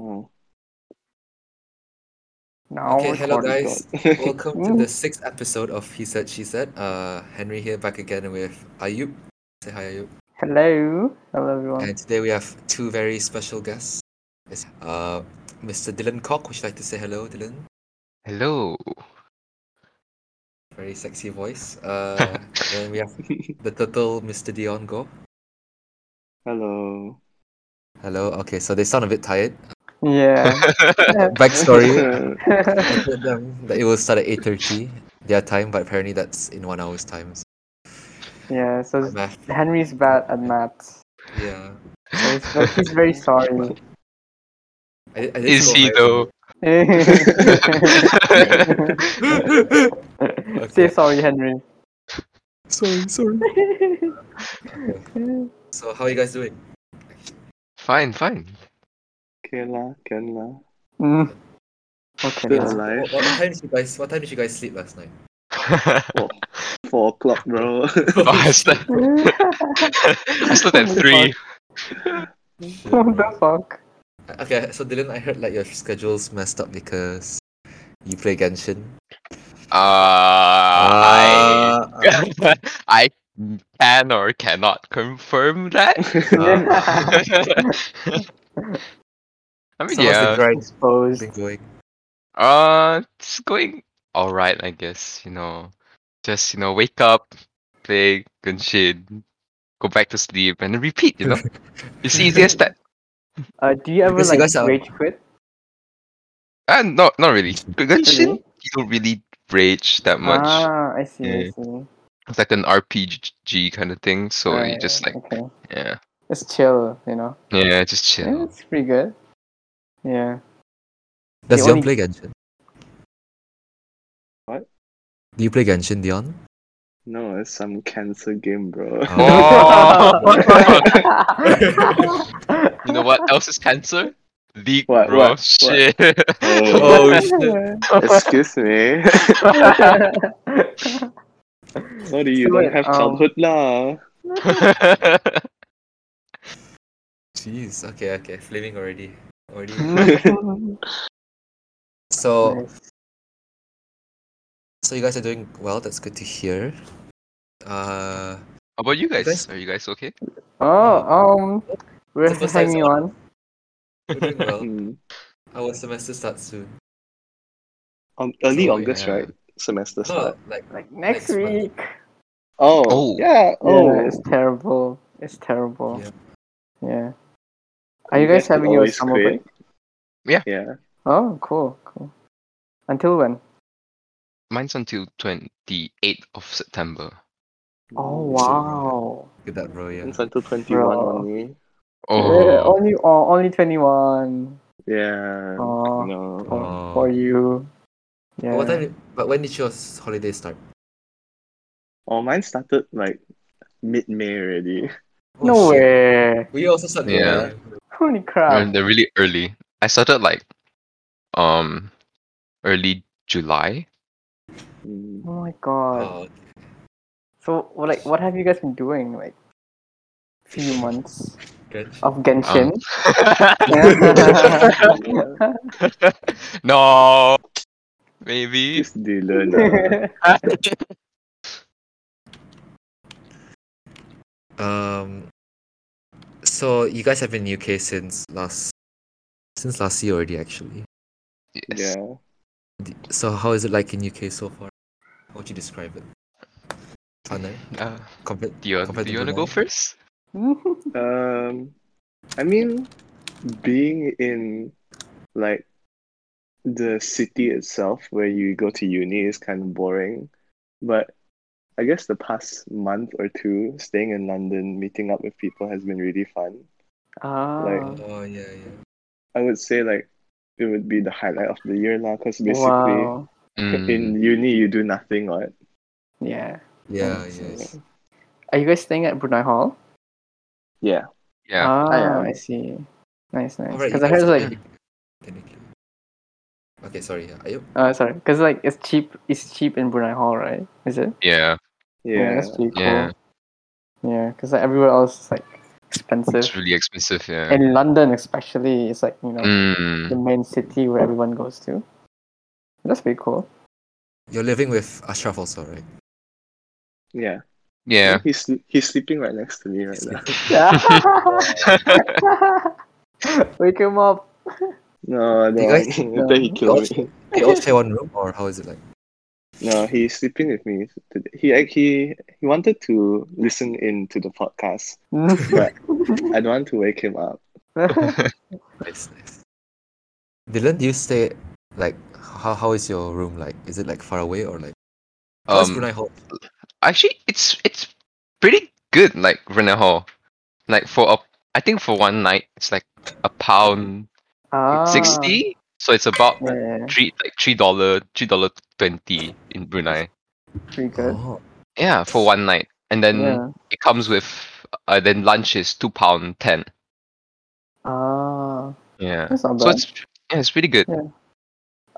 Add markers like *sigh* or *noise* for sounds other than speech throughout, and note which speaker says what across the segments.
Speaker 1: Hmm. Now
Speaker 2: okay, hello
Speaker 1: recording
Speaker 2: guys.
Speaker 1: good.
Speaker 2: Welcome to the sixth episode of He Said She Said. Uh, Henry here, back again with Ayub. Say hi, Ayub.
Speaker 1: Hello, hello everyone.
Speaker 2: And today we have two very special guests. It's, Uh, Mr. Dylan Cock. Would you like to say hello, Dylan?
Speaker 3: Hello.
Speaker 2: Very sexy voice. Uh, then we have the turtle, Mr. Dion Go.
Speaker 1: Hello.
Speaker 2: Hello. Okay, so they sound a bit tired. *laughs*
Speaker 1: Yeah. *laughs*
Speaker 2: Backstory. I
Speaker 1: yeah.
Speaker 2: told them that it will start at eight thirty their time, but apparently that's in one hour's time. So
Speaker 1: So
Speaker 2: math.
Speaker 1: Henry's bad at maths.
Speaker 2: Yeah.
Speaker 1: So he's, but he's
Speaker 2: *laughs*
Speaker 1: very sorry.
Speaker 2: I, I did go
Speaker 3: Is
Speaker 2: viral.
Speaker 3: he
Speaker 2: *laughs*
Speaker 3: though?
Speaker 1: *laughs* Say sorry, Henry.
Speaker 2: sorry, sorry. So how are you guys doing?
Speaker 3: Fine, fine.
Speaker 4: Okay lah, can lah.
Speaker 1: Mm. Okay.
Speaker 4: Still
Speaker 1: now.
Speaker 2: What,
Speaker 4: alive.
Speaker 2: what time did you guys? What time did you guys sleep last
Speaker 1: *laughs*
Speaker 2: night?
Speaker 3: *laughs*
Speaker 4: Four o'clock,
Speaker 2: *laughs*
Speaker 4: bro.
Speaker 3: Bastard. I slept at
Speaker 1: Holy
Speaker 3: three.
Speaker 1: *laughs* what the
Speaker 2: *laughs*
Speaker 1: fuck?
Speaker 2: Okay, so Dylan, I heard like your schedule's messed up because you play Genshin.
Speaker 3: Uh, I *laughs*
Speaker 2: Uh,
Speaker 3: I can or cannot confirm that.
Speaker 2: *laughs*
Speaker 3: Uh, I mean,
Speaker 2: so how's the
Speaker 3: yeah.
Speaker 2: grind
Speaker 1: Exposed.
Speaker 2: been going?
Speaker 3: Uh, it's going all right, I guess. You know, just you know, wake up, play good shit, go back to sleep, and then repeat.
Speaker 2: *laughs*
Speaker 3: You know, it's the easiest step.
Speaker 1: Uh, do you ever
Speaker 2: Because
Speaker 1: like
Speaker 2: you guys are-
Speaker 1: rage quit?
Speaker 3: Uh, not not
Speaker 4: *laughs*
Speaker 3: really. Genshin,
Speaker 1: Really?
Speaker 3: you don't really rage that much.
Speaker 1: Ah, I see. I
Speaker 3: Yeah.
Speaker 1: see.
Speaker 3: It's like an RPG kind of thing, so you
Speaker 1: Alright,
Speaker 3: just like
Speaker 1: okay.
Speaker 3: yeah,
Speaker 1: It's chill, you know.
Speaker 3: yeah, just
Speaker 1: Yeah,
Speaker 3: chill.
Speaker 1: it's pretty good. Yeah.
Speaker 2: Does
Speaker 1: The
Speaker 2: Dion
Speaker 1: only-
Speaker 2: play Genshin?
Speaker 4: What?
Speaker 2: Do you play Genshin, Dion?
Speaker 4: no, it's some cancer
Speaker 1: *laughs*
Speaker 4: game, bro.
Speaker 2: Oh.
Speaker 3: *laughs* Oh, you know what else is cancer? League,
Speaker 4: What,
Speaker 3: bro.
Speaker 4: what,
Speaker 3: *laughs* Shit.
Speaker 2: Oh,
Speaker 4: Oh.
Speaker 1: *laughs*
Speaker 2: shit.
Speaker 4: Excuse me. *laughs* Sorry, you
Speaker 1: So,
Speaker 4: don't have
Speaker 1: um,
Speaker 4: childhood lah.
Speaker 2: Jeez. Okay, okay. Flaming already. Already.
Speaker 1: *laughs* Nice.
Speaker 2: So, so you guys are doing well. That's good to hear. Uh,
Speaker 3: How about you guys?
Speaker 2: Guys?
Speaker 3: Are you guys okay?
Speaker 1: Oh, um, we're
Speaker 2: It's the first time
Speaker 1: hanging on.
Speaker 2: we're
Speaker 1: *laughs*
Speaker 2: doing well.
Speaker 4: Hmm.
Speaker 2: Our semester starts soon.
Speaker 4: Um, early
Speaker 3: So,
Speaker 1: Oh,
Speaker 4: August,
Speaker 3: yeah.
Speaker 4: right? Semester
Speaker 2: No,
Speaker 4: start.
Speaker 2: like
Speaker 1: Like next
Speaker 2: Next month.
Speaker 1: week.
Speaker 4: Oh,
Speaker 3: Oh.
Speaker 4: yeah.
Speaker 1: Oh,
Speaker 4: Oh,
Speaker 1: it's terrible. It's terrible.
Speaker 2: Yeah.
Speaker 1: Yeah. Are you guys
Speaker 4: can
Speaker 1: having your
Speaker 4: always
Speaker 1: summer
Speaker 4: quit.
Speaker 1: break?
Speaker 4: yeah.
Speaker 1: Oh, cool, cool. Until when?
Speaker 3: Mine's until twenty eighth of September.
Speaker 1: Oh
Speaker 4: Mm,
Speaker 1: wow.
Speaker 2: look at that, bro. Yeah.
Speaker 4: It's until twenty-one
Speaker 1: Bro.
Speaker 4: only.
Speaker 1: Yeah,
Speaker 3: Oh,
Speaker 1: only oh, only twenty one.
Speaker 4: Yeah.
Speaker 1: Oh,
Speaker 4: No.
Speaker 1: for,
Speaker 2: Oh.
Speaker 1: for you. Yeah.
Speaker 2: But what time? But when did your s- holiday start?
Speaker 4: Oh, mine started like mid-May already.
Speaker 2: Oh,
Speaker 1: no
Speaker 2: shit.
Speaker 1: way.
Speaker 2: We also started.
Speaker 3: Yeah.
Speaker 2: early.
Speaker 1: Holy
Speaker 3: they're
Speaker 1: crap.
Speaker 3: they're really early. I started like um early
Speaker 4: *laughs*
Speaker 3: July. *laughs*
Speaker 4: Mm.
Speaker 1: *laughs* Oh my god.
Speaker 2: Oh,
Speaker 1: So well, like what have you guys been doing? Like few months
Speaker 2: Genshin.
Speaker 1: of Genshin?
Speaker 2: Um. *laughs*
Speaker 3: no, maybe.
Speaker 4: *laughs* Just Dylan.
Speaker 1: *laughs*
Speaker 4: ah.
Speaker 2: Um, so you guys have been in UK since last since last year already, actually.
Speaker 3: Yes.
Speaker 4: Yeah.
Speaker 2: D- So how is it like in UK so far? How would you describe it? Anand,
Speaker 3: Uh,
Speaker 2: compared
Speaker 3: do you,
Speaker 2: Compared
Speaker 3: do
Speaker 2: to
Speaker 3: you want to go
Speaker 2: Brunei?
Speaker 3: first?
Speaker 4: Um, I mean, being in like the city itself where you go to uni is kind of boring, but I guess the past month or two, staying in London, meeting up with people has been really fun.
Speaker 1: *laughs* Ah,
Speaker 4: Like,
Speaker 2: Oh yeah, yeah.
Speaker 4: I would say like it would be the highlight of the year now, because basically
Speaker 1: wow.
Speaker 3: Mm.
Speaker 4: in uni you do nothing, right?
Speaker 1: Yeah. Oh,
Speaker 2: Yeah,
Speaker 4: So,
Speaker 2: yeah.
Speaker 1: Are you guys staying at Brunei Hall?
Speaker 4: yeah.
Speaker 3: Yeah.
Speaker 4: I
Speaker 1: Ah,
Speaker 4: am.
Speaker 1: I see. Nice, nice.
Speaker 2: Alright, you
Speaker 1: Because I
Speaker 2: guys
Speaker 1: heard
Speaker 2: are
Speaker 1: like,
Speaker 2: technically- technically. Okay, sorry. yeah. Are you?
Speaker 1: uh, sorry, because like it's cheap. It's cheap in Brunei Hall, right? Is it?
Speaker 3: yeah.
Speaker 1: Oh,
Speaker 4: Yeah.
Speaker 1: that's pretty cool.
Speaker 3: yeah.
Speaker 1: Yeah, because like everywhere else, is, like expensive.
Speaker 3: It's really expensive, yeah.
Speaker 1: In London, especially, it's like you know
Speaker 3: Mm.
Speaker 1: the main city where everyone goes to. That's pretty
Speaker 4: *laughs*
Speaker 1: cool.
Speaker 2: You're living with Ashraf also, *laughs* right?
Speaker 4: Yeah.
Speaker 3: Yeah.
Speaker 4: He's he's sleeping right next to me right
Speaker 2: He's
Speaker 4: now.
Speaker 1: Wake him
Speaker 4: *laughs*
Speaker 1: up.
Speaker 4: No,
Speaker 2: You
Speaker 4: no.
Speaker 2: guys-
Speaker 4: *laughs* Later he killed me.
Speaker 2: They all share one room, or how is it like?
Speaker 4: No, he's sleeping with me today. He ac- he he wanted to listen in to the podcast, but I don't want to wake him up.
Speaker 2: Nice, nice. Dylan, do you stay like how how is your room like? Is it like far away or like? How is Brunei Hall?
Speaker 3: Um, actually, it's it's pretty good. Like Renner Hall, like for a, I think for one night it's like a pound
Speaker 1: Ah,
Speaker 3: sixty. So it's about
Speaker 1: Yeah,
Speaker 3: three like three dollar three dollar twenty in Brunei.
Speaker 1: pretty good.
Speaker 2: Oh,
Speaker 3: Yeah, for one night, and then
Speaker 1: Yeah.
Speaker 3: it comes with uh, then lunch is two pound ten.
Speaker 1: Ah,
Speaker 3: Yeah,
Speaker 1: that's not
Speaker 3: so
Speaker 1: bad.
Speaker 3: it's yeah, it's pretty good.
Speaker 1: Yeah.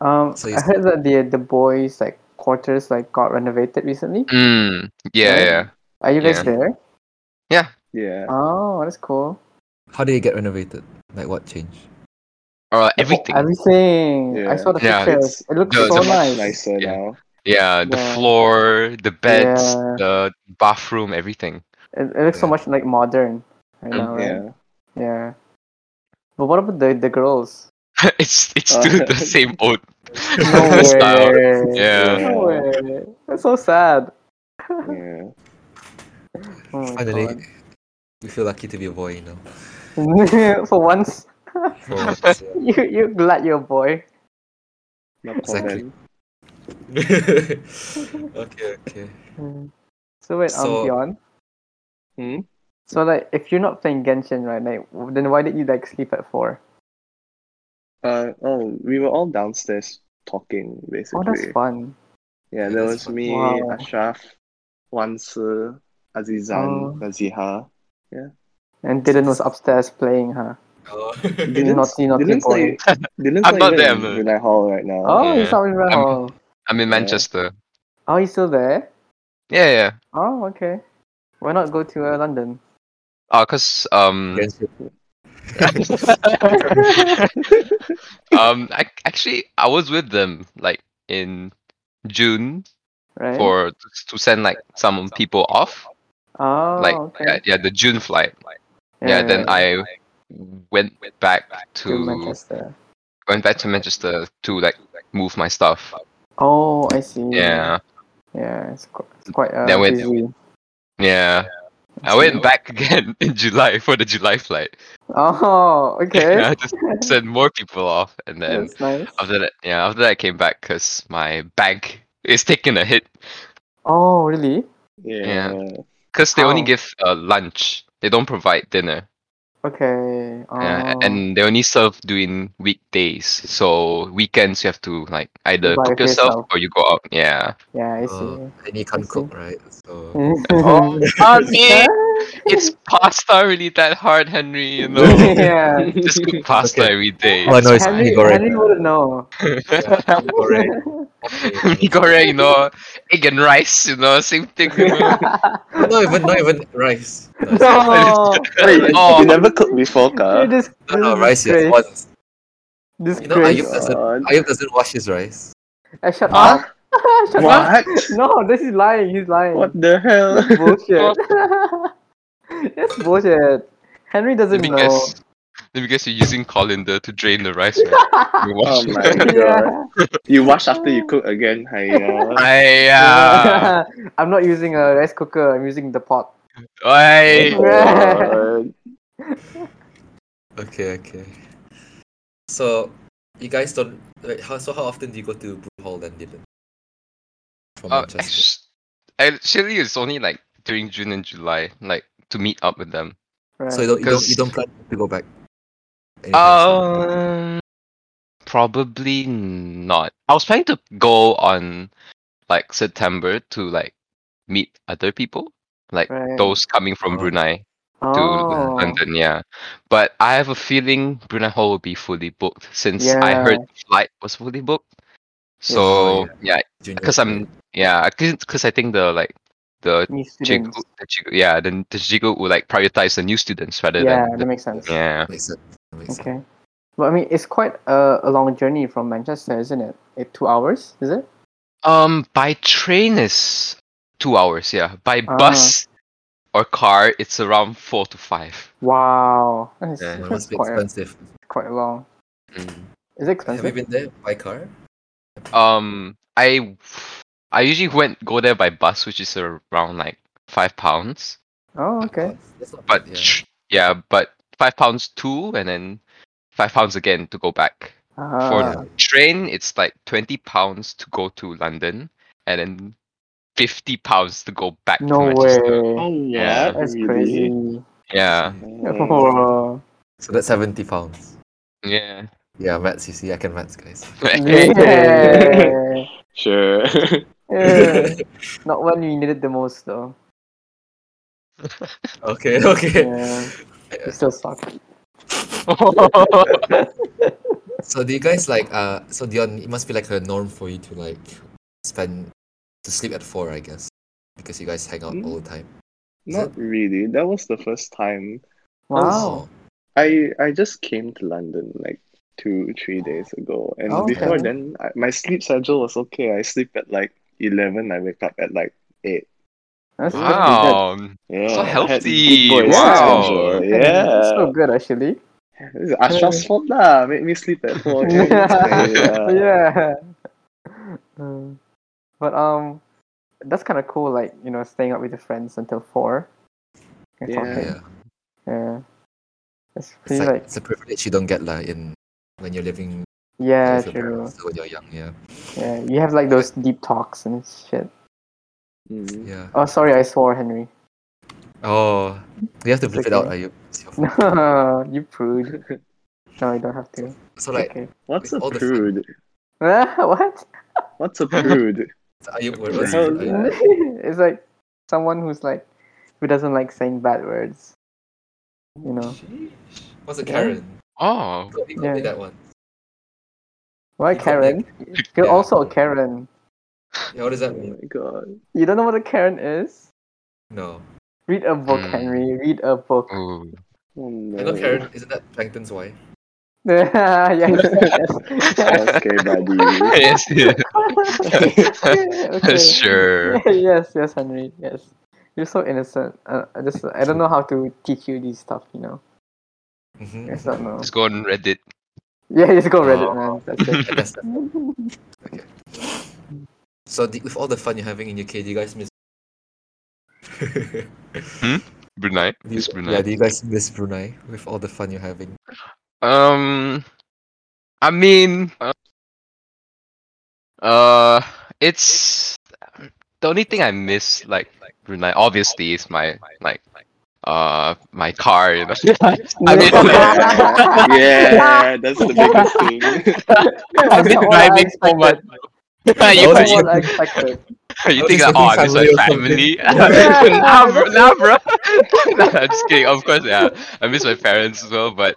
Speaker 1: Um,
Speaker 2: So
Speaker 1: I
Speaker 2: it's-
Speaker 1: heard that the the boys like quarters like got renovated recently.
Speaker 3: Mm, yeah,
Speaker 1: Yeah.
Speaker 3: yeah.
Speaker 1: Are you guys
Speaker 3: Yeah.
Speaker 1: there?
Speaker 4: Yeah.
Speaker 1: Oh, that's cool.
Speaker 2: how did it get renovated? Like what changed?
Speaker 3: Uh, everything.
Speaker 1: Everything. I
Speaker 4: Yeah.
Speaker 1: saw the
Speaker 3: Yeah,
Speaker 1: pictures.
Speaker 4: it's-
Speaker 1: It looks so
Speaker 3: No,
Speaker 4: it's
Speaker 3: a
Speaker 1: nice.
Speaker 4: much nicer
Speaker 3: Yeah.
Speaker 4: now.
Speaker 3: Yeah, the
Speaker 1: Yeah.
Speaker 3: floor, the beds,
Speaker 1: Yeah.
Speaker 3: the bathroom, everything. *laughs*
Speaker 1: It, it looks so
Speaker 2: Yeah.
Speaker 1: much like modern right
Speaker 3: Mm,
Speaker 1: now, right?
Speaker 4: Yeah.
Speaker 1: Yeah. But what about the, the girls?
Speaker 3: it's it's still the
Speaker 1: *laughs*
Speaker 4: Uh,
Speaker 3: same old
Speaker 1: No
Speaker 3: *laughs* style.
Speaker 1: way.
Speaker 3: Yeah.
Speaker 1: No way. That's so sad. *laughs*
Speaker 4: Yeah.
Speaker 1: Oh my
Speaker 2: Finally, we feel lucky to be a boy, you *laughs* know. Oh,
Speaker 1: God. *laughs* For once,
Speaker 2: For *laughs* once, yeah.
Speaker 1: you you glad you're a boy.
Speaker 4: Not
Speaker 2: Exactly.
Speaker 4: comment.
Speaker 2: okay, *laughs* okay.
Speaker 1: So wait,
Speaker 2: So-
Speaker 1: um, Dion.
Speaker 4: Hmm?
Speaker 1: So like, if you're not playing Genshin right now, then why did you like sleep at four?
Speaker 4: Uh oh, we were all downstairs talking
Speaker 1: Oh, that's
Speaker 4: basically.
Speaker 1: fun.
Speaker 4: yeah,
Speaker 2: Yeah,
Speaker 4: there
Speaker 2: that's
Speaker 4: was
Speaker 2: fun.
Speaker 4: me,
Speaker 1: Wow.
Speaker 4: Ashraf, Wansi, Azizan,
Speaker 1: Oh.
Speaker 4: Naziha.
Speaker 1: And Dylan was upstairs playing, huh?
Speaker 2: Oh.
Speaker 4: Dylan's-
Speaker 1: naughty, naughty
Speaker 4: Dylan's
Speaker 1: boy.
Speaker 4: not- Dylan's
Speaker 3: I'm not
Speaker 4: even
Speaker 3: there,
Speaker 4: in
Speaker 3: man.
Speaker 4: Brunei Hall right now.
Speaker 1: Oh,
Speaker 3: Yeah. Um,
Speaker 1: he's not in Red
Speaker 3: I'm-
Speaker 1: Hall.
Speaker 3: I'm in
Speaker 4: Yeah.
Speaker 3: Manchester.
Speaker 1: Oh, he's still there.
Speaker 3: Yeah, yeah.
Speaker 1: Oh, okay. Why not go to uh, London?
Speaker 3: Oh, cause um *laughs*
Speaker 1: *laughs*
Speaker 3: um I actually I was with them like in June
Speaker 1: right.
Speaker 3: for to send like some people off
Speaker 1: Oh,
Speaker 3: like
Speaker 1: okay.
Speaker 3: yeah, yeah the June flight. Yeah, then I went back
Speaker 1: to
Speaker 3: to
Speaker 1: Manchester.
Speaker 3: went back to Manchester to like move my stuff.
Speaker 1: Oh, I see.
Speaker 3: Yeah,
Speaker 1: Yeah, it's, qu- it's quite uh,
Speaker 3: Then went-
Speaker 1: busy.
Speaker 3: yeah. I went back *laughs* again in July for the July flight.
Speaker 1: *laughs*
Speaker 3: *laughs*
Speaker 1: Oh, okay.
Speaker 3: I just sent more people off, and then
Speaker 1: That's nice.
Speaker 3: after that, yeah, after that I came back because my bank is taking a hit
Speaker 1: Oh, really?
Speaker 4: Yeah.
Speaker 3: because they only
Speaker 1: How?
Speaker 3: give uh, lunch. They don't provide dinner,
Speaker 1: Okay. Oh.
Speaker 3: yeah, and they only serve during weekdays. So weekends you have to like either
Speaker 1: buy
Speaker 3: cook
Speaker 1: for
Speaker 3: yourself
Speaker 1: yourself.
Speaker 3: or you go out. Yeah.
Speaker 1: *laughs* yeah, I
Speaker 2: Uh,
Speaker 1: see.
Speaker 2: and you can't cook, right? So
Speaker 1: *laughs*
Speaker 3: Oh, *laughs* Henry, it's pasta really that hard, Henry?
Speaker 1: *laughs*
Speaker 3: You know,
Speaker 1: yeah.
Speaker 3: *laughs* just cook pasta
Speaker 2: Okay.
Speaker 3: every day.
Speaker 2: Oh, no, it's
Speaker 1: Henry,
Speaker 2: Igor.
Speaker 1: Henry wouldn't know.
Speaker 2: yeah, *laughs* you go right.
Speaker 3: *laughs* Mee goreng, you know, egg and rice, you know, same thing. You know?
Speaker 2: Not even, not even
Speaker 1: *laughs*
Speaker 2: rice.
Speaker 1: *laughs* no.
Speaker 4: *laughs* Wait,
Speaker 3: Oh.
Speaker 4: you never cooked before,
Speaker 1: You're
Speaker 4: Ka?
Speaker 1: just
Speaker 2: No, no, rice yes, once. You know,
Speaker 1: Disgrace.
Speaker 2: Ayub doesn't,
Speaker 4: God.
Speaker 2: Ayub doesn't wash his rice.
Speaker 1: Uh, shut
Speaker 4: Huh?
Speaker 1: up. *laughs* shut up.
Speaker 4: What?
Speaker 1: No, this is lying. He's lying.
Speaker 4: What the hell?
Speaker 1: That's bullshit. *laughs* That's bullshit. Henry doesn't
Speaker 3: Maybe
Speaker 1: know.
Speaker 3: guess, maybe guess you're using colander to drain the rice. Right? You
Speaker 4: *laughs* Oh
Speaker 3: wash-
Speaker 4: my god.
Speaker 1: yeah.
Speaker 4: You wash after you cook again, hiya.
Speaker 3: Aiya,
Speaker 1: *laughs* I'm not using a rice cooker. I'm using the pot.
Speaker 3: oi.
Speaker 4: Oh God.
Speaker 2: Okay, okay. So, you guys don't. Wait, how, so, how often do you go to Brew Hall then, Dylan? From
Speaker 3: Uh,
Speaker 2: Manchester.
Speaker 3: actu- Actually, it's only like during June and July, like to meet up with them.
Speaker 1: Right.
Speaker 2: So, you don't, you, don't, you
Speaker 3: Because-
Speaker 2: don't plan to go back? anytime soon?
Speaker 3: Um, probably not. I was planning to go on like September to like meet other people, like
Speaker 1: Right.
Speaker 3: those coming from
Speaker 2: Oh.
Speaker 3: Brunei to
Speaker 1: oh.
Speaker 3: London. Yeah, but I have a feeling Brunei Hall will be fully booked since I heard flight was fully booked. So
Speaker 2: Oh,
Speaker 3: yeah,
Speaker 2: Junior
Speaker 3: because
Speaker 2: period.
Speaker 3: I'm yeah, because I think the like the
Speaker 1: New
Speaker 3: Chigu,
Speaker 1: students.
Speaker 3: the Chigu, yeah, then the Chigu will like prioritize the new students rather
Speaker 1: Yeah,
Speaker 3: than
Speaker 1: that
Speaker 3: the,
Speaker 1: makes sense.
Speaker 3: yeah.
Speaker 2: Makes sense. that Makes sense.
Speaker 1: Okay. But I mean, it's quite a, a long journey from Manchester, isn't it? It two hours, is it?
Speaker 3: Um, by train is two hours. Yeah, by
Speaker 1: Ah.
Speaker 3: bus or car, it's around four to five.
Speaker 1: Wow, that's,
Speaker 3: Yeah, it
Speaker 2: Well, it
Speaker 1: that's
Speaker 2: must be
Speaker 1: quite
Speaker 2: expensive.
Speaker 1: quite long.
Speaker 3: Mm.
Speaker 1: Is it
Speaker 2: Have you
Speaker 1: expensive?
Speaker 2: been there by car?
Speaker 3: Um, I I usually went go there by bus, which is around like five pounds.
Speaker 1: Oh, okay.
Speaker 2: That's not
Speaker 3: But
Speaker 2: bad, yeah.
Speaker 3: sh- yeah, but five pounds two, and then five pounds again to go back. For
Speaker 1: Ah,
Speaker 3: train, it's like twenty pounds to go to London, and then fifty pounds to go back.
Speaker 1: no
Speaker 3: to Manchester.
Speaker 4: Oh,
Speaker 1: way.
Speaker 3: Yeah.
Speaker 1: That's crazy.
Speaker 3: Yeah,
Speaker 1: *laughs* Oh,
Speaker 2: So that's 70 pounds.
Speaker 1: *laughs*
Speaker 3: yeah. *laughs*
Speaker 2: Yeah, maths, you see, I can maths, guys.
Speaker 1: yeah.
Speaker 4: *laughs* Sure. *laughs*
Speaker 1: yeah. Not when we needed the most though.
Speaker 2: okay, *laughs* okay.
Speaker 1: Yeah, we still suck.
Speaker 2: So do you guys like uh so Dion it must be like a norm for you to like spend to sleep at four I guess. Because you guys hang out
Speaker 4: Hmm?
Speaker 2: all the time.
Speaker 4: Not really. That was the first time.
Speaker 1: Wow.
Speaker 4: I I just came to London like two three days ago, and
Speaker 1: Oh, okay.
Speaker 4: before then I, my sleep schedule was okay. I sleep at like eleven. I wake up at like eight.
Speaker 1: That's pretty good.
Speaker 3: wow.
Speaker 4: Yeah,
Speaker 3: So
Speaker 4: I had good
Speaker 3: healthy,
Speaker 4: boy sleep
Speaker 1: wow.
Speaker 4: schedule,
Speaker 1: I mean, That's
Speaker 4: Yeah,
Speaker 1: so good actually.
Speaker 4: this is Ashraf's fault lah. Make me sleep at four. okay? yeah.
Speaker 1: yeah. *laughs* Um, *laughs* But um, that's kind of cool. Like you know, staying up with your friends until four. and
Speaker 4: Yeah.
Speaker 1: talking.
Speaker 2: Yeah.
Speaker 1: yeah. It's
Speaker 2: It's
Speaker 1: pretty
Speaker 2: like,
Speaker 1: like,
Speaker 2: it's a privilege you don't get like in when you're living
Speaker 1: yeah,
Speaker 2: with your
Speaker 1: true.
Speaker 2: parents, when you're young, yeah.
Speaker 1: Yeah, you have like those deep talks and shit.
Speaker 4: Mm.
Speaker 2: Yeah.
Speaker 1: Oh, sorry, I swore, Henry. *laughs*
Speaker 2: Oh you have to bleep it out,
Speaker 1: okay.
Speaker 2: are you? It's your fault.
Speaker 1: No, you prude. No, you don't have to.
Speaker 2: So like
Speaker 1: okay. *laughs*
Speaker 4: What's a
Speaker 2: All the
Speaker 4: prude?
Speaker 1: what? *laughs*
Speaker 4: What's
Speaker 2: *laughs*
Speaker 4: a prude?
Speaker 2: are you what,
Speaker 4: the
Speaker 2: what's
Speaker 4: hell is
Speaker 2: Ayub?
Speaker 4: that?
Speaker 1: it's like someone who's like who doesn't like saying bad words. You know.
Speaker 2: Sheesh. What's a
Speaker 1: Yeah.
Speaker 2: Karen?
Speaker 3: Oh,
Speaker 2: You called me
Speaker 1: Yeah.
Speaker 2: that one.
Speaker 1: Why
Speaker 2: You called me a
Speaker 1: Karen? You're
Speaker 2: Yeah.
Speaker 1: also a Karen.
Speaker 2: Yeah, what does
Speaker 4: Oh
Speaker 2: that mean?
Speaker 4: my god.
Speaker 1: You don't know what a Karen is?
Speaker 2: No.
Speaker 1: Read a book,
Speaker 3: Mm.
Speaker 1: Henry. Read a book.
Speaker 3: ooh.
Speaker 4: Oh
Speaker 2: You
Speaker 4: no.
Speaker 2: know Karen? Isn't that Plankton's wife?
Speaker 1: *laughs* yeah. yes.
Speaker 4: Okay,
Speaker 2: *laughs*
Speaker 4: buddy.
Speaker 3: *laughs* yes,
Speaker 1: *laughs*
Speaker 3: yeah.
Speaker 1: okay.
Speaker 3: sure.
Speaker 1: *laughs* yes, yes, Henry. Yes. You're so innocent. Uh, I just I don't know how to teach you these stuff. You know.
Speaker 2: Mm-hmm.
Speaker 1: It's not know.
Speaker 3: Just go on Reddit.
Speaker 1: Yeah, just go Reddit,
Speaker 2: Oh.
Speaker 1: man. That's it.
Speaker 2: I *laughs* guess that- okay. So the, with all the fun you're having in UK, do you guys miss?
Speaker 3: Brunei.
Speaker 2: Do you-
Speaker 3: It's Brunei.
Speaker 2: Yeah, do you guys miss Brunei with all the fun you're having?
Speaker 3: Um, I mean, uh, uh, it's the only thing I miss, like Brunei, obviously, is my like, uh, my car. You know? *laughs* I mean, *laughs*
Speaker 4: yeah. yeah, that's the biggest
Speaker 2: *laughs*
Speaker 4: thing.
Speaker 1: I've been driving so much.
Speaker 3: *laughs* you,
Speaker 2: That's
Speaker 3: you,
Speaker 1: what *laughs* I expected.
Speaker 3: you think
Speaker 2: I
Speaker 3: that
Speaker 2: was
Speaker 3: oh, I
Speaker 2: thinking
Speaker 3: miss my
Speaker 2: family
Speaker 3: family? *laughs* nah,
Speaker 1: *laughs*
Speaker 3: bro, nah, bro. *laughs* Nah, I'm just kidding. Of course, yeah, I miss my parents as well, but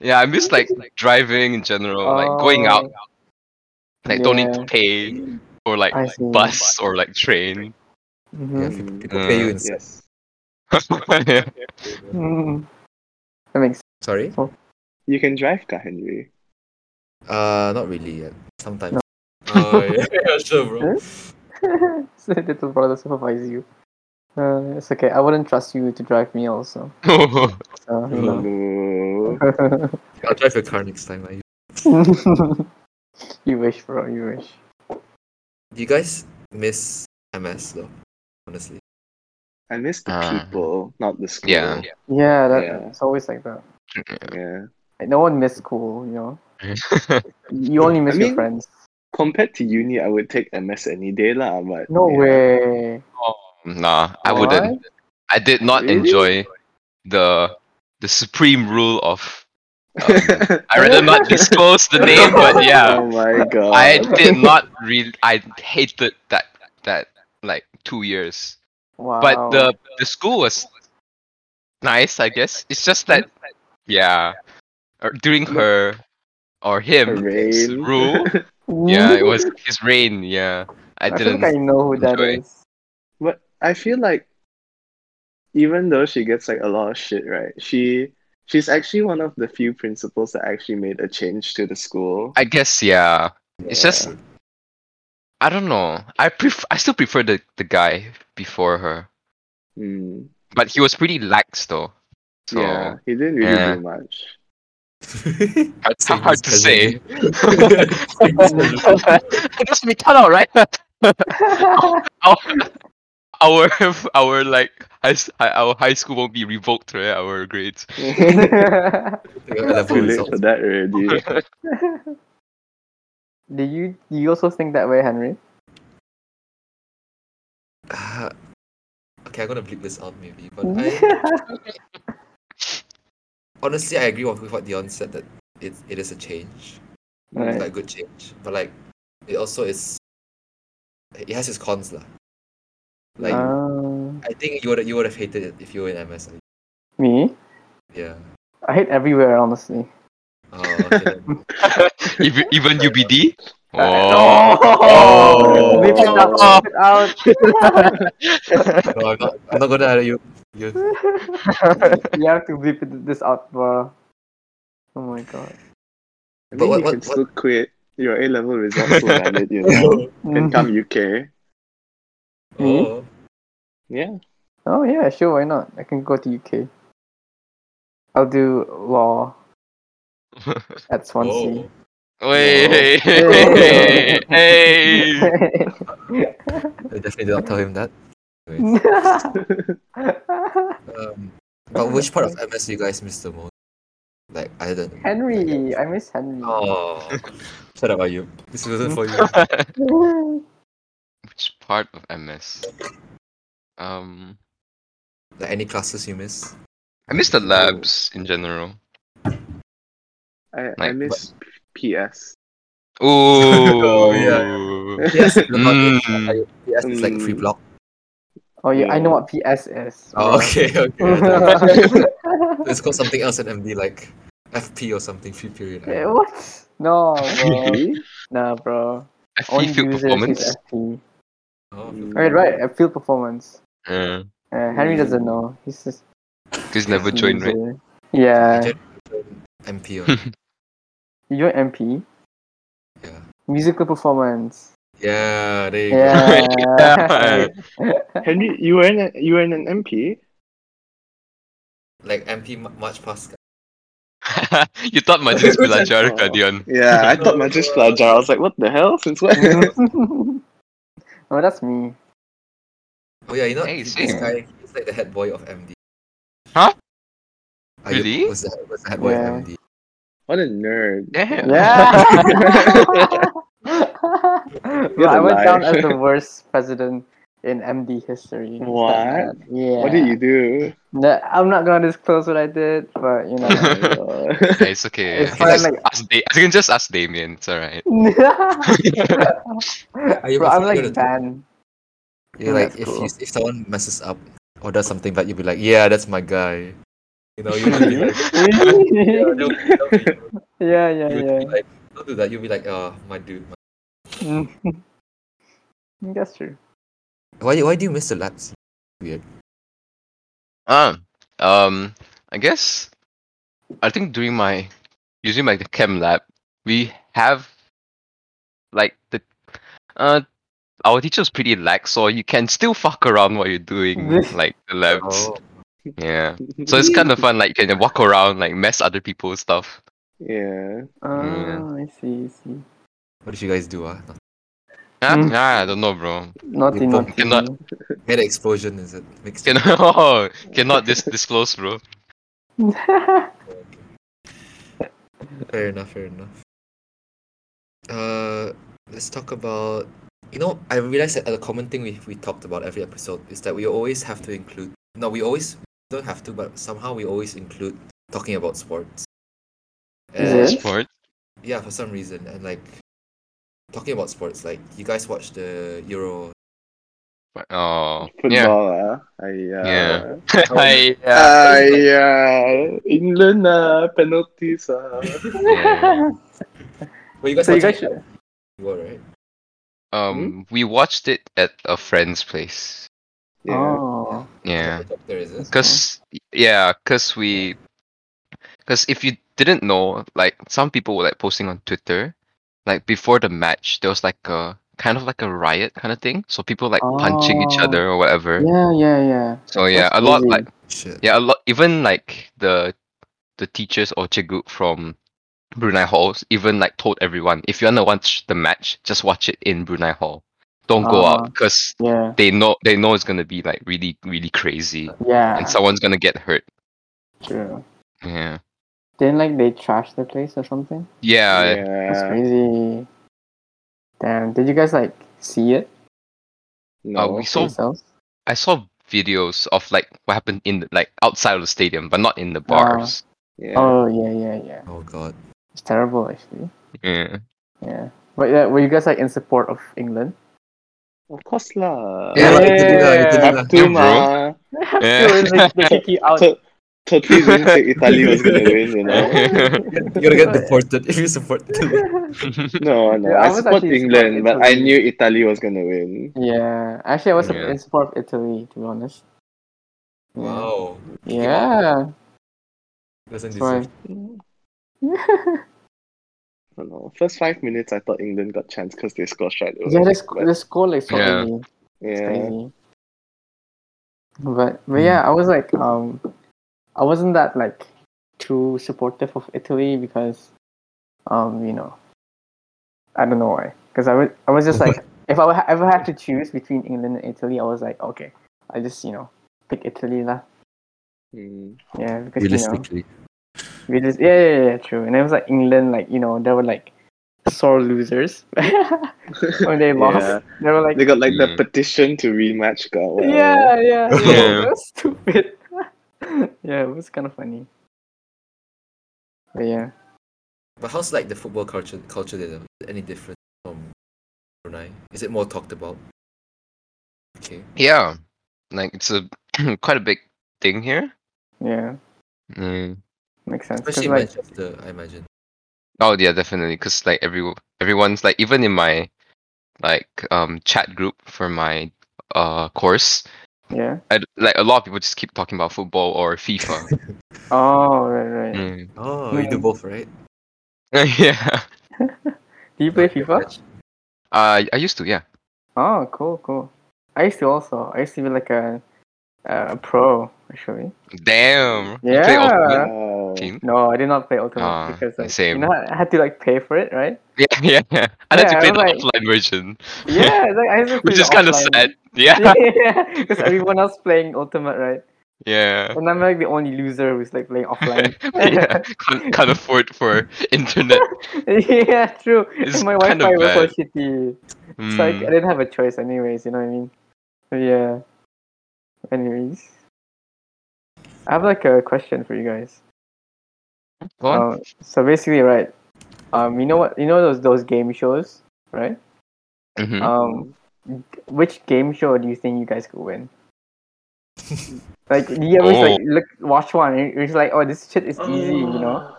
Speaker 3: yeah, I miss like, like driving in general, like going out, like don't need
Speaker 1: Oh.
Speaker 3: to
Speaker 1: Yeah.
Speaker 3: pay for like
Speaker 1: I see.
Speaker 3: bus or like train. *laughs*
Speaker 2: Yeah,
Speaker 1: Mhm.
Speaker 2: people, people
Speaker 4: Mm.
Speaker 2: pay you
Speaker 3: Uh,
Speaker 2: in.
Speaker 4: Yes.
Speaker 3: yeah.
Speaker 1: Mm. That makes
Speaker 2: Sorry.
Speaker 4: You can drive car, Henry.
Speaker 2: Uh, not really yet. Sometimes.
Speaker 1: No.
Speaker 2: Oh yeah, *laughs* yeah, sure, bro.
Speaker 1: *laughs* sense. little brother supervise you. Uh, it's okay. I wouldn't trust you to drive me also. So, you know.
Speaker 4: No.
Speaker 2: I'll drive your car next time. I-
Speaker 1: *laughs* you wish, bro. You wish.
Speaker 2: Do you guys miss MS though? Honestly. *laughs*
Speaker 4: I miss the
Speaker 3: Ah.
Speaker 4: people, not the school.
Speaker 3: Yeah. *laughs*
Speaker 1: Yeah, that,
Speaker 4: Yeah.
Speaker 1: it's always like that.
Speaker 4: Yeah.
Speaker 1: Like, no one miss school, you know. You only miss your
Speaker 4: mean-
Speaker 1: friends.
Speaker 4: Compared to uni, I would take MS any day lah. But
Speaker 1: No
Speaker 4: yeah. *laughs*
Speaker 1: way.
Speaker 3: nah, I wouldn't. I did not
Speaker 4: Really?
Speaker 3: enjoy the the supreme rule of. Um,
Speaker 1: *laughs*
Speaker 3: I rather not disclose the name, but yeah,
Speaker 4: Oh my god.
Speaker 3: I did not really. I hated that that like two years.
Speaker 1: Wow.
Speaker 3: But the the school was nice, I guess. It's just that, yeah, or during her or him
Speaker 4: Rain.
Speaker 3: rule, yeah, it was his reign. Yeah, I
Speaker 1: *laughs* I
Speaker 3: didn't.
Speaker 1: think I know who that
Speaker 3: enjoy.
Speaker 1: is. *laughs*
Speaker 4: What I feel like even though she gets like a lot of shit, right? She she's actually one of the few principals that actually made a change to the school.
Speaker 3: I guess yeah. It's just I don't know. I pref- I still prefer the, the guy before her.
Speaker 4: Mm.
Speaker 3: But he was pretty lax though.
Speaker 2: Oh.
Speaker 3: So
Speaker 4: yeah, he didn't really
Speaker 3: yeah.
Speaker 4: do much.
Speaker 3: hard,
Speaker 2: Say
Speaker 3: hard
Speaker 2: this as
Speaker 3: to say.
Speaker 2: a-
Speaker 3: *laughs*
Speaker 2: Say this as a-
Speaker 3: That's Mitano, right? our, *laughs* our our like high, s- our high school won't be revoked, right? Our grades.
Speaker 2: level
Speaker 4: Too late for
Speaker 2: results.
Speaker 4: that already.
Speaker 1: Do you do you also think that way, Henry?
Speaker 2: Uh, okay, I'm gonna bleep this out maybe, but
Speaker 1: *laughs*
Speaker 2: I
Speaker 1: yeah.
Speaker 2: honestly I agree with with what Dion said that it it is a change,
Speaker 1: Right.
Speaker 2: like a good change, but like it also is. It has its cons lah. Like
Speaker 1: Um,
Speaker 2: I think you would you would have hated it if you were in MS. I-
Speaker 1: me?
Speaker 2: Yeah.
Speaker 1: I hate everywhere, honestly.
Speaker 2: Oh, okay, then.
Speaker 3: even, even UBD.
Speaker 1: Uh,
Speaker 3: Oh.
Speaker 1: Leave it out.
Speaker 3: Oh.
Speaker 1: Leave it *laughs* out.
Speaker 2: no, I'm not. I'm not gonna. *laughs* You. You.
Speaker 1: you have to bleep it- this out, bro. Oh my god.
Speaker 2: But
Speaker 4: I mean,
Speaker 2: what-
Speaker 4: you
Speaker 2: what-
Speaker 4: can
Speaker 2: what-
Speaker 4: still quit. Your A level results were valid, you *laughs* know.
Speaker 3: Mm.
Speaker 4: Can come UK.
Speaker 1: Me?
Speaker 2: Oh.
Speaker 4: Yeah.
Speaker 1: Oh yeah, sure. Why not? I can go to UK. I'll do
Speaker 3: *laughs*
Speaker 1: law at Swansea.
Speaker 2: Oh.
Speaker 3: Wait.
Speaker 1: Whoa.
Speaker 3: Hey.
Speaker 2: I definitely did not tell him that. Anyways, um, but which part of MS do you guys miss the most? Like I don't.
Speaker 1: *laughs* Henry, I miss Henry.
Speaker 2: Oh. Hmm? Shut up, are you? This wasn't for you.
Speaker 3: Oh. Which part of MS? Um,
Speaker 2: Like any classes you miss?
Speaker 3: I miss the labs in general.
Speaker 4: I, I
Speaker 3: Like,
Speaker 4: miss PS.
Speaker 3: Ooh.
Speaker 2: Oh, yeah. Yes. the part is- *laughs*
Speaker 3: Mm.
Speaker 2: Yes, it's like free
Speaker 4: Mm.
Speaker 2: block.
Speaker 1: Oh yeah, I know what PS is.
Speaker 2: Oh, okay,
Speaker 1: *laughs*
Speaker 2: okay.
Speaker 1: okay.
Speaker 2: Let's call something else in MD like FP or something. Free period. Oh, I don't know.
Speaker 1: what? No,
Speaker 3: *laughs*
Speaker 1: bro.
Speaker 4: Really?
Speaker 1: nah, bro.
Speaker 3: FP field
Speaker 1: users use
Speaker 3: performance.
Speaker 1: FP.
Speaker 2: Oh,
Speaker 4: Mm.
Speaker 1: Right, right. uh, Field performance.
Speaker 3: Because
Speaker 1: Uh, Henry
Speaker 4: Hmm.
Speaker 1: doesn't know. He's just
Speaker 3: never joined, right?
Speaker 1: user. Yeah.
Speaker 2: Agent MP
Speaker 3: Hmm.
Speaker 2: or
Speaker 1: You're MP.
Speaker 2: yeah.
Speaker 1: Musical performance.
Speaker 2: Yeah, there you go.
Speaker 1: Yeah.
Speaker 3: *laughs* Yeah.
Speaker 4: Henry, you were in a, you were in an MP.
Speaker 2: Like MP mu- much past.
Speaker 3: you
Speaker 1: *laughs*
Speaker 3: thought Majlis Belajar,
Speaker 4: Oh.
Speaker 3: Dion.
Speaker 4: Yeah, *laughs* I thought Mantis Plajar. I was like, what the hell? Since *laughs* when?
Speaker 1: oh, that's me.
Speaker 2: Oh yeah, you know
Speaker 3: Hey,
Speaker 2: this
Speaker 3: same.
Speaker 2: guy. He's like the head boy of MD.
Speaker 3: Huh?
Speaker 2: Are you-
Speaker 3: Really?
Speaker 2: Was the, was the head boy
Speaker 1: Yeah.
Speaker 2: of MD?
Speaker 4: what a *laughs* nerd.
Speaker 3: Damn.
Speaker 1: Yeah.
Speaker 4: *laughs*
Speaker 1: Bro, I went down
Speaker 4: alive.
Speaker 1: as the worst president in MD history. It's that
Speaker 4: What?
Speaker 1: bad. Yeah.
Speaker 4: *laughs* What did you do?
Speaker 1: No, I'm not gonna disclose what I did, but you know. *laughs*
Speaker 4: Uh,
Speaker 3: Yeah, *laughs* it's okay.
Speaker 1: It's
Speaker 3: I, can just
Speaker 1: fine, like-
Speaker 3: ask da- I can just ask Damien. It's alright.
Speaker 2: Are you
Speaker 1: *laughs* Bro, I'm
Speaker 2: afraid
Speaker 1: like
Speaker 2: of-
Speaker 1: banned. *laughs*
Speaker 2: You're
Speaker 1: Mm,
Speaker 2: like
Speaker 1: that's
Speaker 2: if
Speaker 1: cool.
Speaker 2: you, if someone messes up or does something bad, you'll be like, yeah, that's my guy. You know, you'll be
Speaker 3: *laughs*
Speaker 2: like, yeah,
Speaker 1: yeah,
Speaker 2: they'll be- they'll be-
Speaker 1: yeah, *laughs*
Speaker 2: you'll
Speaker 1: yeah.
Speaker 2: be like, don't do that. You'll be like, oh, my dude. My...
Speaker 1: Mm. *laughs* That's true.
Speaker 2: Why why do you miss the laps? Weird.
Speaker 3: Ah, um, I guess I think during my using my chem lab, we have like the uh our teacher was pretty lax, so you can still fuck around while you're doing
Speaker 1: *laughs*
Speaker 3: like the labs.
Speaker 2: Oh.
Speaker 3: Yeah. So it's kind of fun. Like you can walk around, like mess other people's stuff.
Speaker 4: *laughs* yeah.
Speaker 1: Oh, I see, I see.
Speaker 2: What did you guys do? Ah,
Speaker 3: Huh?
Speaker 1: Mm.
Speaker 3: Nah, I don't know, bro.
Speaker 1: Naughty,
Speaker 2: You
Speaker 1: naughty. *laughs*
Speaker 3: cannot-
Speaker 2: made an explosion. Is it mixed?
Speaker 3: Cannot, *laughs* oh, cannot dis- disclose, bro.
Speaker 2: Fair enough, fair enough. Uh, let's talk about. You know, I realized that a common thing we we talked about every episode is that we always have to include. No, we always don't have to, but somehow we always include talking about sports.
Speaker 1: Is
Speaker 2: And-
Speaker 1: it?
Speaker 3: Sport.
Speaker 2: Yeah, for some reason, and like talking about sports, like you guys watch the Euro.
Speaker 3: Oh, *laughs* yeah.
Speaker 4: Football, yeah. Uh, yeah.
Speaker 3: Yeah.
Speaker 1: Oh.
Speaker 3: yeah.
Speaker 4: Ah, yeah. England, uh, penalties. Uh.
Speaker 3: yeah.
Speaker 2: Well, you guys
Speaker 1: so you
Speaker 2: watch
Speaker 1: guys
Speaker 2: it
Speaker 1: should.
Speaker 2: at Euro, right?
Speaker 1: Hmm?
Speaker 3: Um, we watched it at a friend's place.
Speaker 4: Yeah.
Speaker 1: Oh.
Speaker 3: Yeah.
Speaker 2: Doctor, is it?
Speaker 3: Cause yeah, cause we, cause if you didn't know, like some people were like posting on Twitter, like before the match, there was like a kind of like a riot kind of thing. So people like punching each
Speaker 1: Oh.
Speaker 3: other or whatever.
Speaker 1: Yeah, yeah, yeah.
Speaker 3: So yeah,
Speaker 1: That's
Speaker 3: a lot
Speaker 1: crazy.
Speaker 3: like
Speaker 2: Shit.
Speaker 3: yeah, a lot even like the the teachers or Cheguk from Brunei Halls even like told everyone if you wanna watch the match, just watch it in Brunei Hall. Don't go
Speaker 1: Ah.
Speaker 3: out because
Speaker 1: Yeah.
Speaker 3: they know they know it's gonna be like really really crazy
Speaker 1: Yeah.
Speaker 3: and someone's gonna get hurt.
Speaker 1: True.
Speaker 3: Yeah.
Speaker 1: Didn't like they trash the place or something?
Speaker 3: Yeah.
Speaker 1: That's
Speaker 4: yeah.
Speaker 1: crazy. Damn. Did you guys like see it
Speaker 4: No.
Speaker 3: uh, we saw
Speaker 1: yourselves?
Speaker 3: I saw videos of like what happened in the, like outside of the stadium, but not in the bars.
Speaker 4: yeah.
Speaker 1: Oh yeah, yeah, yeah.
Speaker 2: Oh god.
Speaker 1: It's terrible actually.
Speaker 3: Yeah. *laughs*
Speaker 1: Yeah. But yeah, were you guys like in support of England? *laughs*
Speaker 4: Of course lah.
Speaker 2: Yeah, like, to do lah, like, to do lah.
Speaker 4: Have to
Speaker 3: Yeah, bro.
Speaker 4: mah.
Speaker 3: Yeah.
Speaker 1: They- they kick you
Speaker 4: *laughs*
Speaker 1: out.
Speaker 4: Tur- Turkey didn't say Italy was
Speaker 3: *laughs*
Speaker 4: gonna win, you know.
Speaker 2: You're gonna get deported if you support
Speaker 1: *laughs*
Speaker 2: the
Speaker 4: No, no.
Speaker 1: Yeah, I
Speaker 4: I
Speaker 1: was
Speaker 4: support
Speaker 1: actually
Speaker 4: England,
Speaker 1: supporting
Speaker 4: but I
Speaker 1: Italy.
Speaker 4: knew Italy was gonna win.
Speaker 1: yeah. Actually, I was
Speaker 3: Yeah.
Speaker 1: in support of Italy to be honest. Yeah.
Speaker 2: Wow.
Speaker 1: Yeah.
Speaker 2: Doesn't
Speaker 1: That's why.
Speaker 2: deserve.
Speaker 4: I don't know. First five minutes, I thought England got chance because they scored straight away.
Speaker 1: yeah, the, sc-
Speaker 4: but-
Speaker 1: the score like so
Speaker 3: Yeah.
Speaker 1: early. It's
Speaker 4: yeah.
Speaker 1: crazy. But but yeah, I was like um, I wasn't that like too supportive of Italy because, um, you know, I don't know why. Because I was I was just like if I wa- ever had to choose between England and Italy, I was like okay, I just you know pick Italy lah.
Speaker 4: Mm.
Speaker 1: Yeah, because you know
Speaker 2: Realistically.
Speaker 1: we just yeah yeah yeah true. And it was like England like you know they were like sore losers *laughs* when
Speaker 4: *laughs*
Speaker 1: they lost.
Speaker 4: Yeah.
Speaker 1: They were like
Speaker 4: They got like
Speaker 3: Yeah.
Speaker 4: the petition to rematch. Got well.
Speaker 1: yeah, yeah, yeah.
Speaker 3: *laughs*
Speaker 1: *laughs*
Speaker 3: Yeah.
Speaker 1: That was stupid. yeah, it was kind of funny. But yeah,
Speaker 2: But how's like the football culture culture there? though? Is it any different from Brunei? Is it more talked about? Okay.
Speaker 3: yeah. Like it's a *clears throat* quite a big thing here.
Speaker 1: yeah,
Speaker 3: Mm.
Speaker 1: makes sense. 'Cause,
Speaker 2: Especially in
Speaker 1: like,
Speaker 2: Manchester, I imagine.
Speaker 3: Oh yeah, definitely. Cause like every everyone's like even in my like um chat group for my uh course,
Speaker 1: yeah.
Speaker 3: I d like a lot of people just keep talking about football or FIFA.
Speaker 1: Oh, right, right.
Speaker 3: Mm.
Speaker 2: Oh, you do
Speaker 1: *laughs* Mm.
Speaker 2: both, right?
Speaker 3: *laughs* yeah.
Speaker 1: Do you play FIFA?
Speaker 3: Uh, I used to. Yeah.
Speaker 1: Oh, cool, cool. I used to also. I used to be like a, a pro actually.
Speaker 3: Damn. You play Ultimate
Speaker 4: Wow.
Speaker 3: Team?
Speaker 1: No, I did not play ultimate
Speaker 3: Ah,
Speaker 1: because like you
Speaker 3: same.
Speaker 1: know I had to like pay for it,
Speaker 3: *laughs*
Speaker 1: right?
Speaker 3: *laughs* Yeah, yeah. yeah. I like
Speaker 1: Yeah,
Speaker 3: to play the
Speaker 1: like-
Speaker 3: offline version,
Speaker 1: Yeah, like I used to play
Speaker 3: which
Speaker 1: the
Speaker 3: is kind of
Speaker 1: offline
Speaker 3: sad.
Speaker 1: one.
Speaker 3: Yeah.
Speaker 1: *laughs* yeah, because everyone else playing ultimate, right?
Speaker 3: Yeah.
Speaker 1: And I'm like the only loser who's like playing offline.
Speaker 3: *laughs*
Speaker 1: *laughs*
Speaker 3: yeah. *laughs* Can't, can't afford for internet.
Speaker 1: yeah, true.
Speaker 3: It's
Speaker 1: And my
Speaker 3: kind of
Speaker 1: Wi-Fi was so shitty. It's like I
Speaker 3: Mm.
Speaker 1: didn't have a choice, anyways. You know what I mean? So, yeah. Anyways, I have like a question for you guys.
Speaker 3: Go on.
Speaker 1: Uh, so basically, right? Um, you know what? You know those those game shows, right?
Speaker 3: Mhm.
Speaker 1: Um, which game show do you think you guys could win? like, do you ever
Speaker 3: Oh.
Speaker 1: like look watch one? And it's like, oh, this shit is easy, you know?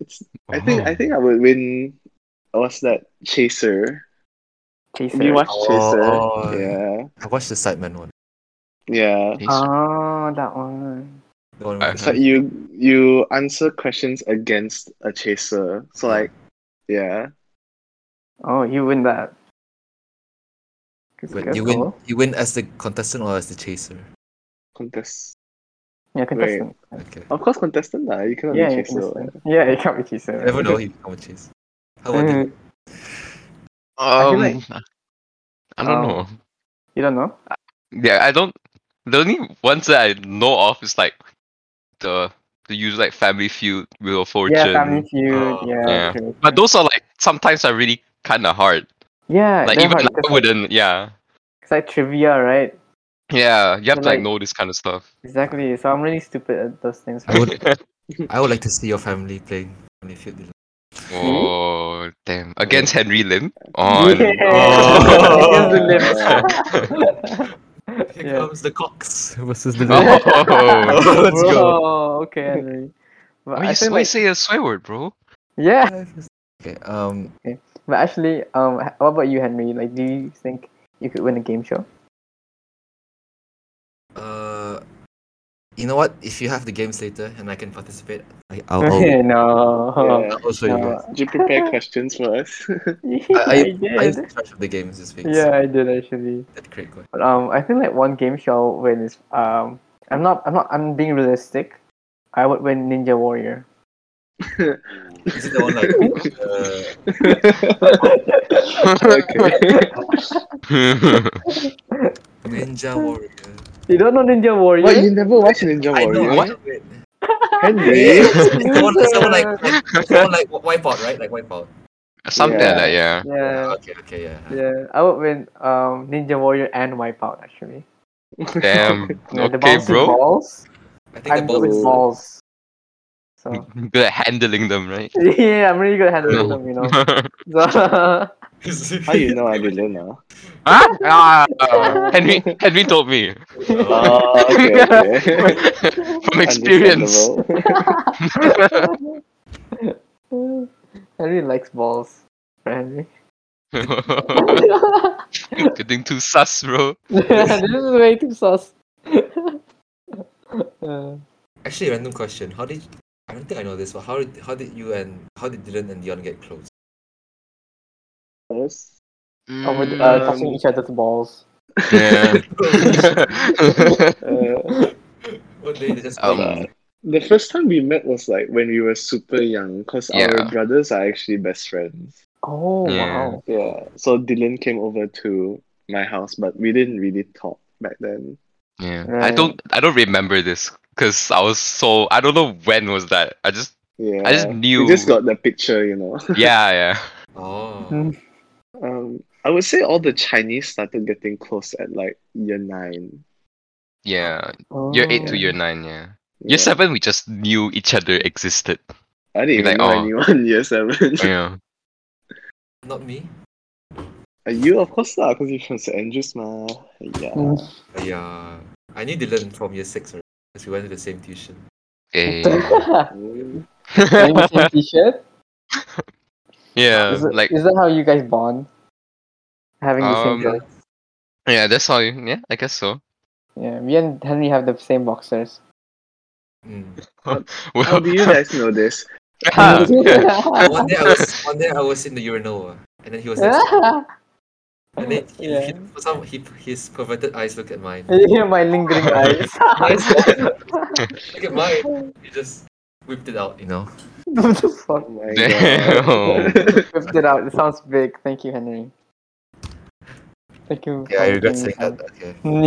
Speaker 4: It's, I think I
Speaker 3: Oh.
Speaker 4: think I would win. What's that? Chaser.
Speaker 1: Chaser.
Speaker 4: Have you watched Chaser?
Speaker 2: Oh, oh.
Speaker 4: Yeah.
Speaker 2: I watched the Sidemen one.
Speaker 4: Yeah.
Speaker 3: Hmm.
Speaker 1: Oh, that one.
Speaker 2: The one
Speaker 3: I-
Speaker 2: with
Speaker 4: It's like you you answer questions against a chaser. So like, yeah.
Speaker 1: Oh, you win that. 'Cause
Speaker 2: Wait,
Speaker 1: that's
Speaker 2: you win.
Speaker 1: cool.
Speaker 2: You win as the contestant or as the chaser?
Speaker 4: Contest.
Speaker 1: Yeah, contestant.
Speaker 2: Okay.
Speaker 4: Of course, contestant lah. You cannot
Speaker 1: Yeah, yeah,
Speaker 4: be chaser.
Speaker 1: contestant. Yeah, it can't be chaser.
Speaker 2: You
Speaker 1: right?
Speaker 2: never know. You become a chaser. How about you?
Speaker 1: feel
Speaker 3: Um,
Speaker 1: like-
Speaker 3: I
Speaker 1: um,
Speaker 3: don't know.
Speaker 1: You don't know?
Speaker 3: Yeah, I don't. The only ones that I know of is like the the usual like Family Feud, Wheel of Fortune.
Speaker 1: Yeah, Family Feud.
Speaker 2: Oh,
Speaker 1: yeah,
Speaker 3: yeah.
Speaker 1: True.
Speaker 3: But those are like sometimes are really kind of hard.
Speaker 1: yeah,
Speaker 3: Like
Speaker 1: they're
Speaker 3: even
Speaker 1: hard,
Speaker 3: like,
Speaker 1: 'cause,
Speaker 3: I
Speaker 1: like,
Speaker 3: wouldn't. Yeah,
Speaker 1: it's like trivia, right?
Speaker 3: yeah. You have to like
Speaker 1: like-
Speaker 3: know this kind of stuff.
Speaker 1: Exactly. So I'm really stupid at those things.
Speaker 2: I would.
Speaker 1: Mm.
Speaker 2: I would like to see your family playing. Family Feud.
Speaker 1: *laughs*
Speaker 3: *laughs* Oh damn! Against Henry Lim on.
Speaker 1: Yeah.
Speaker 2: *laughs*
Speaker 1: *laughs*
Speaker 2: Oh.
Speaker 1: Against the lips.
Speaker 2: *laughs* Here
Speaker 1: Yeah.
Speaker 2: comes the Cox *laughs* versus the.
Speaker 3: Oh.
Speaker 1: *laughs*
Speaker 2: let's go.
Speaker 1: Bro, okay,
Speaker 3: *laughs*
Speaker 1: Henry. But
Speaker 3: Why
Speaker 1: I
Speaker 3: you,
Speaker 1: feel
Speaker 3: why
Speaker 1: like,
Speaker 3: you say a swear word, bro? *laughs*
Speaker 1: yeah.
Speaker 2: Okay. Um.
Speaker 1: But actually, um, h- what about you, Henry? Like, do you think you could win a game show?
Speaker 2: Uh, You know what? If you have the games later and I can participate, I,
Speaker 1: *laughs*
Speaker 2: I'll, I'll,
Speaker 1: no.
Speaker 4: Yeah.
Speaker 2: I'll show you guys.
Speaker 4: Did you
Speaker 1: *laughs*
Speaker 4: prepare questions for us?
Speaker 1: Yeah,
Speaker 2: I,
Speaker 1: I
Speaker 2: I, I used
Speaker 1: did.
Speaker 2: to touch of the games this week.
Speaker 1: Yeah, I
Speaker 2: So
Speaker 1: did actually.
Speaker 2: that's great. Go ahead.
Speaker 1: But um, I think like one game show win is um, I'm not, I'm not, I'm being realistic. I would win Ninja *laughs* Warrior.
Speaker 2: Is it
Speaker 1: *laughs*
Speaker 2: the one like uh,
Speaker 4: okay.
Speaker 2: Ninja Warrior?
Speaker 1: You don't know Ninja Warrior?
Speaker 4: What? You never watched Ninja
Speaker 2: I know.
Speaker 4: Warrior?
Speaker 3: What?
Speaker 2: I know it.
Speaker 4: Henry?
Speaker 2: It's the one, it's the one
Speaker 1: *laughs*
Speaker 2: like, like, the one like Wipeout, right? Like Wipeout.
Speaker 3: Something
Speaker 4: Yeah.
Speaker 3: like that, yeah.
Speaker 1: yeah,
Speaker 2: Okay, okay, yeah.
Speaker 1: yeah. I would win um, Ninja Warrior and Wipeout actually.
Speaker 3: Damn.
Speaker 1: *laughs* Yeah, the
Speaker 3: okay,
Speaker 1: bouncy
Speaker 3: bro.
Speaker 1: balls.
Speaker 2: I think the
Speaker 1: I'm good
Speaker 2: ball
Speaker 1: with
Speaker 2: is. *laughs*
Speaker 1: balls. So *laughs*
Speaker 3: Good at handling them, right?
Speaker 1: yeah, I'm really good at handling
Speaker 3: No.
Speaker 1: them.
Speaker 3: *laughs*
Speaker 1: You know. So, *laughs*
Speaker 4: How you know
Speaker 2: *laughs*
Speaker 4: I didn't know?
Speaker 3: Huh? Ah, Henry, Henry told
Speaker 4: *laughs*
Speaker 3: me
Speaker 4: *laughs* Oh, *laughs* okay, okay.
Speaker 3: from experience.
Speaker 4: Understandable.
Speaker 1: Henry likes balls. Henry.
Speaker 3: *laughs* Getting too sus, bro.
Speaker 1: *laughs* this is way too sus. *laughs* Uh,
Speaker 2: Actually, random question. How did I don't think I know this, but how did how did you and how did Dylan and Dion get close? *laughs*
Speaker 4: First,
Speaker 1: over the-
Speaker 4: uh,
Speaker 1: uh, touching each other's balls.
Speaker 3: yeah. *laughs*
Speaker 4: uh,
Speaker 2: One day they just
Speaker 3: um,
Speaker 4: the first time we met was like when we were super young because
Speaker 3: Yeah.
Speaker 4: our brothers are actually best friends.
Speaker 1: Oh
Speaker 3: Yeah.
Speaker 1: wow!
Speaker 4: Yeah. So Dylan came over to my house, but we didn't really talk back then.
Speaker 3: yeah. I
Speaker 1: Right.
Speaker 3: don't. I don't remember this because I was so. I don't know when was that. I just.
Speaker 4: Yeah.
Speaker 3: I just knew.
Speaker 4: We just got the picture, you know.
Speaker 3: *laughs*
Speaker 4: *laughs*
Speaker 3: Yeah,
Speaker 1: Hmm.
Speaker 2: oh
Speaker 4: Um, I would say all the Chinese started getting close at like year nine.
Speaker 3: yeah, yeah. Year eight to
Speaker 1: Oh. *laughs*
Speaker 3: year nine, yeah.
Speaker 4: Yeah.
Speaker 3: Year seven, we just knew each other existed.
Speaker 4: I didn't
Speaker 3: like,
Speaker 4: even know
Speaker 3: oh.
Speaker 4: anyone *laughs* in year seven. *laughs*
Speaker 3: Yeah.
Speaker 2: not me.
Speaker 4: Uh, you of course lah, because you're from St Andrews, ma. Yeah.
Speaker 2: Yeah, I knew Dylan from year six because we went to the same tuition.
Speaker 3: Eh.
Speaker 4: Mm.
Speaker 1: Wearing the same
Speaker 3: *laughs*
Speaker 1: t-shirt.
Speaker 3: yeah.
Speaker 1: Is, it-
Speaker 3: Um, Like
Speaker 1: is that how you guys bond? Having the
Speaker 3: Um,
Speaker 1: same dress.
Speaker 3: yeah. That's all. you- Yeah. I guess so.
Speaker 1: Yeah, me and Henry have the same
Speaker 3: *laughs*
Speaker 1: boxers. *laughs*
Speaker 2: Mm.
Speaker 4: How do you guys know this?
Speaker 3: Ah, yeah.
Speaker 2: One day I was one day I was in the urinal, uh, and then he was next to me. and then he, he-
Speaker 1: Yeah.
Speaker 2: for some he, his perverted eyes looked at mine.
Speaker 1: You hear my lingering eyes. *laughs*
Speaker 2: Eyes look at- look at mine. He just whipped it out, you know.
Speaker 1: What the fuck?
Speaker 4: Oh
Speaker 3: *laughs*
Speaker 4: my
Speaker 3: Damn.
Speaker 4: god. *laughs*
Speaker 1: Whipped it out. It sounds big. Thank you, Henry. Thank you.
Speaker 2: Yeah,
Speaker 1: for
Speaker 2: I regret
Speaker 1: giving me
Speaker 2: saying that. but Yeah.
Speaker 1: time.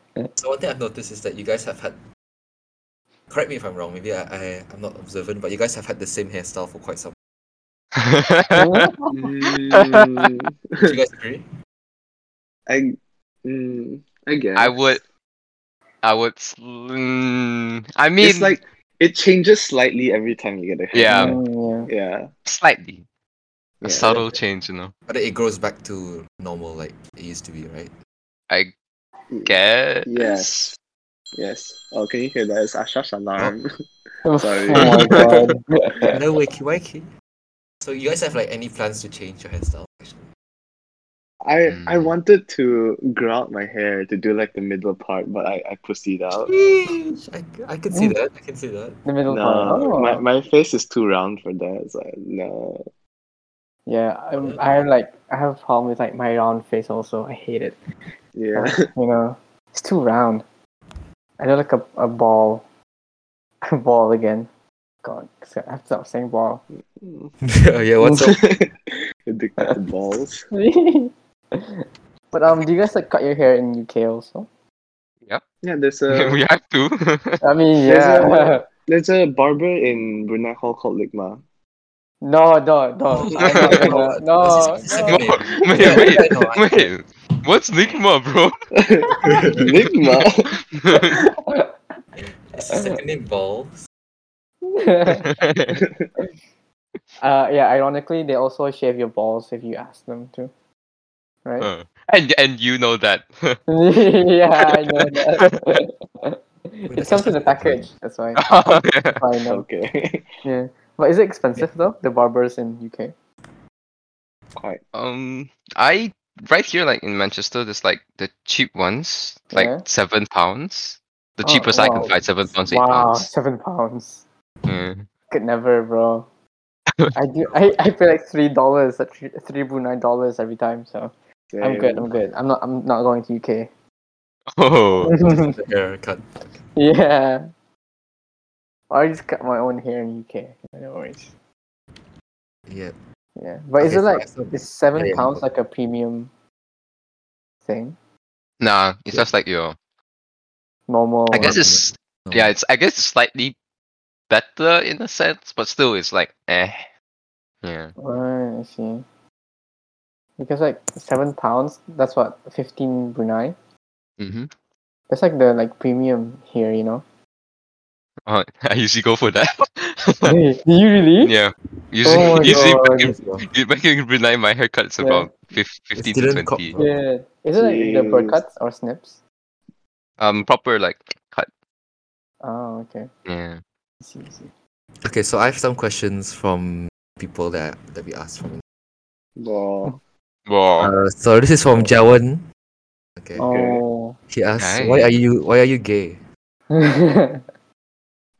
Speaker 1: *laughs*
Speaker 3: *laughs*
Speaker 1: Yeah.
Speaker 2: So one thing I've noticed is that you guys have had. Correct me if I'm wrong. Maybe I, I I'm not observant, but you guys have had the same hairstyle for quite some.
Speaker 3: *laughs*
Speaker 4: Mm,
Speaker 2: Do you guys agree?
Speaker 4: I, mm, I guess.
Speaker 3: I would. I would. sl- mm, I mean,
Speaker 4: It's like it changes slightly every time you get a haircut.
Speaker 1: *laughs*
Speaker 3: Yeah.
Speaker 1: Mm,
Speaker 4: Yeah.
Speaker 3: slightly a
Speaker 4: yeah.
Speaker 3: subtle change, you know.
Speaker 2: But it goes back to normal like it used to be, right?
Speaker 3: I guess. *laughs*
Speaker 4: Yes. Yes. Oh, can you hear that? It's Ashash alarm.
Speaker 1: yeah.
Speaker 4: Sorry.
Speaker 1: Oh my
Speaker 3: *laughs*
Speaker 1: god.
Speaker 2: *laughs* No wakey wakey. So you guys have like any plans to change your hairstyle? Actually?
Speaker 4: *laughs* I I
Speaker 3: Mm.
Speaker 4: wanted to grow out my hair to do like the middle part, but I I pussied out.
Speaker 2: Sheesh, I, I can see that. I can see that.
Speaker 1: the middle part.
Speaker 4: No,
Speaker 1: Oh.
Speaker 4: my, my face is too round for that. So no.
Speaker 1: Yeah, I'm, I like I have a problem with like my round face also. I hate *laughs* it.
Speaker 4: Yeah.
Speaker 1: You know, it's too round. I look like a, a ball. *laughs* A ball again. God, I have to stop saying *laughs* ball.
Speaker 2: *laughs*
Speaker 4: *laughs*
Speaker 2: oh yeah, what's *laughs* up?
Speaker 4: Addicted to balls.
Speaker 1: but um, do you guys like cut your hair in UK also?
Speaker 4: Yeah, there's
Speaker 3: *laughs*
Speaker 4: a
Speaker 3: we have to.
Speaker 1: I mean, *laughs*
Speaker 4: There's
Speaker 1: yeah.
Speaker 4: there's a barber in Brunei Hall called Ligma.
Speaker 1: No, no, no. I'm not gonna- No,
Speaker 2: This is
Speaker 1: no.
Speaker 2: a
Speaker 3: wait,
Speaker 2: Yeah,
Speaker 3: wait,
Speaker 2: I know, I know. *laughs*
Speaker 3: wait, wait. What's Nigma, bro? *laughs*
Speaker 4: Ligma.
Speaker 2: It's the second name *laughs* balls.
Speaker 3: *laughs*
Speaker 1: uh, yeah. Ironically, they also shave your balls if you ask them to. Right.
Speaker 3: Uh, and and you know that.
Speaker 1: *laughs*
Speaker 3: *laughs*
Speaker 1: yeah, I know that. it
Speaker 2: that's
Speaker 1: comes in a
Speaker 2: actually-
Speaker 1: package. That's why. I know.
Speaker 4: Okay. *laughs*
Speaker 1: But is it expensive though? The barbers in UK.
Speaker 4: Quite.
Speaker 3: um, I right here, like in Manchester, there's like the cheap ones, like
Speaker 1: Yeah.
Speaker 3: seven pounds. The
Speaker 1: Oh,
Speaker 3: cheapest I
Speaker 1: wow.
Speaker 3: can find, seven pounds, eight
Speaker 1: wow,
Speaker 3: pounds.
Speaker 1: seven pounds.
Speaker 3: Yeah. *laughs*
Speaker 1: Could never, bro. I do. I, I pay like three dollars, like three, three Brunei dollars every time. So I'm good. I'm good. I'm not. I'm not going to UK.
Speaker 3: Oh,
Speaker 2: The haircut.
Speaker 1: *laughs* yeah. I just cut my own hair in UK. No worries.
Speaker 2: Yeah.
Speaker 1: Yeah, but is it
Speaker 2: Okay, so
Speaker 1: like
Speaker 2: that's not-
Speaker 1: is seven
Speaker 2: yeah, yeah.
Speaker 1: pounds like a premium thing?
Speaker 3: nah, it's just like your.
Speaker 1: Normal.
Speaker 3: I guess
Speaker 1: like-
Speaker 3: it's yeah. It's I guess it's slightly better in a sense, but still, it's like eh. Yeah.
Speaker 1: Right, I see. Because like seven pounds, that's what fifteen Brunei.
Speaker 3: Mm-hmm. *laughs*
Speaker 1: That's like the like premium here, you know.
Speaker 3: Oh, *laughs* I usually go for that.
Speaker 1: Hey, *laughs* do you really?
Speaker 3: *laughs* yeah. Usually,
Speaker 1: Oh my
Speaker 3: *laughs* usually back in,
Speaker 1: god.
Speaker 3: back in Brunei, my haircut's
Speaker 1: Yeah.
Speaker 3: about fif- fifteen to
Speaker 2: didn't co-
Speaker 3: twenty.
Speaker 1: Yeah. Is it like the
Speaker 4: Jeez.
Speaker 1: bird cuts or snips?
Speaker 3: um, proper like cut.
Speaker 1: Oh, okay.
Speaker 3: Yeah.
Speaker 1: I see, I see.
Speaker 2: Okay, so I have some questions from people that that we asked from.
Speaker 3: Oh.
Speaker 4: Wow.
Speaker 3: Wow.
Speaker 2: Uh, so this is from Jawan. Okay.
Speaker 1: Oh.
Speaker 2: He asks,
Speaker 3: Nice.
Speaker 2: "Why are you Why are you gay?"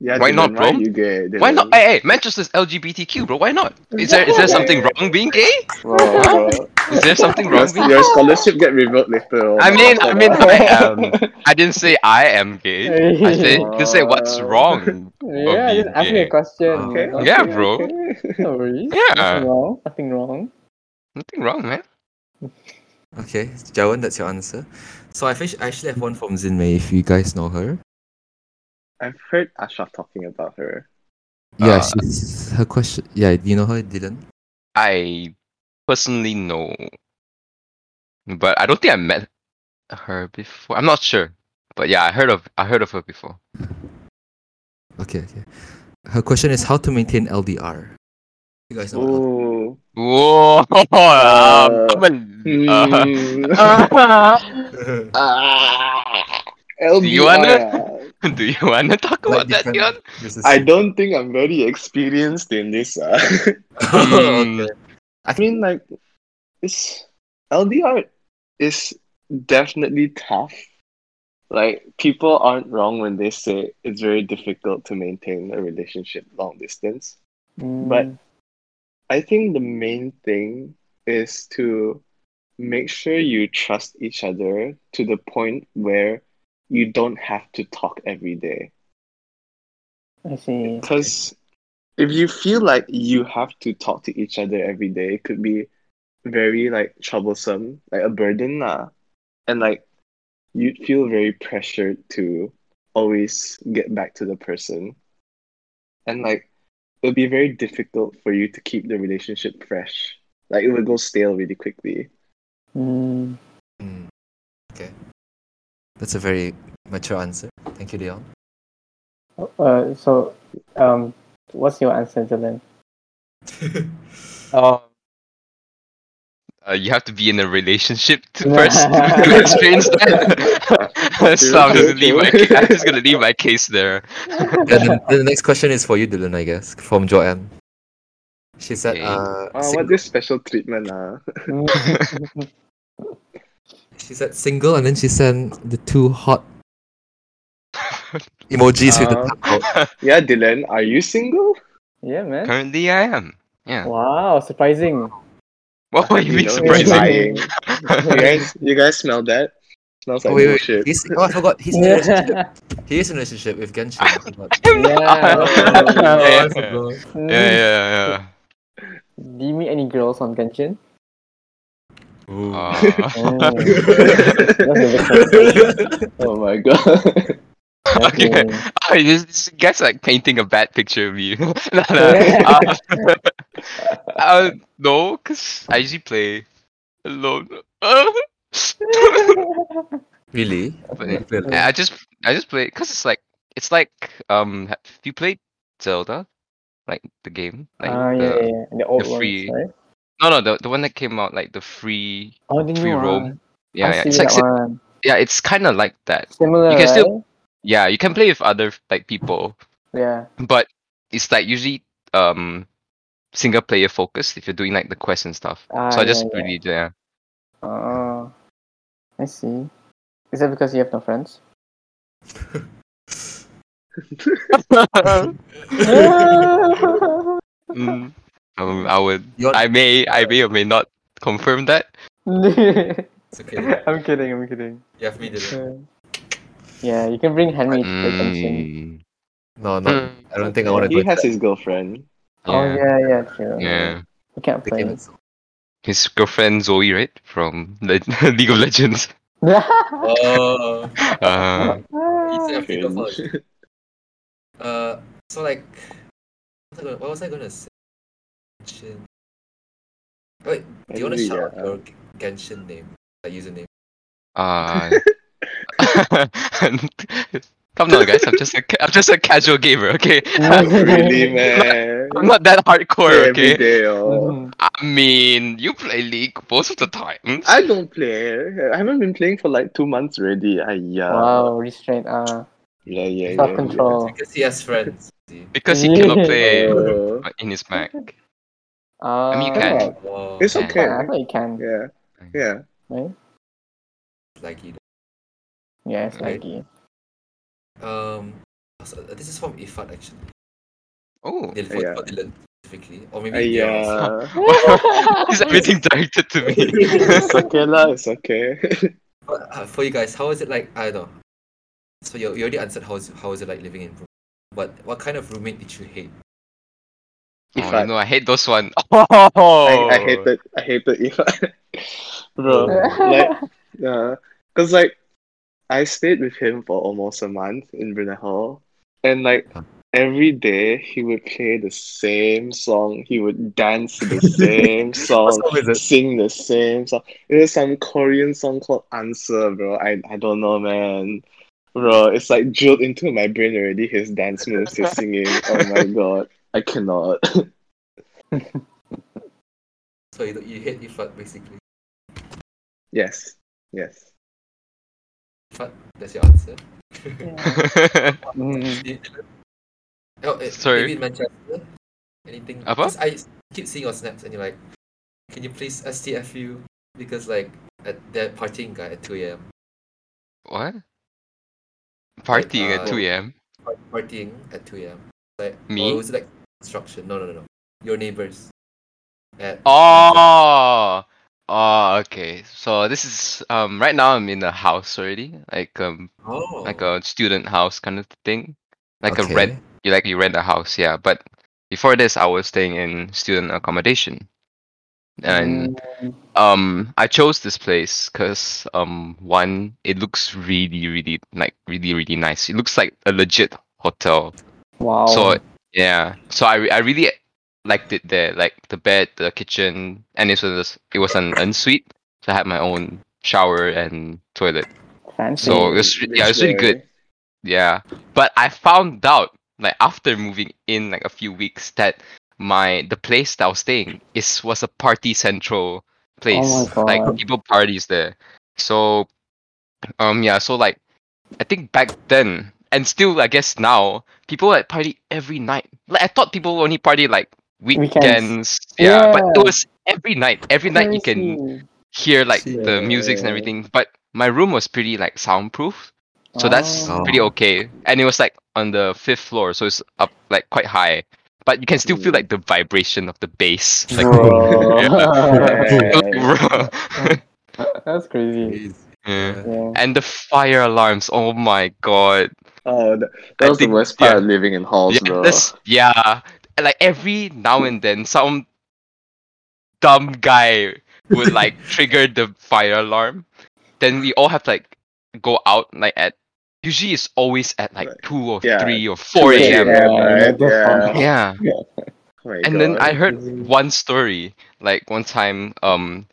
Speaker 4: Yeah,
Speaker 3: Why not,
Speaker 4: Dylan,
Speaker 3: bro?
Speaker 4: Why you gay?
Speaker 3: Why not?
Speaker 4: Dylan?
Speaker 3: Hey, hey, Manchester's LGBTQ, bro. Why not? Is there is there something wrong being gay?
Speaker 4: Wow, bro.
Speaker 3: Is there something wrong
Speaker 4: Your,
Speaker 3: being?
Speaker 4: your scholarship get revoked later. on.
Speaker 3: I mean, I
Speaker 4: *laughs*
Speaker 3: mean, I am. I didn't say I am gay.
Speaker 2: *laughs*
Speaker 3: I said you say what's
Speaker 4: Wow.
Speaker 3: wrong.
Speaker 1: *laughs* yeah, just asking
Speaker 3: being
Speaker 1: a
Speaker 3: gay.
Speaker 1: question.
Speaker 2: Wow.
Speaker 1: you know?
Speaker 3: Yeah, bro.
Speaker 4: okay.
Speaker 1: *laughs* No worries.
Speaker 3: Yeah.
Speaker 1: Nothing wrong. Nothing wrong.
Speaker 3: Nothing wrong, man.
Speaker 2: Okay, Jawan, that's your answer. So I fish- I actually have one from Zinmei. If you guys know her,
Speaker 4: I've heard Ashraf talking about her.
Speaker 2: yeah,
Speaker 3: Uh,
Speaker 2: she's her question. Yeah, do you know her, Dylan?
Speaker 3: I personally know, but I don't think I met her before. I'm not sure, but yeah, I heard of I heard of her before.
Speaker 2: Okay, okay. Her question is how to maintain LDR. You guys know. what LDR
Speaker 4: Oh.
Speaker 3: Whoa! *laughs* um,
Speaker 4: Uh,
Speaker 3: come on, uh,
Speaker 2: hmm.
Speaker 4: Hmm.
Speaker 3: *laughs*
Speaker 2: *laughs*
Speaker 4: Ah. LDR.
Speaker 3: Do you wanna- do you wanna talk
Speaker 2: Like
Speaker 3: about that,
Speaker 2: different-
Speaker 3: Dion?
Speaker 2: versus-
Speaker 4: I don't think I'm very experienced in this. Uh. *laughs*
Speaker 3: Mm.
Speaker 2: *laughs* Okay.
Speaker 4: I mean, like, it's LDR is definitely tough. Like, people aren't wrong when they say it's very difficult to maintain a relationship long distance.
Speaker 1: Mm,
Speaker 4: But- I think the main thing is to make sure you trust each other to the point where you don't have to talk every day.
Speaker 1: I see.
Speaker 4: Because if you feel like you have to talk to each other every day, it could be very like troublesome, like a burden lah. And like you'd feel very pressured to always get back to the person. And like it would be very difficult for you to keep the relationship fresh. Like it would go stale really quickly.
Speaker 1: Mm.
Speaker 2: Mm. Okay. That's a very mature answer. Thank you,
Speaker 4: *laughs*
Speaker 2: Dion.
Speaker 1: Uh, so, um, what's your answer,
Speaker 3: *laughs*
Speaker 1: Dylan?
Speaker 3: Um, uh, you have to be in a relationship to
Speaker 1: Yeah.
Speaker 3: first *laughs* to experience that. *laughs* so I'm just gonna leave my ca- I'm just gonna leave my case there.
Speaker 2: And then, then the next question is for you, Dylan, I guess, from Joanne. She said,
Speaker 3: Okay.
Speaker 2: uh,
Speaker 4: Uh,
Speaker 2: sing-
Speaker 4: what this special treatment ah?
Speaker 1: Mm.
Speaker 2: she said single, and then she sent the two
Speaker 3: *laughs*
Speaker 2: hot emojis with the
Speaker 4: Uh.
Speaker 2: tongue
Speaker 4: *laughs*
Speaker 2: out.
Speaker 4: Yeah, Dylan, are you single?
Speaker 1: *laughs* yeah, man.
Speaker 3: Currently, I am. Yeah.
Speaker 1: Wow, surprising.
Speaker 3: What were you mean
Speaker 4: know,
Speaker 1: surprising.
Speaker 4: lying.
Speaker 3: surprising?
Speaker 4: you guys, you guys smell that? Smells like
Speaker 2: Oh, wait, wait.
Speaker 4: bullshit.
Speaker 2: He's, oh, I forgot. He's in a
Speaker 1: *laughs*
Speaker 2: relationship.
Speaker 1: yeah.
Speaker 2: He is in a relationship with Genshin. I forgot.
Speaker 1: yeah.
Speaker 2: Oh, I
Speaker 3: Yeah.
Speaker 2: forgot.
Speaker 3: yeah, yeah,
Speaker 1: *laughs* Do you meet any girls on
Speaker 3: *laughs*
Speaker 1: Genshin?
Speaker 2: *laughs*
Speaker 3: yeah.
Speaker 2: Ooh.
Speaker 3: Uh,
Speaker 1: Mm. That's a big
Speaker 4: *laughs* Oh my god.
Speaker 3: okay.
Speaker 1: question.
Speaker 3: *laughs* I just, this guy's like painting a bad picture of me. *laughs* no, no. Uh, *laughs* uh, no, cause I usually play alone. *laughs*
Speaker 2: really?
Speaker 3: But-
Speaker 2: Play
Speaker 3: Yeah,
Speaker 2: alone.
Speaker 3: I just I just play because it's like it's like um have you played Zelda like the game like
Speaker 1: Ah,
Speaker 3: the,
Speaker 1: yeah, yeah, yeah. The old
Speaker 3: free-
Speaker 1: ones, right?
Speaker 3: no no the, the one that came out like the free
Speaker 1: Oh, the
Speaker 3: free
Speaker 1: new
Speaker 3: roam
Speaker 1: one.
Speaker 3: yeah,
Speaker 1: I
Speaker 3: yeah
Speaker 1: see
Speaker 3: it's like si-
Speaker 1: that one.
Speaker 3: yeah it's kind of like that
Speaker 1: Similar,
Speaker 3: You can
Speaker 1: right?
Speaker 3: still- yeah you can play with other like people
Speaker 1: Yeah.
Speaker 3: but it's like usually um single player focused if you're doing like the quests and stuff
Speaker 1: Ah,
Speaker 3: so I
Speaker 1: yeah,
Speaker 3: just
Speaker 1: yeah.
Speaker 3: really yeah
Speaker 1: *laughs* Oh, I see. Is that because you have no friends?
Speaker 3: Mm, *laughs* um, I would.
Speaker 2: You're-
Speaker 3: I may. I may or may not confirm that.
Speaker 1: I'm
Speaker 2: It's okay.
Speaker 1: kidding. I'm kidding.
Speaker 2: You have me do it.
Speaker 1: Uh, Yeah, you can bring Henry to the attention.
Speaker 3: Mm,
Speaker 2: No, no.
Speaker 3: mm,
Speaker 2: I don't think I want to
Speaker 4: He
Speaker 2: go.
Speaker 4: has
Speaker 2: to
Speaker 4: his girlfriend.
Speaker 1: Oh yeah, yeah, true.
Speaker 3: yeah. yeah.
Speaker 1: You can't
Speaker 2: that.
Speaker 1: play. *laughs*
Speaker 2: Think
Speaker 4: *laughs*
Speaker 2: it's-
Speaker 3: His girlfriend Zoe, right, from Le- *laughs* League of Legends.
Speaker 1: it.
Speaker 2: Oh,
Speaker 3: Uh,
Speaker 2: he's a
Speaker 4: Cringe.
Speaker 2: pedophile. Uh, so like, what was I gonna, what was I gonna say? Genshin. Wait, do you want to
Speaker 4: Anyway,
Speaker 2: shout out
Speaker 4: yeah,
Speaker 2: your G- Genshin name, like username?
Speaker 3: uh, *laughs* come on, guys. I'm just a. ca- I'm just a casual gamer. Okay.
Speaker 4: *laughs*
Speaker 3: *laughs*
Speaker 4: really, man.
Speaker 3: I'm not that hardcore.
Speaker 4: Every
Speaker 3: Okay.
Speaker 4: day, oh.
Speaker 1: Mhm.
Speaker 3: I mean, you play League most of the time.
Speaker 4: I don't play. I haven't been playing for like two months already. Ah, yeah.
Speaker 1: Wow, restraint. Ah,
Speaker 4: Yeah, yeah, yeah.
Speaker 1: self control.
Speaker 2: Because he has friends. See?
Speaker 3: Because he cannot
Speaker 4: yeah.
Speaker 3: play
Speaker 4: Oh.
Speaker 3: in his Mac.
Speaker 1: Uh,
Speaker 3: mean, you
Speaker 4: Come
Speaker 3: can.
Speaker 4: on.
Speaker 2: Oh,
Speaker 4: It's okay.
Speaker 1: I thought you can.
Speaker 4: Yeah, yeah.
Speaker 1: Right?
Speaker 2: Like you.
Speaker 1: Yeah, it's
Speaker 3: Right. *laughs*
Speaker 1: laggy.
Speaker 2: Um, so, uh, this is from Ifat actually.
Speaker 3: Oh.
Speaker 2: Dil-
Speaker 4: Yeah.
Speaker 2: for, for Dylan specifically, or maybe
Speaker 4: Ah,
Speaker 2: *laughs* Dion.
Speaker 4: yeah.
Speaker 3: Is everything directed
Speaker 4: *laughs*
Speaker 3: to
Speaker 4: it's
Speaker 3: me?
Speaker 4: okay, lah. It's okay. *laughs*
Speaker 2: But, uh, for you guys, how is it like? I don't know. So you, you already answered how is how is it like living in room. But what kind of roommate did you hate?
Speaker 3: *laughs* oh, no, I hate those one. Oh.
Speaker 4: I, I hated, I hated *laughs* Ifat. Bro, like,
Speaker 1: *laughs*
Speaker 4: uh, cause like, I stayed with him for almost a month in Brunei and like every day he would play the same song, he would dance to the same song,
Speaker 2: What's wrong with it?
Speaker 4: sing the same song. It was some Korean song called Answer, bro. I I don't know, man. Bro, it's like drilled into my brain already. His dance moves, his singing. Oh my god, I cannot. *laughs*
Speaker 2: So you, you hate Ifat basically.
Speaker 4: yes, yes.
Speaker 2: Ifat, that's your answer.
Speaker 1: Mhm.
Speaker 2: Did- Dylan? Oh, uh,
Speaker 3: Sorry.
Speaker 2: Maybe in Manchester. Anything?
Speaker 3: Apa?
Speaker 2: 'Cause I keep seeing your snaps and you're like, can you please STFU because like at that partying guy at two a.m.
Speaker 3: *laughs* what? Partying
Speaker 2: uh,
Speaker 3: at 2 a.m.
Speaker 2: par- partying at 2 a.m. Like,
Speaker 3: Me?
Speaker 2: Or was it like construction? No, no, no, no. Your neighbors. At
Speaker 3: Oh, oh, okay. So this is um right now I'm in a house already, like um
Speaker 2: oh.
Speaker 3: like a student house kind of thing, like
Speaker 2: Okay.
Speaker 3: a rent. You like you rent a house, yeah. But before this, I was staying in student accommodation, and
Speaker 1: Mm.
Speaker 3: um i chose this place because um one it looks really really like really really nice it looks like a legit hotel
Speaker 1: Wow.
Speaker 3: so yeah so i, re- I really liked it there like the bed the kitchen and it was it was an ensuite so i had my own shower and toilet
Speaker 1: Fancy.
Speaker 3: So, it's- yeah, it's really good. yeah but i found out like after moving in like a few weeks that my the place that i was staying is was a party central place
Speaker 1: Oh my
Speaker 3: like
Speaker 1: God.
Speaker 3: people parties there so um yeah so like i think back then and still i guess now people like party every night like i thought people only party like
Speaker 1: Weekends.
Speaker 3: weekends, Yeah, but
Speaker 1: Yeah.
Speaker 3: it was every night every night you can
Speaker 1: Crazy.
Speaker 3: hear like the music and
Speaker 4: Yeah.
Speaker 3: everything but my room was pretty like soundproof so that's
Speaker 1: Oh.
Speaker 3: pretty okay. And it was like on the fifth floor, so it's up like quite high. But you can still feel
Speaker 4: Mm.
Speaker 3: like the vibration of the bass.
Speaker 1: *laughs*
Speaker 3: Like, *laughs*
Speaker 1: Bro.
Speaker 3: like,
Speaker 1: *laughs* That's crazy.
Speaker 2: Jeez.
Speaker 3: yeah.
Speaker 1: Yeah.
Speaker 3: *laughs* And the fire alarms. Oh my god.
Speaker 4: Oh, that,
Speaker 3: I
Speaker 4: that was
Speaker 3: think-
Speaker 4: the worst part
Speaker 3: yeah.
Speaker 4: of living in halls,
Speaker 3: Yeah,
Speaker 4: bro.
Speaker 3: that's- yeah. Like every now and then, some dumb guy would like trigger the fire alarm. Then we all have to like go out like at. Usually, it's always at like
Speaker 4: Like,
Speaker 3: two or
Speaker 4: yeah,
Speaker 3: three or four
Speaker 1: Yeah,
Speaker 3: a.m.
Speaker 4: right?
Speaker 1: that's
Speaker 4: Yeah.
Speaker 1: fun.
Speaker 3: Yeah.
Speaker 4: Oh my
Speaker 3: and then
Speaker 4: God.
Speaker 3: I heard
Speaker 1: Mm.
Speaker 3: one story, like one time, um,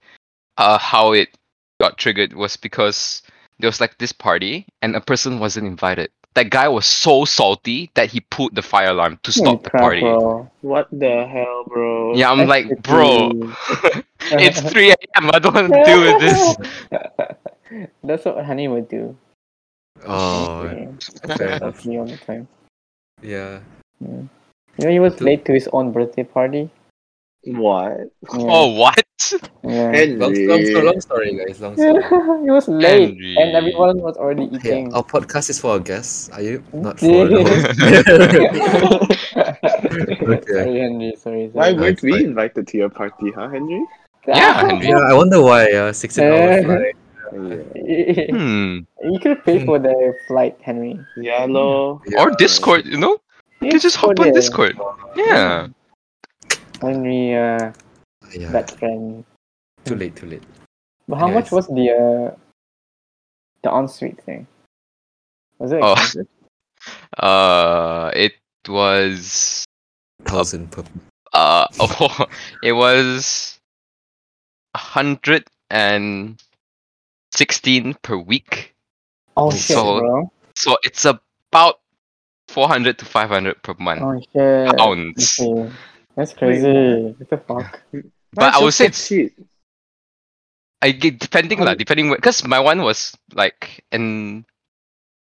Speaker 3: uh, how it got triggered was because there was like this party and a person wasn't invited. That guy was so salty that he pulled the fire alarm to
Speaker 1: Holy
Speaker 3: stop the
Speaker 1: crap,
Speaker 3: party.
Speaker 1: bro.
Speaker 4: What the hell, bro?
Speaker 3: Yeah, I'm
Speaker 1: That's
Speaker 3: like,
Speaker 1: *laughs*
Speaker 3: bro, it's 3 a.m. I don't want to deal with this.
Speaker 1: That's what Honey would do.
Speaker 2: Oh,
Speaker 1: Yeah.
Speaker 2: fair
Speaker 3: *laughs*
Speaker 2: enough.
Speaker 1: That's me all the time.
Speaker 2: Yeah.
Speaker 1: You know, he was
Speaker 2: Dude.
Speaker 1: late to his own birthday party.
Speaker 4: What?
Speaker 1: *laughs* Yeah,
Speaker 3: Oh, what?
Speaker 1: yeah.
Speaker 4: Henry.
Speaker 2: Long, long, so long story, guys. Long
Speaker 1: *laughs*
Speaker 2: story.
Speaker 1: it was late, and
Speaker 3: Henry.
Speaker 1: everyone was already eating.
Speaker 2: Hey,
Speaker 1: *laughs*
Speaker 2: our podcast is for our guests. Are you not for the host?
Speaker 1: Sorry, Henry. Sorry. sorry.
Speaker 4: Why
Speaker 2: No,
Speaker 4: weren't
Speaker 2: it's
Speaker 4: we
Speaker 2: fine.
Speaker 4: invited to your party, huh, Henry?
Speaker 1: Ah,
Speaker 3: Yeah, Henry.
Speaker 2: *laughs* yeah, I wonder why. Uh, sixteen hour
Speaker 1: Eh.
Speaker 2: flight.
Speaker 4: Yeah,
Speaker 1: *laughs* you
Speaker 3: Hmm.
Speaker 1: could pay for their flight, Henry.
Speaker 4: yeah no.
Speaker 3: Or Discord, you know? You can just hop on
Speaker 1: Discord,
Speaker 3: Discord. Yeah.
Speaker 1: Henry, uh,
Speaker 2: Yeah.
Speaker 1: best friend.
Speaker 2: Too late. Too late.
Speaker 1: But how much
Speaker 2: Yes.
Speaker 1: was the uh, the ensuite thing? Was it?
Speaker 3: Oh. *laughs*
Speaker 1: expensive?
Speaker 3: Uh, it was
Speaker 2: Thousand per.
Speaker 3: uh, *laughs* it was a hundred and sixteen per week.
Speaker 1: Oh, shit,
Speaker 3: So-
Speaker 1: bro.
Speaker 3: So it's about four hundred to five hundred per month
Speaker 1: Oh shit.
Speaker 3: pounds.
Speaker 1: Okay. That's crazy. What the fuck?
Speaker 3: But I
Speaker 4: That's
Speaker 3: would say
Speaker 4: so cheap.
Speaker 3: I get depending lah, depending because my one was like an,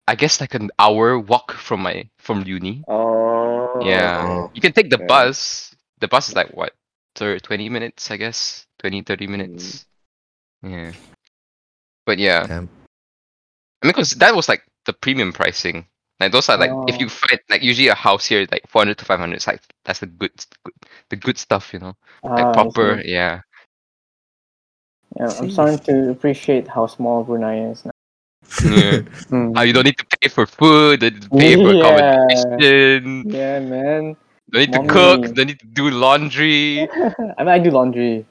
Speaker 3: I guess like an hour walk from my from uni.
Speaker 4: Oh.
Speaker 3: Yeah.
Speaker 2: okay.
Speaker 3: You can take the
Speaker 4: Yeah.
Speaker 3: bus. The bus is like what? thir- 20 minutes, I guess. 20, 30 minutes. Yeah. But yeah.
Speaker 2: Damn.
Speaker 3: I mean, because that was like the premium pricing. Like those are like if you
Speaker 1: Oh.
Speaker 3: find like usually a house here is like 400 to 500 it's like that's the good, good the good stuff, you know.
Speaker 1: Ah, I
Speaker 3: Like
Speaker 1: see.
Speaker 3: proper, yeah.
Speaker 1: Yeah, I'm starting to appreciate how small Brunei is now.
Speaker 3: Yeah.
Speaker 2: Hmm.
Speaker 3: Ah, you don't need to pay for food, don't need to pay for
Speaker 1: *laughs* Yeah.
Speaker 3: accommodation,
Speaker 1: Yeah, man.
Speaker 3: don't need to
Speaker 1: Mommy.
Speaker 3: cook, don't need to do
Speaker 1: *laughs*
Speaker 3: laundry.
Speaker 1: I mean, I do laundry.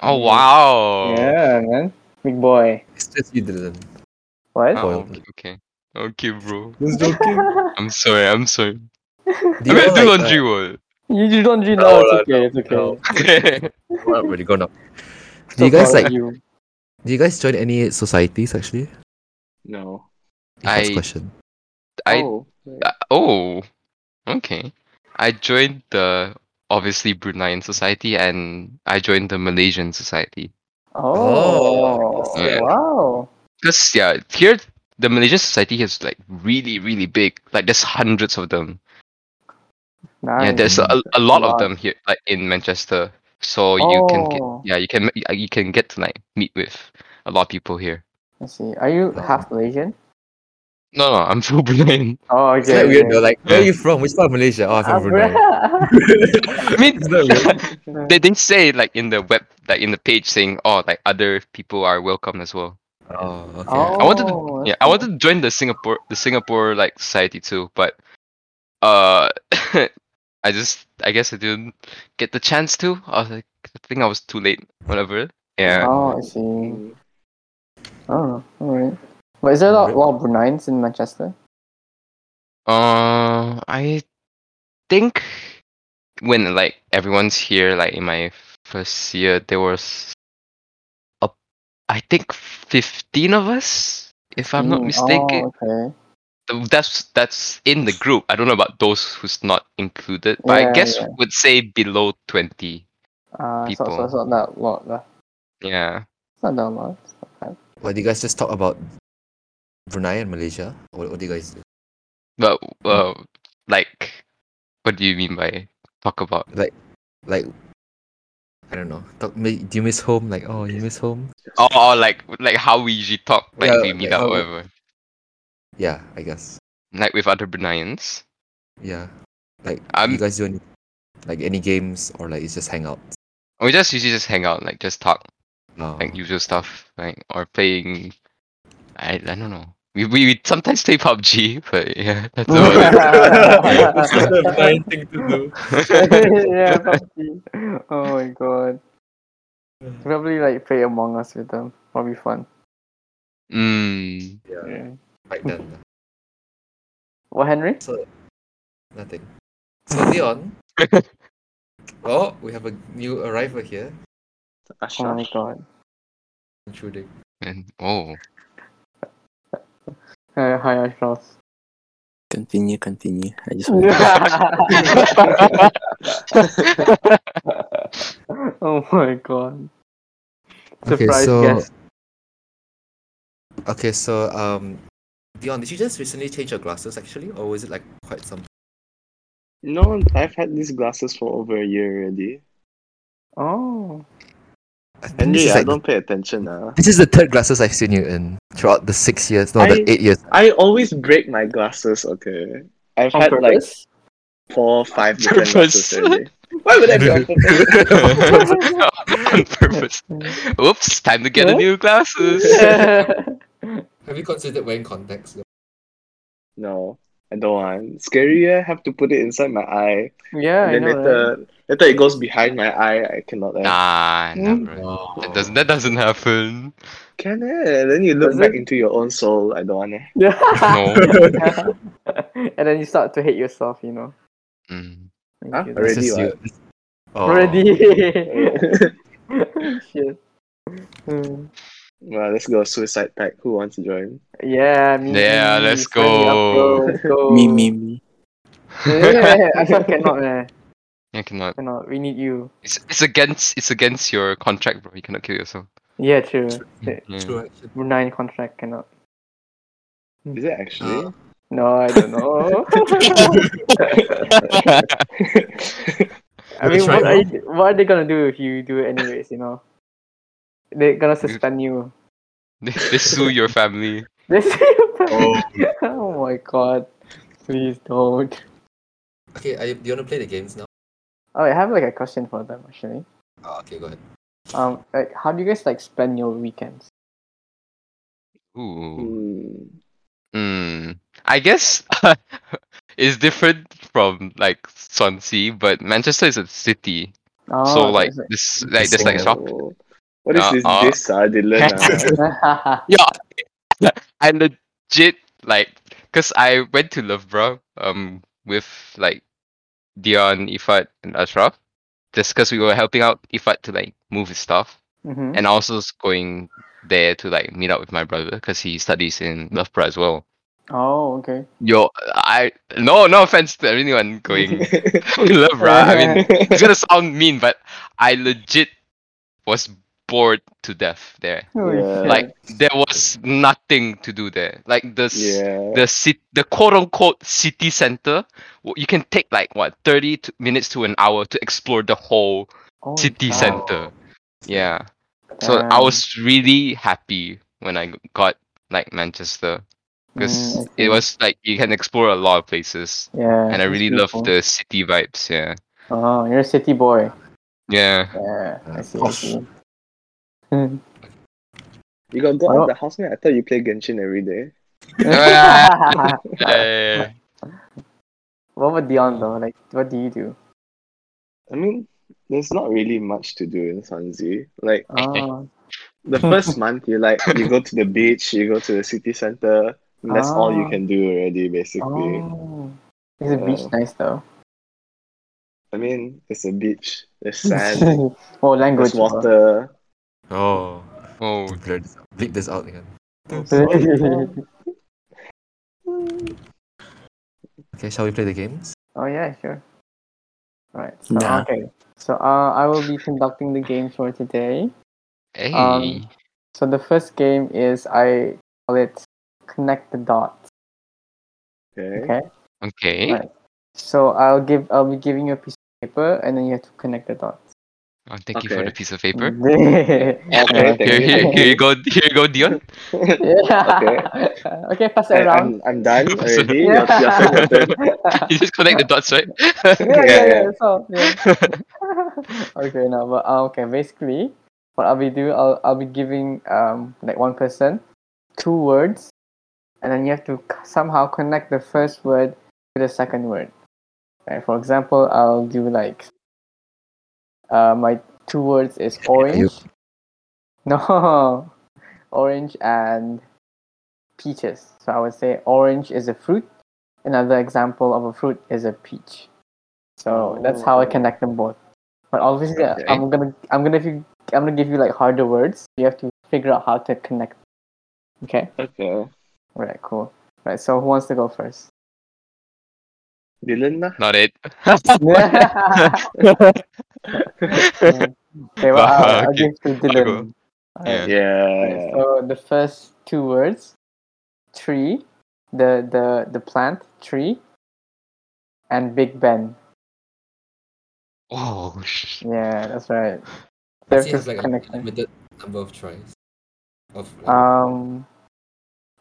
Speaker 3: Oh
Speaker 1: Mm.
Speaker 3: wow.
Speaker 1: Yeah, man. Big boy.
Speaker 2: *laughs* It's just you didn't.
Speaker 1: What?
Speaker 3: Oh,
Speaker 2: Spoiled.
Speaker 3: okay, okay. Okay, bro.
Speaker 2: Who's joking?
Speaker 3: I'm sorry. I'm sorry.
Speaker 2: Do all,
Speaker 3: I mean, I do
Speaker 2: like, uh, *laughs*
Speaker 1: uh,
Speaker 3: laundry world.
Speaker 1: you do laundry
Speaker 2: No,
Speaker 1: now. It's
Speaker 2: no,
Speaker 1: okay. It's okay.
Speaker 2: no.
Speaker 1: *laughs*
Speaker 3: Okay.
Speaker 2: uh, well, I've already gone up.
Speaker 1: So
Speaker 2: Do you guys
Speaker 1: proud of
Speaker 2: like?
Speaker 1: you.
Speaker 2: Do you guys join any societies actually?
Speaker 4: No.
Speaker 2: Last
Speaker 3: I-
Speaker 2: question.
Speaker 3: *laughs* I
Speaker 4: oh. right.
Speaker 3: uh, oh, okay. I joined the obviously Bruneian society and I joined the Malaysian society.
Speaker 1: Oh,
Speaker 2: Oh,
Speaker 3: yeah.
Speaker 1: wow.
Speaker 3: Cause yeah, here the Malaysian society is like really really big. Like there's hundreds of them.
Speaker 2: Ah,
Speaker 1: Nice.
Speaker 3: Yeah, there's a, a lot of them here like in Manchester. So you can get
Speaker 1: Oh.
Speaker 3: yeah you can uh, you can get to like meet with a lot of people here.
Speaker 1: I see. Are you half Malaysian?
Speaker 3: No, no, I'm *laughs* full Bruneian.
Speaker 1: Oh,
Speaker 2: It's
Speaker 1: okay.
Speaker 2: like weird though.
Speaker 1: okay.
Speaker 2: Like, where are you from? Which part of Malaysia? Oh, I'm
Speaker 1: Ah,
Speaker 2: from
Speaker 1: *laughs*
Speaker 2: Brunei.
Speaker 1: bruh.
Speaker 3: I mean,
Speaker 2: Is that weird?
Speaker 3: *laughs* they, they say like in the web like in the page saying oh like other people are welcome as well
Speaker 2: Oh, okay.
Speaker 1: Oh,
Speaker 3: I wanted to-
Speaker 1: that's
Speaker 3: yeah i
Speaker 1: cool.
Speaker 3: wanted to join the singapore the singapore like society too but uh *laughs* i just i guess i didn't get the chance to i was like i think i was too late whatever yeah
Speaker 1: Oh, I see.
Speaker 4: Mm.
Speaker 1: Oh, alright. But is there a lot, lot of Bruneians in Manchester?
Speaker 3: uh i think when like everyone's here like in my first year there was a, i think 15 of us if i'm not
Speaker 1: Mm,
Speaker 3: mistaken
Speaker 1: Oh, okay.
Speaker 3: th- that's that's in the group. I don't know about those who's not included, but
Speaker 1: Yeah,
Speaker 3: I guess
Speaker 1: yeah.
Speaker 3: would say below twenty.
Speaker 1: Uh, so, so
Speaker 3: People.
Speaker 1: it's not that lot. lah.
Speaker 3: Yeah.
Speaker 1: It's not that lot.
Speaker 2: Well, do you guys just talk about Brunei and Malaysia? What, what do you guys do?
Speaker 3: But uh, like, what do you mean by talk about?
Speaker 2: Like, I don't know. Talk, ma- do you miss home? Like, oh, you miss home?
Speaker 3: Or, or like like how we usually talk, like
Speaker 2: Yeah,
Speaker 3: we meet
Speaker 2: like how
Speaker 3: up, or
Speaker 2: we-
Speaker 3: whatever,
Speaker 2: Yeah, I guess.
Speaker 3: like with other Bruneians.
Speaker 2: Yeah. Like, do you
Speaker 3: Um,
Speaker 2: guys do any, like any games or like it's just hangouts? Oh,
Speaker 3: We just usually just hang out, like just talk,
Speaker 2: No.
Speaker 3: like usual stuff, like or playing. I I don't know. We we, we sometimes play PUBG, but
Speaker 2: *laughs*
Speaker 3: yeah, *laughs* that's
Speaker 1: *laughs*
Speaker 3: about
Speaker 1: yeah,
Speaker 2: thing to
Speaker 1: *laughs*
Speaker 2: do.
Speaker 3: it.
Speaker 1: probably. Oh my god. Probably like play Among Us with them. Probably fun.
Speaker 3: mm,
Speaker 2: Yeah,
Speaker 1: Yeah.
Speaker 2: back then.
Speaker 1: What, Henry?
Speaker 2: So, nothing. So, Leon. oh, we have a new arrival here.
Speaker 1: Oh my
Speaker 4: Ashraf.
Speaker 1: god.
Speaker 2: Intruding.
Speaker 3: and oh.
Speaker 1: Uh, hi, Ashraf.
Speaker 5: Continue, continue. I
Speaker 1: *laughs*
Speaker 5: just want to
Speaker 1: oh my god.
Speaker 2: Okay,
Speaker 1: Surprise
Speaker 2: so-
Speaker 1: guest.
Speaker 2: Okay, so um, Dion, did you just recently change your glasses actually, or was it like quite some?
Speaker 4: No, I've had these glasses for over a year already.
Speaker 1: Oh.
Speaker 2: I think
Speaker 4: Andy,
Speaker 2: this, is
Speaker 4: I
Speaker 2: like,
Speaker 4: don't pay attention. Uh.
Speaker 2: this is the third glasses I've seen you in throughout the six years, no,
Speaker 4: I-
Speaker 2: the eight years.
Speaker 4: I always break my glasses, okay? I've had like four, five different glasses
Speaker 3: purpose.
Speaker 4: already. Why would I be
Speaker 2: *laughs*
Speaker 4: on purpose?
Speaker 3: *laughs* On purpose. Oops, time to get a
Speaker 1: What?
Speaker 3: new glasses.
Speaker 1: *laughs*
Speaker 2: Have you considered wearing contacts?
Speaker 4: No, I don't want. Scary, eh? have to put it inside my eye.
Speaker 1: *laughs* yeah, I
Speaker 4: and then
Speaker 1: know. right?
Speaker 4: later, later it goes behind my eye. I cannot. eh?
Speaker 3: Nah,
Speaker 1: Hmm?
Speaker 3: never. That doesn't that
Speaker 1: *laughs*
Speaker 3: doesn't happen.
Speaker 4: Can it? Then you look
Speaker 1: Does
Speaker 4: back
Speaker 1: it?
Speaker 4: into your own soul. I don't want eh?
Speaker 1: *laughs*
Speaker 4: it.
Speaker 3: No.
Speaker 1: and then you start to hate yourself, you know.
Speaker 3: Mm.
Speaker 1: Thank
Speaker 4: Huh?
Speaker 1: you.
Speaker 4: Already
Speaker 2: This is
Speaker 4: what?
Speaker 2: you. Oh.
Speaker 1: Already. *laughs* Shit. Hmm.
Speaker 4: well, let's go suicide pack. Who wants to join?
Speaker 1: Yeah, me.
Speaker 3: Yeah, let's
Speaker 1: sign me up,
Speaker 3: go.
Speaker 1: bro, Let's go.
Speaker 5: Me, me, me.
Speaker 1: Yeah, I thought cannot, man.
Speaker 3: I cannot.
Speaker 1: Cannot. We need you.
Speaker 3: It's, it's against it's against your contract, bro. You cannot kill yourself. Mm.
Speaker 1: Yeah, true.
Speaker 3: Yeah. *laughs*
Speaker 1: Brunei contract cannot. Hmm.
Speaker 4: Is it actually?
Speaker 1: No, I don't know.
Speaker 3: *laughs*
Speaker 1: I
Speaker 2: We'll
Speaker 3: Uh,
Speaker 4: *laughs*
Speaker 1: mean,
Speaker 2: try
Speaker 1: what
Speaker 2: it
Speaker 1: are, you, what are they gonna do if you do it anyways? You know, they're gonna suspend you. *laughs*
Speaker 3: they, they sue your family.
Speaker 1: They say-
Speaker 2: Oh.
Speaker 1: oh my god! Please don't.
Speaker 2: Okay, I, do you want to play the games now?
Speaker 1: Oh, I have like a question for them actually.
Speaker 2: Oh, okay, go ahead.
Speaker 1: Um, like, how do you guys like spend your weekends? Mm.
Speaker 3: Ooh.
Speaker 4: Hmm.
Speaker 3: Hmm. I guess *laughs* it's different from like Swansea, but Manchester is a city.
Speaker 1: Oh,
Speaker 3: so like
Speaker 1: that's it. *laughs*
Speaker 3: this like there's like shop.
Speaker 4: Oh. What is
Speaker 3: Uh,
Speaker 4: this?
Speaker 3: uh.
Speaker 4: this uh, Dylan. Uh,
Speaker 3: Yeah. *laughs* I legit like cause I went to Loughborough um with like Dion, Ifat and Ashraf. Just cause we were helping out Ifat to like move his stuff.
Speaker 1: Mhm.
Speaker 3: and I was also going there to like meet up with my brother because he studies in Loughborough as well.
Speaker 1: Oh, okay.
Speaker 3: Yo, I no no offense to anyone
Speaker 4: *laughs*
Speaker 3: going *laughs* to Loughborough. I mean, it's gonna sound mean, but I legit was bored to death there.
Speaker 1: Holy
Speaker 4: Oh, Yeah.
Speaker 1: shit.
Speaker 3: Like there was nothing to do there. Like the s-
Speaker 4: yeah.
Speaker 3: the city, the quote unquote city center, w- you can take like what thirty to- minutes to an hour to explore the whole
Speaker 1: Holy Oh,
Speaker 3: city
Speaker 1: cow.
Speaker 3: center. Yeah. So I
Speaker 1: Damn.
Speaker 3: was really happy when I g- got like Manchester because
Speaker 1: Mm, I see.
Speaker 3: it was like you can explore a lot of places,
Speaker 1: Yeah.
Speaker 3: and I
Speaker 1: that's
Speaker 3: really
Speaker 1: beautiful.
Speaker 3: love the city vibes. Yeah,
Speaker 1: Oh, you're a city boy.
Speaker 3: yeah.
Speaker 1: Yeah, I see. I
Speaker 2: Posh.
Speaker 3: *laughs*
Speaker 1: see.
Speaker 4: You got go out
Speaker 1: Oh.
Speaker 4: of the house, man. I thought you play Genshin every day.
Speaker 3: Oh,
Speaker 1: *laughs* what
Speaker 3: Uh,
Speaker 1: about Dion though? Like, what do you
Speaker 3: *laughs*
Speaker 1: do?
Speaker 4: I mean, there's not really much to do in Swansea. Like
Speaker 1: Oh,
Speaker 4: *laughs* the first month, you like you go to the beach, you go to the city center. and That's all you
Speaker 1: Ah.
Speaker 4: can do already, basically.
Speaker 1: oh. is the beach
Speaker 4: Yeah.
Speaker 1: nice though?
Speaker 4: I mean, it's a beach. *laughs* There's sand.
Speaker 1: *laughs* oh, language.
Speaker 4: there's water.
Speaker 2: Oh,
Speaker 3: oh,
Speaker 2: blur this out. Bleep this out again.
Speaker 4: *laughs*
Speaker 1: oh
Speaker 2: Okay, shall we play the games?
Speaker 1: Oh, yeah, sure. Right. So,
Speaker 5: Nah.
Speaker 1: Okay. So uh, I will be conducting the game for today.
Speaker 3: hey,
Speaker 1: Um, So the first game is I call it connect the dots.
Speaker 4: Okay.
Speaker 1: Okay.
Speaker 3: okay,
Speaker 1: right. So I'll give I'll be giving you a piece of paper and then you have to connect the dots.
Speaker 3: oh, thank you for
Speaker 4: okay.
Speaker 3: the piece of paper.
Speaker 4: Okay, thank
Speaker 3: Here,
Speaker 4: you.
Speaker 3: here, here you go, here you go, Dion.
Speaker 1: *laughs*
Speaker 3: *laughs*
Speaker 4: *laughs*
Speaker 1: Yeah. *laughs* Okay, pass it
Speaker 4: I,
Speaker 1: around.
Speaker 4: I'm, I'm *laughs* done
Speaker 3: Pass it
Speaker 4: already. Your, your second *laughs* turn.
Speaker 3: You just connect the dots, right?
Speaker 1: *laughs*
Speaker 3: *laughs*
Speaker 1: yeah, yeah,
Speaker 4: Yeah,
Speaker 1: yeah. that's all, yeah. *laughs* okay, no, but uh, okay. Basically, what I'll be doing, I'll I'll be giving um like one person two words, and then you have to c- somehow connect the first word to the second word. Right, for example, I'll do like uh my two words
Speaker 3: *laughs*
Speaker 1: is orange. *laughs* No, orange and peaches. So I would say orange is a fruit. Another example of a fruit is a peach. So that's how I
Speaker 4: Oh.
Speaker 1: connect them both. But obviously, uh,
Speaker 3: Okay.
Speaker 1: I'm gonna I'm gonna if you I'm gonna give you like harder words. You have to figure out how to connect. Okay.
Speaker 4: Okay.
Speaker 1: All right. Cool. All right. So who wants to go
Speaker 3: *laughs*
Speaker 1: first? *laughs*
Speaker 4: Dylan, lah.
Speaker 3: Not it.
Speaker 1: okay. Well, I'll, I'll
Speaker 3: Okay,
Speaker 1: give to
Speaker 3: I'll go.
Speaker 1: Dylan. Alright.
Speaker 3: Yeah.
Speaker 4: *laughs* Yeah.
Speaker 1: So the first two words, tree, the the the plant tree, and Big Ben.
Speaker 3: Oh,
Speaker 1: *laughs*
Speaker 3: sh-
Speaker 1: Yeah, that's right.
Speaker 2: Does
Speaker 1: There's
Speaker 2: it has
Speaker 1: this
Speaker 2: like a
Speaker 1: connection.
Speaker 2: limited number of tries? Of like,
Speaker 1: Um,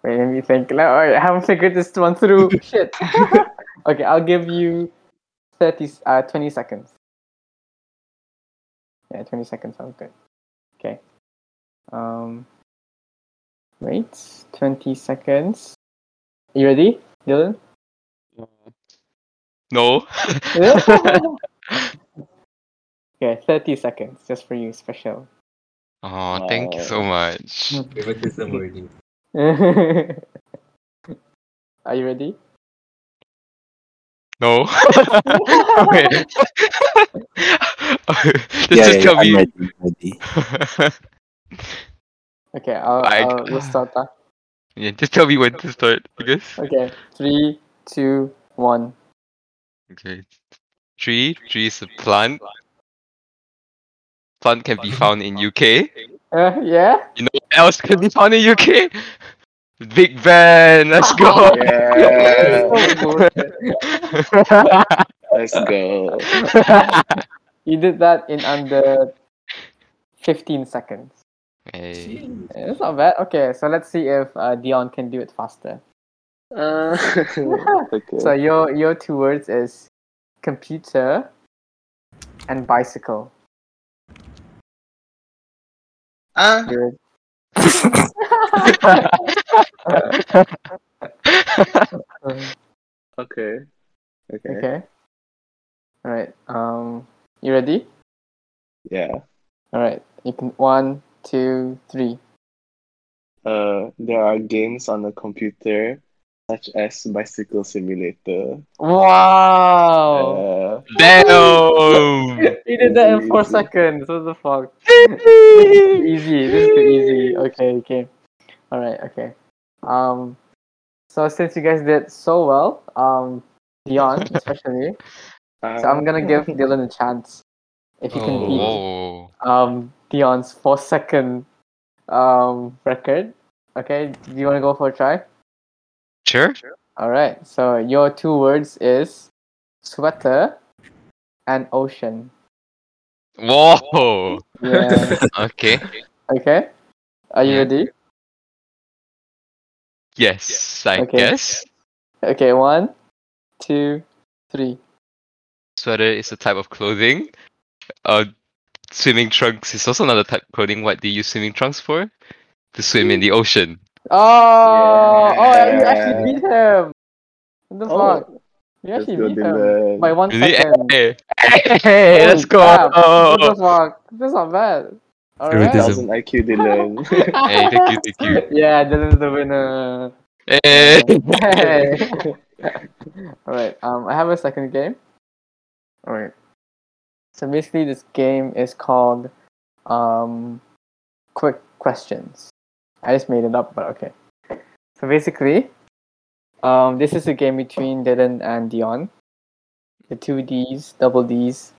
Speaker 1: wait, let me think. No, I haven't figured this one through. Shit. *laughs* okay, I'll give you 30, uh, 20 seconds. Yeah, 20 seconds sounds good. Okay. Um, wait, 20 seconds. You ready, Dylan?
Speaker 3: no.
Speaker 1: okay, 30 seconds just for you, special. *laughs*
Speaker 3: Oh, thank you so much.
Speaker 2: favoritism already.
Speaker 1: Are you ready?
Speaker 3: No. okay. *laughs* okay. Just,
Speaker 5: yeah,
Speaker 3: just
Speaker 5: yeah,
Speaker 3: tell
Speaker 5: I'm
Speaker 3: me.
Speaker 5: ready, I'm ready.
Speaker 1: Okay, I'll,
Speaker 3: I-
Speaker 1: I'll we'll start that.
Speaker 3: *laughs* yeah, just tell me when to start, I guess.
Speaker 1: Okay, three, two, one. *laughs*
Speaker 3: Okay. Tree. Tree is a plant. Plant can be found in UK.
Speaker 1: Uh, *laughs* yeah.
Speaker 3: You know what else can be found in UK? Big Ben. Let's go.
Speaker 4: *laughs* Yeah,
Speaker 1: So
Speaker 4: let's go.
Speaker 1: you did that in under fifteen seconds.
Speaker 3: Hey.
Speaker 2: Jeez.
Speaker 1: Yeah, That's not bad. Okay, so let's see if uh, Dion can do it faster.
Speaker 4: Uh, *laughs* okay.
Speaker 1: So your your two words is computer and bicycle.
Speaker 4: Ah,
Speaker 1: Your- *laughs*
Speaker 4: okay. Okay.
Speaker 1: okay. All right. Um, you ready?
Speaker 4: Yeah.
Speaker 1: All right. You can one, two, three.
Speaker 4: Uh, there are games on the computer such as Bicycle Simulator.
Speaker 1: Wow.
Speaker 3: Oh.
Speaker 4: Uh,
Speaker 3: Damn.
Speaker 1: You did that in four
Speaker 4: Easy.
Speaker 1: seconds. What the fuck? easy. This is too easy. Okay. Okay. All right. Okay. Um. So since you guys did so well, um, Dion especially, so I'm gonna
Speaker 4: *laughs*
Speaker 1: give Dylan a chance if you can beat
Speaker 3: Oh.
Speaker 1: um Dion's four second um record. Okay. Do you wanna go for a try?
Speaker 3: *laughs* Sure.
Speaker 1: All right. So your two words is sweater and ocean.
Speaker 3: Whoa.
Speaker 1: Yeah.
Speaker 3: Okay.
Speaker 1: okay. Are you
Speaker 3: Yeah.
Speaker 1: ready?
Speaker 3: Yes, I
Speaker 1: Okay.
Speaker 3: guess.
Speaker 1: Okay. One, two, three.
Speaker 3: Sweater is a type of clothing. Uh, swimming trunks is also another type of clothing. What do you use swimming trunks for? To swim in the ocean.
Speaker 1: Oh! Oh, you
Speaker 4: Yeah.
Speaker 1: actually beat him. What the
Speaker 4: Oh,
Speaker 1: fuck? You
Speaker 4: let's
Speaker 1: actually
Speaker 4: go,
Speaker 1: beat him
Speaker 3: um,
Speaker 4: Dylan.
Speaker 1: by one
Speaker 3: Really?
Speaker 1: second.
Speaker 3: Hey, hey, let's
Speaker 1: Holy crap, What the
Speaker 3: go!
Speaker 1: fuck? That's not bad. All
Speaker 3: Dude,
Speaker 1: right.
Speaker 3: this is-
Speaker 4: Thousand IQ *laughs* Dylan.
Speaker 3: *laughs* Hey, thank you, thank you.
Speaker 1: *laughs* yeah, Dylan's the winner.
Speaker 3: Hey.
Speaker 1: Hey. All right. Um, I have a second game. All right. So basically, this game is called um, Quick Questions. I just made it up, but okay. So basically, um, this is a game between Dylan and Dion. The two D's, double D's.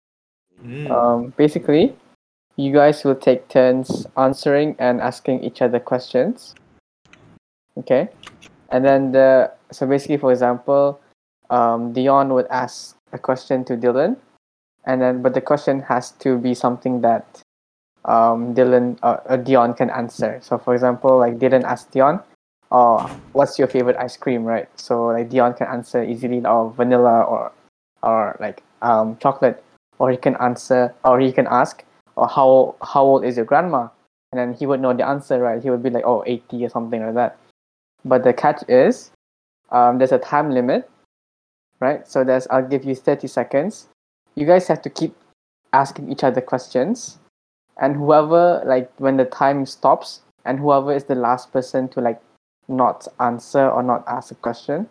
Speaker 2: Mm.
Speaker 1: Um, basically, you guys will take turns answering and asking each other questions. Okay, and then the so basically, for example, um, Dion would ask a question to Dylan, and then but the question has to be something that um, Dylan uh, uh, Dion can answer. So, for example, like Dylan asked Dion, "Oh, what's your favorite ice cream?" Right? So like Dion can answer easily, "Oh, vanilla," or or like um, chocolate or he can answer or he can ask or how how old is your grandma and then he would know the answer right he would be like oh 80 or something like that but the catch is um, there's a time limit right so there's i'll give you 30 seconds you guys have to keep asking each other questions and whoever like when the time stops and whoever is the last person to like not answer or not ask a question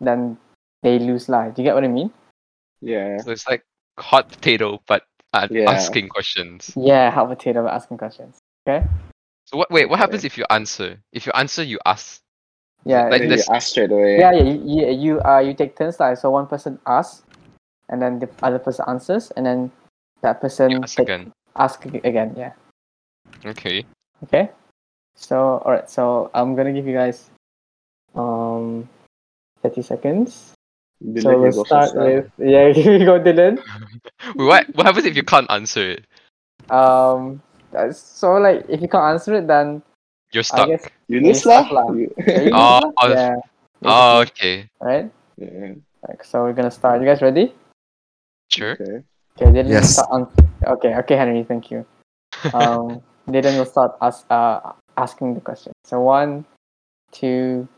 Speaker 1: then they lose life do you get what i mean
Speaker 4: yeah.
Speaker 3: So it's like hot potato, but uh,
Speaker 4: Yeah.
Speaker 3: asking questions.
Speaker 1: yeah how potato asking questions
Speaker 3: So what? Wait, what
Speaker 4: Okay.
Speaker 3: happens if you answer? If you answer, you ask.
Speaker 1: yeah
Speaker 3: Like
Speaker 4: Then
Speaker 3: this-
Speaker 4: you ask straight away.
Speaker 1: Yeah, yeah, you, you, you, uh, you take turns. Like, so one person asks, and then the other person answers, and then that person
Speaker 3: You ask
Speaker 1: take-
Speaker 3: again.
Speaker 1: ask ag- again. Yeah.
Speaker 3: Okay.
Speaker 1: Okay. So, all right. So I'm gonna give you guys um, 30 seconds.
Speaker 4: Dylan,
Speaker 1: so
Speaker 4: you
Speaker 1: we'll
Speaker 4: go
Speaker 1: start
Speaker 4: first now.
Speaker 1: with yeah. *laughs* Here you go, Dylan.
Speaker 3: Wait, what what happens if you can't answer it?
Speaker 1: Um, uh, so like if you can't answer it, then
Speaker 3: You're
Speaker 1: I
Speaker 3: stuck.
Speaker 1: guess Yeah,
Speaker 4: Eunice lah.
Speaker 1: stuff lah.
Speaker 4: You-
Speaker 1: yeah,
Speaker 3: *laughs* Oh, oh,
Speaker 1: yeah.
Speaker 3: Oh, okay.
Speaker 1: right.
Speaker 4: *laughs* Yeah,
Speaker 1: Like, so we're gonna start. You guys ready?
Speaker 3: Sure.
Speaker 4: okay.
Speaker 1: Okay, Dylan will
Speaker 2: Yes.
Speaker 1: start ans- okay, okay, Henry, thank you. Um, Dylan will start as- uh, asking the question. So one, two,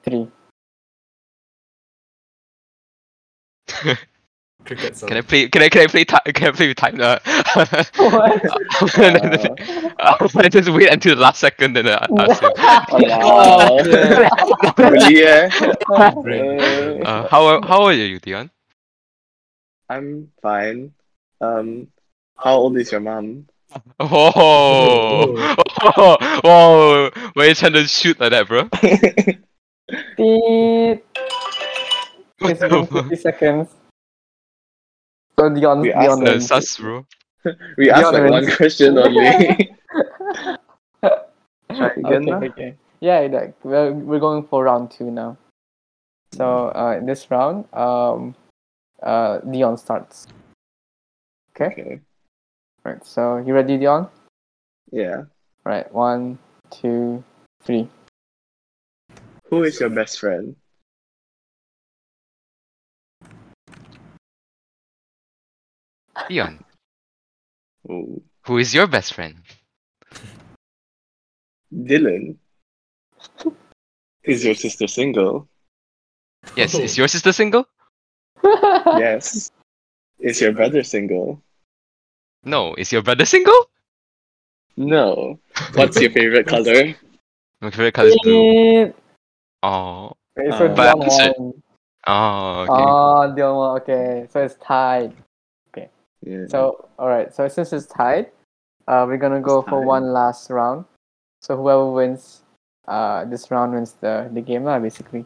Speaker 1: three. *laughs*
Speaker 2: Cricket song.
Speaker 3: Can I play? Can I? Can I play? Ti- can I play with time? *laughs* Uh,
Speaker 1: What?
Speaker 3: I just wait until the last second and I ask him.
Speaker 4: Oh, Wow.
Speaker 3: *laughs*
Speaker 4: *laughs* Really, eh?
Speaker 2: Bring-
Speaker 3: Oh, Uh, how are, How are you, Dion?
Speaker 4: I'm fine. Um, how old is your
Speaker 3: *laughs*
Speaker 4: mom?
Speaker 3: Oh, *laughs* oh, oh, why are you trying to shoot like that, bro?
Speaker 1: Beep. It's been 50 seconds. So Dion,
Speaker 4: We
Speaker 1: Dion,
Speaker 4: asked
Speaker 3: No,
Speaker 1: then.
Speaker 3: sus, bro.
Speaker 4: We asked
Speaker 1: Yeah,
Speaker 4: like
Speaker 1: man.
Speaker 4: one question only. *laughs* Try again
Speaker 1: okay,
Speaker 4: lah.
Speaker 1: okay. Yeah, like we're, we're going for round two now. So uh, in this round, um, uh, Dion starts.
Speaker 4: Okay.
Speaker 1: Right. So you ready, Dion?
Speaker 4: Yeah.
Speaker 1: Right. One, two, three.
Speaker 4: Who is your best friend?
Speaker 3: Dion,
Speaker 4: Ooh.
Speaker 3: who is your best friend?
Speaker 4: Dylan. Is your sister single?
Speaker 3: Yes, is your sister single?
Speaker 1: *laughs*
Speaker 4: Yes. Is your brother single?
Speaker 3: No, is your brother single?
Speaker 4: No. What's your favorite color?
Speaker 3: My favorite color is blue.
Speaker 1: Beep.
Speaker 3: Oh,
Speaker 1: Okay, so
Speaker 4: Uh,
Speaker 1: Dion
Speaker 3: But-
Speaker 1: won.
Speaker 3: oh, okay.
Speaker 1: Oh, Dion won. Okay, so it's tied.
Speaker 4: Yeah.
Speaker 1: So all right. So since it's tied, uh, we're gonna go
Speaker 4: It's
Speaker 1: for
Speaker 4: tied.
Speaker 1: one last round. So whoever wins, uh, this round wins the the game lah, basically.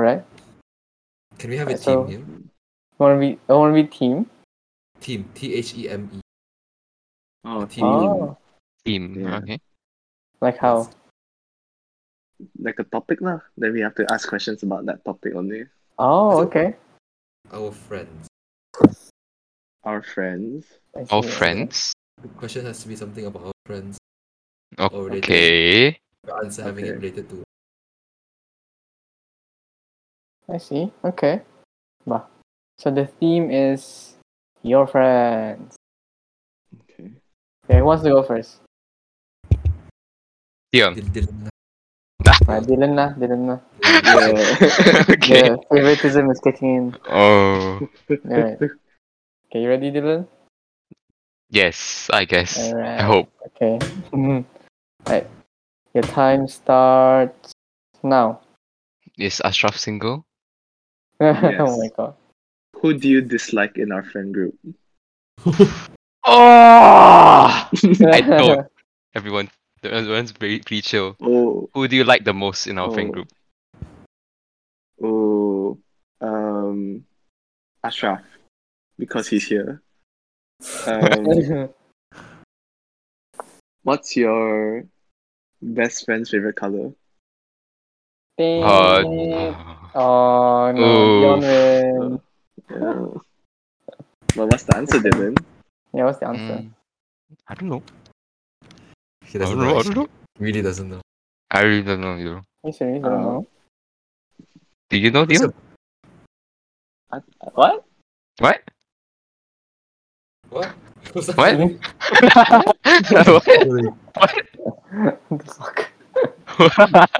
Speaker 1: All right.
Speaker 2: Can we have a
Speaker 1: Alright,
Speaker 2: team
Speaker 1: so-
Speaker 2: name?
Speaker 1: Wanna be I wanna be team.
Speaker 2: Team. T H E M E.
Speaker 4: Oh,
Speaker 2: team.
Speaker 1: Oh,
Speaker 3: Team,
Speaker 4: Yeah.
Speaker 3: okay.
Speaker 1: like how?
Speaker 4: Like a topic lah. Then we have to ask questions about that topic only.
Speaker 1: Oh, okay.
Speaker 2: Our friends.
Speaker 4: Our friends.
Speaker 1: I
Speaker 3: All
Speaker 1: see, okay.
Speaker 3: friends.
Speaker 2: The question has to be something about our friends. related.
Speaker 3: Okay.
Speaker 2: The answer having it
Speaker 4: Okay.
Speaker 2: related to.
Speaker 1: I see. Okay. Bah. So the theme is your friends.
Speaker 4: Okay.
Speaker 1: Okay, who wants to go first?
Speaker 2: *laughs*
Speaker 3: Dion.
Speaker 2: Dil-
Speaker 3: *laughs*
Speaker 2: Dylan.
Speaker 1: Right, Dylan lah, Dylan lah. *laughs*
Speaker 3: *laughs* okay.
Speaker 1: The favoritism is kicking in.
Speaker 3: Oh,
Speaker 1: Alright. Okay, you ready, Dylan?
Speaker 3: yes, I guess. I
Speaker 1: Alright.
Speaker 3: hope.
Speaker 1: Okay.
Speaker 3: Mm-hmm.
Speaker 1: Alright. Your time starts now. *laughs*
Speaker 3: Is Ashraf single?
Speaker 1: oh my
Speaker 4: Yes.
Speaker 1: god.
Speaker 4: *laughs* Who do you dislike in our friend group?
Speaker 3: Oh! *laughs* *laughs* I don't. Everyone, everyone's very pretty chill.
Speaker 4: Oh,
Speaker 3: Who do you like the most in our friend
Speaker 4: Oh.
Speaker 3: group?
Speaker 4: oh, um, Ashraf, because he's here.
Speaker 1: *laughs*
Speaker 4: Um, what's your best friend's
Speaker 1: *laughs*
Speaker 4: favorite color?
Speaker 1: *laughs* Ding.
Speaker 3: Uh,
Speaker 2: Ah.
Speaker 1: oh no. Dion
Speaker 3: Oof.
Speaker 1: wins.
Speaker 4: Oh. Well, what's the answer,
Speaker 1: *laughs*
Speaker 4: *laughs* Dylan?
Speaker 1: Yeah, what's the answer?
Speaker 3: mm, I don't know.
Speaker 2: He
Speaker 3: I don't
Speaker 2: doesn't
Speaker 3: know.
Speaker 2: know.
Speaker 3: I don't
Speaker 2: actually.
Speaker 3: know.
Speaker 2: Really doesn't know.
Speaker 3: I really don't know. You.
Speaker 1: You seriously don't
Speaker 4: Uh,
Speaker 1: know?
Speaker 3: Do you know
Speaker 2: Who's
Speaker 3: Dion?
Speaker 4: What?
Speaker 3: What?
Speaker 2: What? What's that? *laughs*
Speaker 3: What?
Speaker 1: *laughs* What the fuck?
Speaker 3: what?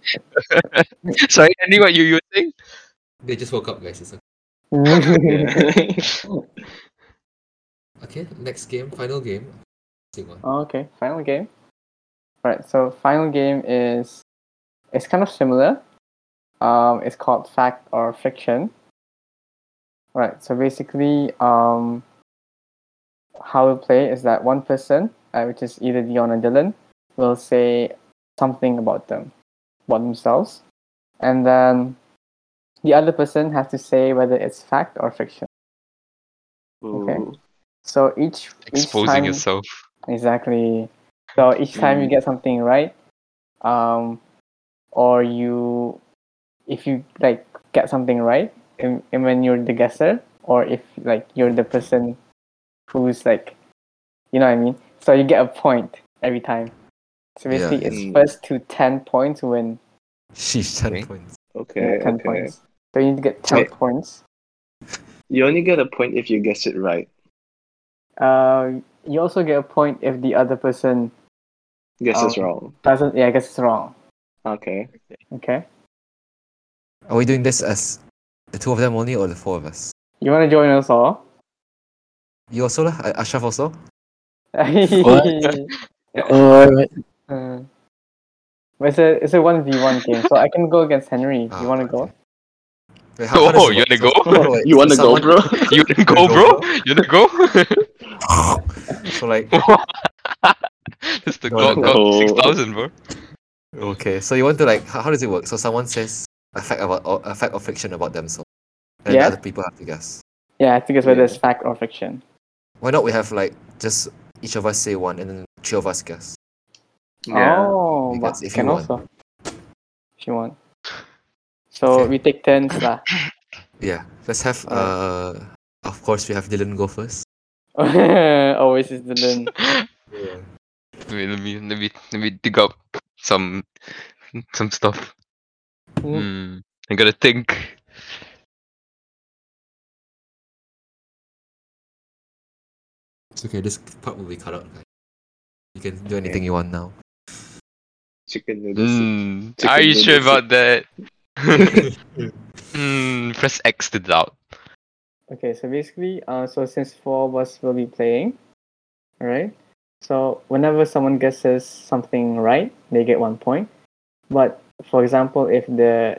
Speaker 3: *laughs* Sorry, Andy, what you you were saying?
Speaker 2: They just woke up, guys. It's okay.
Speaker 4: Yeah.
Speaker 2: okay. Next game. Final game. Sing one.
Speaker 1: Oh, okay, final game. Alright, so final game is it's kind of similar. Um, it's called fact or fiction. Alright, so basically, um, how we play is that one person, uh, which is either Dion or Dylan, will say something about them, about themselves, and then the other person has to say whether it's fact or fiction.
Speaker 4: Oh,
Speaker 1: So each each
Speaker 3: Exposing
Speaker 1: time,
Speaker 3: yourself.
Speaker 1: Exactly. So each time you get something right, um, or you, if you like get something right and, and when you're the guesser or if like you're the person who's like you know what I mean? So you get a point every time. So
Speaker 2: Yeah,
Speaker 1: basically
Speaker 4: mm.
Speaker 1: it's first to ten points win
Speaker 2: Sheesh, 10
Speaker 3: Okay.
Speaker 2: points.
Speaker 4: Okay,
Speaker 1: ten
Speaker 4: okay.
Speaker 1: points. So you need to get ten points.
Speaker 4: You only get a point if you guess it right.
Speaker 1: Uh, you also get a point if the other person
Speaker 4: Guess is
Speaker 1: Oh.
Speaker 4: wrong.
Speaker 1: doesn't yeah, I guess it's wrong.
Speaker 4: Okay.
Speaker 1: Okay.
Speaker 2: Are we doing this as the two of them only or the four of us?
Speaker 1: You wanna join us all?
Speaker 2: You also, lah? A- Ashraf also?
Speaker 1: *laughs*
Speaker 5: Alright.
Speaker 1: Uh, it's a it's a one v one game, so I can go against Henry.
Speaker 2: Ah,
Speaker 1: you wanna go?
Speaker 2: Wait,
Speaker 3: *laughs* Oh,
Speaker 2: does it
Speaker 3: you
Speaker 2: work? So- so,
Speaker 3: wanna go?
Speaker 2: like,
Speaker 4: *laughs* You wanna
Speaker 2: someone-
Speaker 4: go, bro?
Speaker 3: *laughs* You wanna go, bro? You wanna go?
Speaker 2: *laughs*
Speaker 3: *laughs*
Speaker 2: So like,
Speaker 3: That's the
Speaker 2: No,
Speaker 3: Glock
Speaker 2: no,
Speaker 4: no.
Speaker 3: Glock 6000, bro.
Speaker 2: okay, so you want to like, how, how does it work? So someone says a fact about or, a fact or fiction about themselves, and
Speaker 1: Yeah.
Speaker 2: the other people have to guess.
Speaker 1: Yeah, I think it's whether
Speaker 4: Yeah.
Speaker 1: it's fact or fiction.
Speaker 2: Why not we have like just each of us say one, and then three of us guess.
Speaker 4: *laughs* Yeah.
Speaker 1: Oh,
Speaker 2: You
Speaker 1: but
Speaker 2: guess if
Speaker 1: can
Speaker 2: you want.
Speaker 1: also if you want. So
Speaker 2: Okay.
Speaker 1: we take turns lah. *laughs*
Speaker 2: Yeah, let's have. Uh, of course, we have Dylan go first.
Speaker 1: Always is the win.
Speaker 2: Yeah.
Speaker 3: Wait, let me let me let me dig up some some stuff. Hmm. I gotta think.
Speaker 2: It's okay. This part will be cut out. guys. You can do anything you want now.
Speaker 4: Chicken noodles.
Speaker 3: Hmm.
Speaker 4: Chicken
Speaker 3: Are you sure
Speaker 4: noodle
Speaker 3: about that? *laughs* Hmm. Press X to doubt.
Speaker 1: Okay, so basically, uh, so since four of us will be playing, right? So whenever someone guesses something right, they get one point. But for example, if the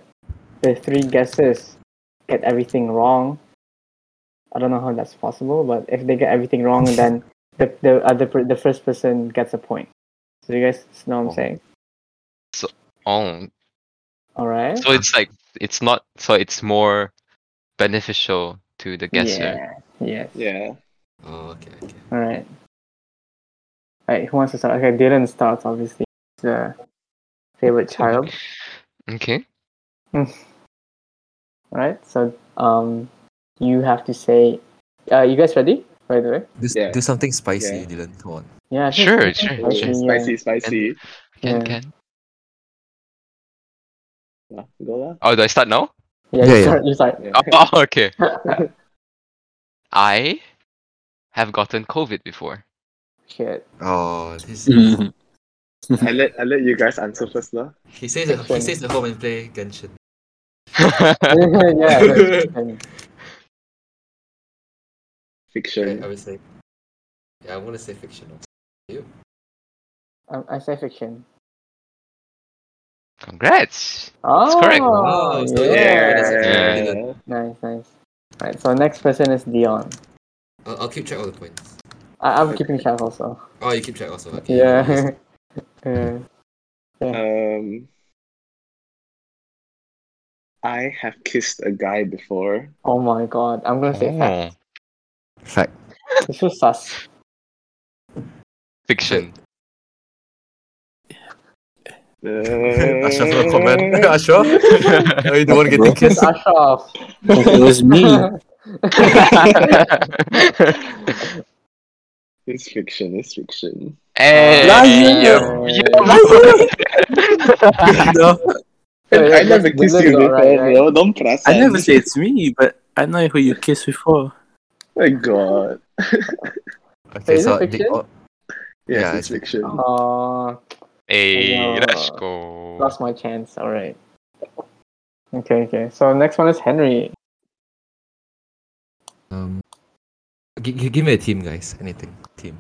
Speaker 1: the three guesses get everything wrong, I don't know how that's possible. But if they get everything wrong, then the the other per, the first person gets a point. So you guys know what I'm
Speaker 2: Oh.
Speaker 1: saying?
Speaker 3: Oh,
Speaker 1: All right.
Speaker 3: so it's like it's not. So it's more beneficial to the guesser.
Speaker 1: Yeah. Yes.
Speaker 4: Yeah.
Speaker 2: Oh, okay, okay.
Speaker 1: All right. All right. Who wants to start? Okay, Dylan starts. Obviously, He's the favorite child.
Speaker 3: Okay.
Speaker 1: All right. So, um, you have to say, uh, you guys ready? By the way.
Speaker 2: Do, s-
Speaker 4: Yeah.
Speaker 2: do something spicy,
Speaker 4: Yeah.
Speaker 2: Dylan. Come on.
Speaker 1: Yeah. I think
Speaker 3: Sure,
Speaker 1: it's
Speaker 3: sure,
Speaker 4: Oh,
Speaker 1: spicy,
Speaker 3: sure.
Speaker 1: yeah.
Speaker 4: Spicy, spicy.
Speaker 3: Can
Speaker 1: Yeah.
Speaker 3: can.
Speaker 4: Nah, go lah.
Speaker 3: Oh, do I start now?
Speaker 1: Yeah, you
Speaker 2: Yeah, yeah.
Speaker 1: start. You start.
Speaker 4: Yeah.
Speaker 3: *laughs* Oh, okay. I have gotten COVID before. *laughs*
Speaker 1: Shit. *laughs*
Speaker 2: Oh, this.
Speaker 5: Mm.
Speaker 4: *laughs* I let I let you guys answer first lah.
Speaker 2: He stays at he stays at home and play Genshin.
Speaker 1: yeah.
Speaker 2: *laughs*
Speaker 1: that's fine.
Speaker 2: I, I
Speaker 4: Fiction.
Speaker 2: would say. Yeah, I want to say fictional.
Speaker 1: Um, I say fiction.
Speaker 3: Congrats.
Speaker 1: Oh,
Speaker 3: correct.
Speaker 2: Wow, so
Speaker 1: yeah.
Speaker 2: yeah.
Speaker 4: Yeah.
Speaker 1: Nice, nice. All right. So next person is Dion.
Speaker 2: I'll, I'll keep track of the points.
Speaker 1: I- I'm keeping track also.
Speaker 2: Oh, you keep track also. Okay.
Speaker 1: Yeah. *laughs* yeah.
Speaker 4: Um I have kissed a guy
Speaker 2: *laughs*
Speaker 4: before.
Speaker 1: *laughs* Oh my god. I'm gonna say fact.
Speaker 3: Oh,
Speaker 2: Fact.
Speaker 1: This is sus.
Speaker 3: fiction.
Speaker 4: Uh,
Speaker 2: Ashraf, no
Speaker 4: *laughs*
Speaker 2: comment. *laughs* Ashraf, are you the one getting
Speaker 5: Bro.
Speaker 1: This
Speaker 2: kissed?
Speaker 1: Ashraf.
Speaker 5: it was
Speaker 1: *laughs*
Speaker 5: me.
Speaker 4: Mm. It's fiction, it's fiction.
Speaker 3: Eh,
Speaker 5: Lazio!
Speaker 3: yo, yo,
Speaker 5: *laughs* no,
Speaker 1: Wait,
Speaker 4: I
Speaker 1: wait,
Speaker 4: never
Speaker 1: that's
Speaker 4: kissed
Speaker 1: Dylan
Speaker 4: you before,
Speaker 1: got right, right?
Speaker 4: bro. Don't press
Speaker 5: I never say it's me, but I know who you kissed before.
Speaker 4: My god.
Speaker 2: Okay,
Speaker 1: Is it
Speaker 2: so
Speaker 1: fiction?
Speaker 2: oh,
Speaker 4: Yes,
Speaker 2: Yeah, it's
Speaker 4: it's fiction.
Speaker 1: Oh,
Speaker 3: Hey,
Speaker 1: Yeah.
Speaker 3: let's go.
Speaker 1: lost my chance. All right. Okay, okay. So next one is Henry.
Speaker 2: um, g- g- give me a team, guys. Anything team.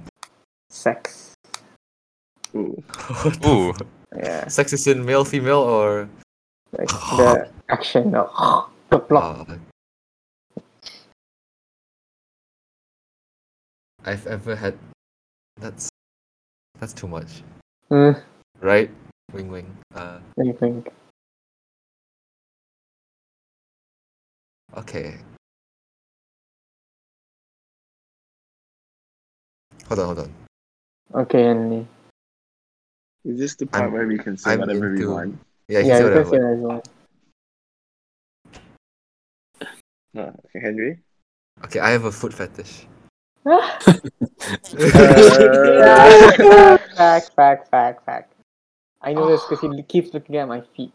Speaker 1: Sex.
Speaker 4: Ooh.
Speaker 2: What the
Speaker 3: Ooh.
Speaker 2: fuck?
Speaker 1: Yeah.
Speaker 2: Sex is in male, female, or
Speaker 1: Like
Speaker 5: *sighs*
Speaker 1: the action. The, *gasps* the plot.
Speaker 2: Uh, I've ever had. That's that's too much,
Speaker 1: Mm,
Speaker 2: right? Wing wing. Uh,
Speaker 1: what do you think?
Speaker 2: okay. Hold on, hold on.
Speaker 1: Okay, Henry.
Speaker 4: Is this the part
Speaker 2: I'm-
Speaker 4: where we can say
Speaker 2: I'm
Speaker 4: whatever we
Speaker 2: into-
Speaker 4: want?
Speaker 2: Yeah,
Speaker 1: yeah,
Speaker 2: he's
Speaker 1: you
Speaker 2: what
Speaker 1: can
Speaker 2: I
Speaker 1: say
Speaker 2: want.
Speaker 1: that as well.
Speaker 2: *laughs*
Speaker 4: Uh, Henry?
Speaker 2: Okay, I have a foot fetish.
Speaker 4: Uh,
Speaker 2: *laughs*
Speaker 4: *laughs*
Speaker 1: fact, fact, fact, fact. I know this because
Speaker 5: *sighs*
Speaker 1: he keeps looking at my feet.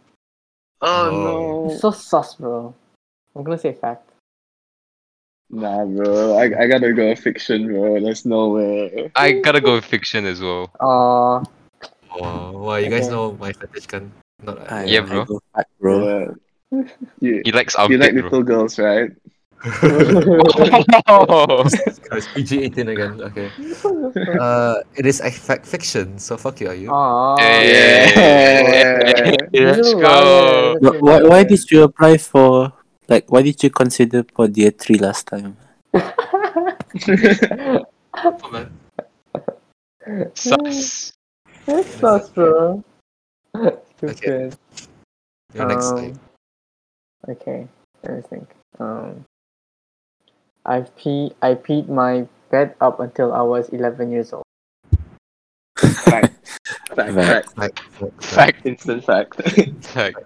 Speaker 2: Oh,
Speaker 1: So sus, bro. I'm gonna say fact.
Speaker 4: nah, bro. I, I gotta go fiction, bro. There's no way.
Speaker 3: I gotta go with fiction as well.
Speaker 1: Uh,
Speaker 2: Oh, Wow, wow, you guys
Speaker 1: Okay.
Speaker 2: know my fetish can not. uh,
Speaker 5: I,
Speaker 6: *laughs*
Speaker 3: Yeah,
Speaker 5: I
Speaker 3: bro.
Speaker 5: go fuck, bro.
Speaker 4: Yeah. You,
Speaker 3: He likes
Speaker 4: you
Speaker 3: outfit,
Speaker 4: like
Speaker 3: bro.
Speaker 4: little girls, right?
Speaker 3: *laughs*
Speaker 2: *laughs* Guys, PG eighteen again. Okay. Uh, it is a fact fiction. So fuck you, are you?
Speaker 1: Aw.
Speaker 3: *laughs* Yeah. Let's
Speaker 1: Little
Speaker 3: go.
Speaker 1: liar.
Speaker 5: Wh- Why, why did you apply for like why did you consider for tier three last time?
Speaker 2: Oh, man.
Speaker 3: Sus.
Speaker 1: *laughs* That's sus, bro. Stupid.
Speaker 2: You're next.
Speaker 1: Um,
Speaker 2: I-
Speaker 1: Okay, let me think. Um, I've pee I peed my bed up until I was eleven years old.
Speaker 4: Fact,
Speaker 5: Fact.
Speaker 4: fact.
Speaker 2: Fact, fact, fact.
Speaker 3: Fact.
Speaker 4: Instant fact.
Speaker 3: Fact.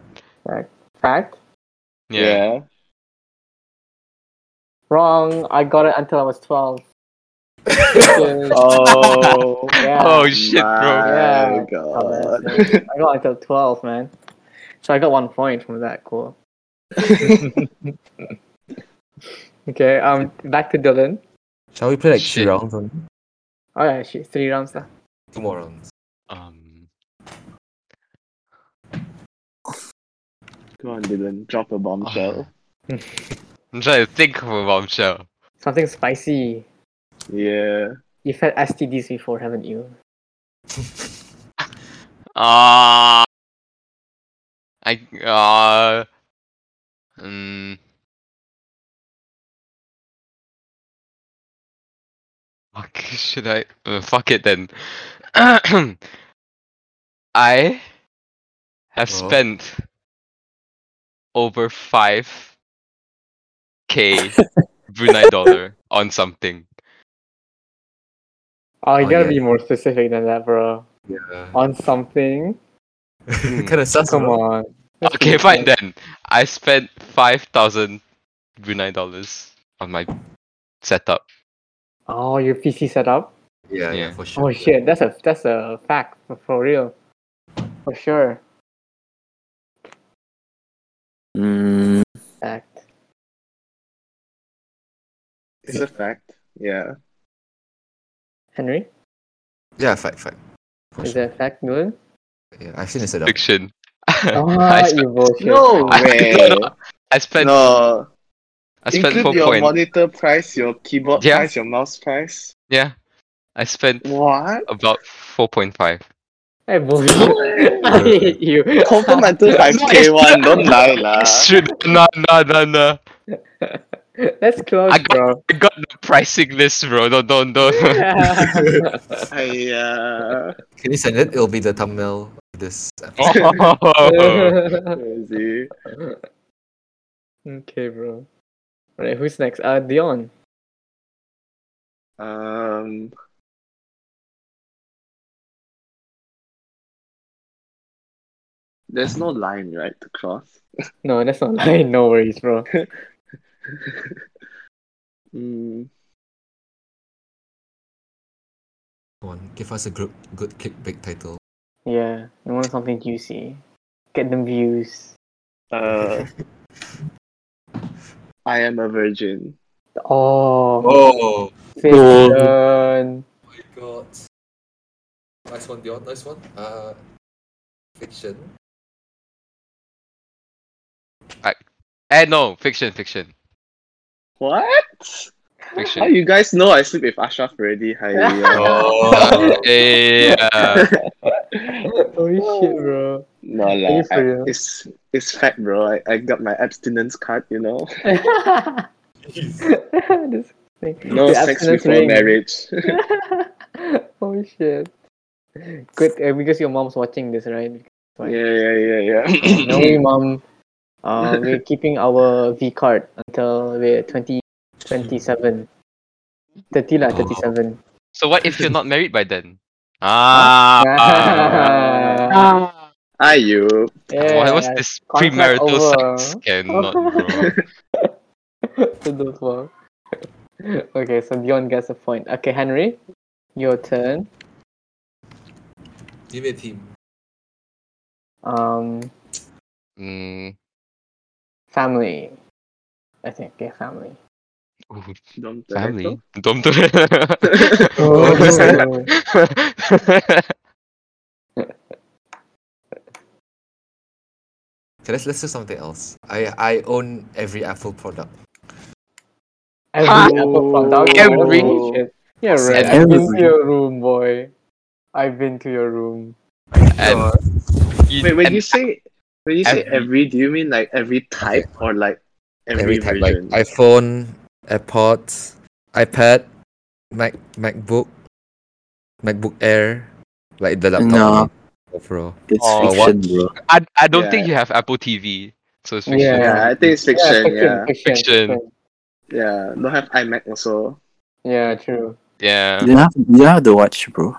Speaker 1: Fact?
Speaker 3: Yeah. *laughs*
Speaker 1: Wrong. I got it until I was twelve. Stupid.
Speaker 4: Oh.
Speaker 1: yeah.
Speaker 3: Oh shit, bro.
Speaker 1: Yeah.
Speaker 4: My
Speaker 1: Oh,
Speaker 4: God.
Speaker 1: that's it. I got until twelve, man. So I got one point from that. Cool. *laughs* okay. Um. Back to Dylan.
Speaker 2: Shall we play like
Speaker 3: Shit.
Speaker 2: three rounds? On?
Speaker 1: Oh yeah. Shit. Three rounds. lah.
Speaker 2: Two more rounds.
Speaker 3: Um.
Speaker 4: *laughs* Come on, Dylan. Drop
Speaker 3: *laughs*
Speaker 4: a bombshell.
Speaker 3: I'm trying to think of a bombshell.
Speaker 1: Something spicy.
Speaker 4: Yeah.
Speaker 1: You've had STDs before, haven't you?
Speaker 3: Ah. I uh. Um. Fuck. Should I? Uh, fuck it then. *clears throat* I have
Speaker 2: Well.
Speaker 3: spent over five k Brunei dollar on something.
Speaker 1: Oh, you
Speaker 2: Oh,
Speaker 1: gotta
Speaker 2: yeah.
Speaker 1: be more specific than that, bro.
Speaker 2: Yeah. Hmm.
Speaker 1: On something.
Speaker 2: kind of sus.
Speaker 1: Oh, Come
Speaker 2: bro.
Speaker 1: on. That's
Speaker 3: *laughs* Okay,
Speaker 1: really
Speaker 3: fine
Speaker 1: bad.
Speaker 3: then. I spent five thousand Brunei dollars on my setup.
Speaker 1: Oh, your PC setup.
Speaker 2: Yeah, yeah,
Speaker 3: Yeah.
Speaker 2: for sure.
Speaker 1: Oh shit, that's a that's a fact for, for real, for sure.
Speaker 5: Mm,
Speaker 1: Fact.
Speaker 4: It's a fact. Yeah.
Speaker 1: Henry,
Speaker 2: Yeah, fact, fact. For
Speaker 1: is
Speaker 2: sure.
Speaker 1: that a fact, Dylan?
Speaker 2: Yeah, I've seen this setup.
Speaker 3: Fiction. *laughs* I,
Speaker 1: Ah,
Speaker 3: spent,
Speaker 1: you bullshit.
Speaker 4: No
Speaker 3: *laughs* I
Speaker 4: way.
Speaker 3: don't know. I spent.
Speaker 4: No.
Speaker 3: I spent
Speaker 4: Include
Speaker 3: four
Speaker 4: your
Speaker 3: point.
Speaker 4: monitor price, your keyboard
Speaker 3: Yeah.
Speaker 4: price, your mouse price.
Speaker 3: yeah, I spent
Speaker 4: What?
Speaker 3: about four point
Speaker 4: *laughs*
Speaker 3: five.
Speaker 1: Hey,
Speaker 3: *laughs*
Speaker 1: bullshit. I hate you. *laughs*
Speaker 4: Confirm until
Speaker 3: No,
Speaker 4: 5k
Speaker 3: *laughs*
Speaker 4: one,
Speaker 3: it's-
Speaker 4: don't lie lah.
Speaker 3: Shoot, no, no, no, no.
Speaker 1: That's close,
Speaker 3: I got-
Speaker 1: bro.
Speaker 3: I got the pricing list, bro. No, don't, don't.
Speaker 4: Aiyah.
Speaker 2: Can you send it? It'll be the thumbnail of this. episode.
Speaker 3: *laughs* Oh.
Speaker 4: Crazy.
Speaker 1: *laughs* okay, bro. Alright, who's next? Uh, Dion.
Speaker 4: Um. There's no line, right, to cross?
Speaker 1: No, that's not *laughs* lying. No worries, bro.
Speaker 4: Mm,
Speaker 2: Come on, give us a good, good clickbait title.
Speaker 1: Yeah, you want something juicy. Get them views.
Speaker 4: uh, I am a virgin.
Speaker 1: Oh,
Speaker 2: Oh
Speaker 1: fiction.
Speaker 2: my god. Nice one, Dion. Nice one. Uh, fiction.
Speaker 3: Eh, no, fiction, fiction,
Speaker 4: What? How
Speaker 3: fiction.
Speaker 4: you guys know I sleep with Ashraf already? Hi. *laughs*
Speaker 2: Oh.
Speaker 3: Uh, eh, yeah.
Speaker 1: Oh shit, bro.
Speaker 4: No
Speaker 1: Are
Speaker 4: lah,
Speaker 1: you for
Speaker 4: I-
Speaker 1: real?
Speaker 4: it's it's fact, bro. I, I got my abstinence card, you know.
Speaker 1: *laughs* This thing.
Speaker 4: No
Speaker 1: The
Speaker 4: sex
Speaker 1: abstinence
Speaker 4: before
Speaker 1: ring. *laughs*
Speaker 4: marriage.
Speaker 1: oh shit. Good uh, because your mom's watching this, right?
Speaker 4: yeah,
Speaker 1: Right.
Speaker 4: yeah, yeah, yeah.
Speaker 1: No,
Speaker 4: *laughs*
Speaker 1: mom. Uh,
Speaker 4: Um,
Speaker 1: we're keeping our V card until we're 20, 27. 30 lah, 37.
Speaker 3: So what if you're not married by then? Ah.
Speaker 1: *laughs*
Speaker 3: ah.
Speaker 4: Are you?
Speaker 1: yeah,
Speaker 3: what was this
Speaker 1: contract
Speaker 3: premarital
Speaker 1: over.
Speaker 3: sex? Cannot, bro.
Speaker 1: to the floor. *laughs* Okay, so Dion gets a point. Okay, Henry, your turn.
Speaker 2: *laughs* Give me a team.
Speaker 1: Um,
Speaker 3: Mm,
Speaker 1: family. I think yeah, family.
Speaker 3: ooh,
Speaker 4: Dom
Speaker 3: family.
Speaker 4: Toretto?
Speaker 3: Dom Toretto.
Speaker 1: *laughs*
Speaker 3: Oh, that's
Speaker 2: Okay, let's let's do something else. I I own every Apple product.
Speaker 1: Every apple
Speaker 4: Oh.
Speaker 1: from down
Speaker 3: Every-
Speaker 1: Yeah, right. I've
Speaker 5: Every-
Speaker 1: been to your room, boy. I've been to your room.
Speaker 3: *laughs* and you,
Speaker 4: Wait, when
Speaker 3: and
Speaker 4: you say when you say
Speaker 3: every-
Speaker 4: every, do you mean like every type or like every,
Speaker 2: every type, like
Speaker 4: version?
Speaker 2: iPhone, AirPods, iPad, Mac, MacBook, MacBook Air, like the laptop
Speaker 5: No.
Speaker 2: one, overall.
Speaker 5: It's
Speaker 3: Oh, what?
Speaker 5: fiction, bro.
Speaker 3: I, I don't think you
Speaker 4: Yeah.
Speaker 3: have Apple TV, so it's fiction.
Speaker 1: Yeah.
Speaker 4: yeah, I think it's fiction. Yeah,
Speaker 1: fiction,
Speaker 3: Fiction.
Speaker 4: yeah. Don't have iMac also.
Speaker 1: Yeah, true. *laughs*
Speaker 3: Yeah.
Speaker 5: You have, you have to watch, bro.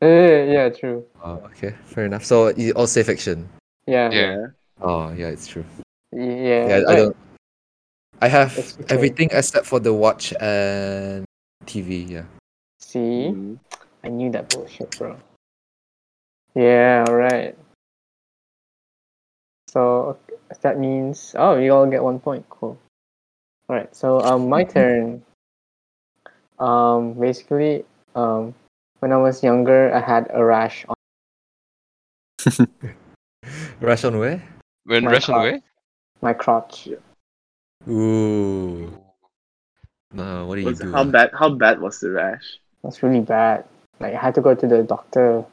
Speaker 1: Eh, yeah, true.
Speaker 2: Oh, okay, fair enough. So you all say fiction.
Speaker 1: Yeah,
Speaker 3: Yeah.
Speaker 1: yeah.
Speaker 2: Oh yeah, it's true.
Speaker 1: yeah.
Speaker 2: Yeah, I
Speaker 1: Oh, right.
Speaker 2: don't. I have
Speaker 1: That's okay.
Speaker 2: everything except for the watch and TV. Yeah.
Speaker 1: See,
Speaker 4: Mm.
Speaker 1: I knew that bullshit, bro. Yeah, alright. So okay, that means oh, you all get one point. Cool. All right. So um, my turn. Um, basically, um, when I was younger, I had a rash on
Speaker 2: Rush on where?
Speaker 3: When
Speaker 1: My
Speaker 3: Russian
Speaker 1: God.
Speaker 3: way?
Speaker 1: my crotch.
Speaker 2: Ooh. No, what do you
Speaker 4: Was-
Speaker 2: do?
Speaker 4: how bad? How bad was the rash?
Speaker 1: That's really bad. Like I had to go to the doctor.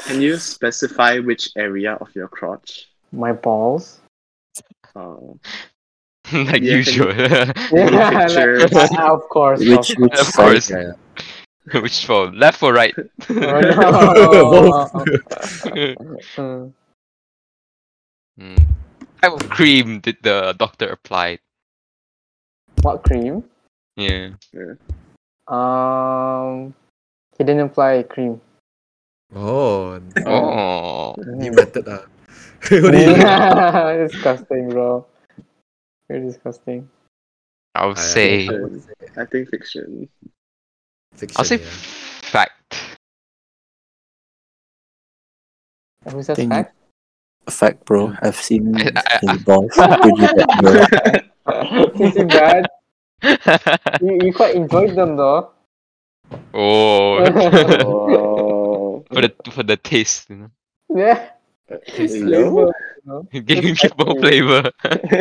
Speaker 4: Can you specify which area of your crotch?
Speaker 1: My balls.
Speaker 4: Oh,
Speaker 3: *laughs* like
Speaker 4: Yeah,
Speaker 3: usual.
Speaker 1: Yeah, like-
Speaker 4: pictures.
Speaker 1: Ah, *laughs* of course.
Speaker 5: Which
Speaker 6: *laughs*
Speaker 1: of
Speaker 5: which
Speaker 3: Of
Speaker 5: side?
Speaker 3: course. *laughs* Which phone? Left or right? *laughs*
Speaker 1: Oh,
Speaker 2: *laughs*
Speaker 1: no. Mm.
Speaker 3: Hmm. What type of cream did the doctor apply?
Speaker 1: What cream?
Speaker 3: Yeah.
Speaker 1: Um, he didn't apply cream.
Speaker 2: Oh,
Speaker 3: Oh.
Speaker 2: new
Speaker 1: Mm.
Speaker 2: method. Ah. *laughs* what
Speaker 1: *laughs*
Speaker 2: do you do?
Speaker 1: disgusting, bro. You're disgusting.
Speaker 3: I would
Speaker 2: I-
Speaker 3: say.
Speaker 4: I would say- I think *laughs* fiction.
Speaker 2: Fiction,
Speaker 3: I'll say
Speaker 2: yeah.
Speaker 3: fact. *laughs*
Speaker 1: Who says
Speaker 5: Thank you.
Speaker 1: fact? *laughs*
Speaker 5: Fact, bro. I've seen
Speaker 3: *laughs* I- I-
Speaker 5: his balls. Pretty bad,
Speaker 3: *laughs*
Speaker 5: bro.
Speaker 1: Too too bad. You, you quite enjoyed them though.
Speaker 3: oh.
Speaker 4: oh,
Speaker 3: for the for the taste, you know, *laughs*
Speaker 1: Yeah.
Speaker 4: *laughs* hello.
Speaker 3: it gave
Speaker 1: It's
Speaker 3: people
Speaker 1: spicy.
Speaker 3: flavor.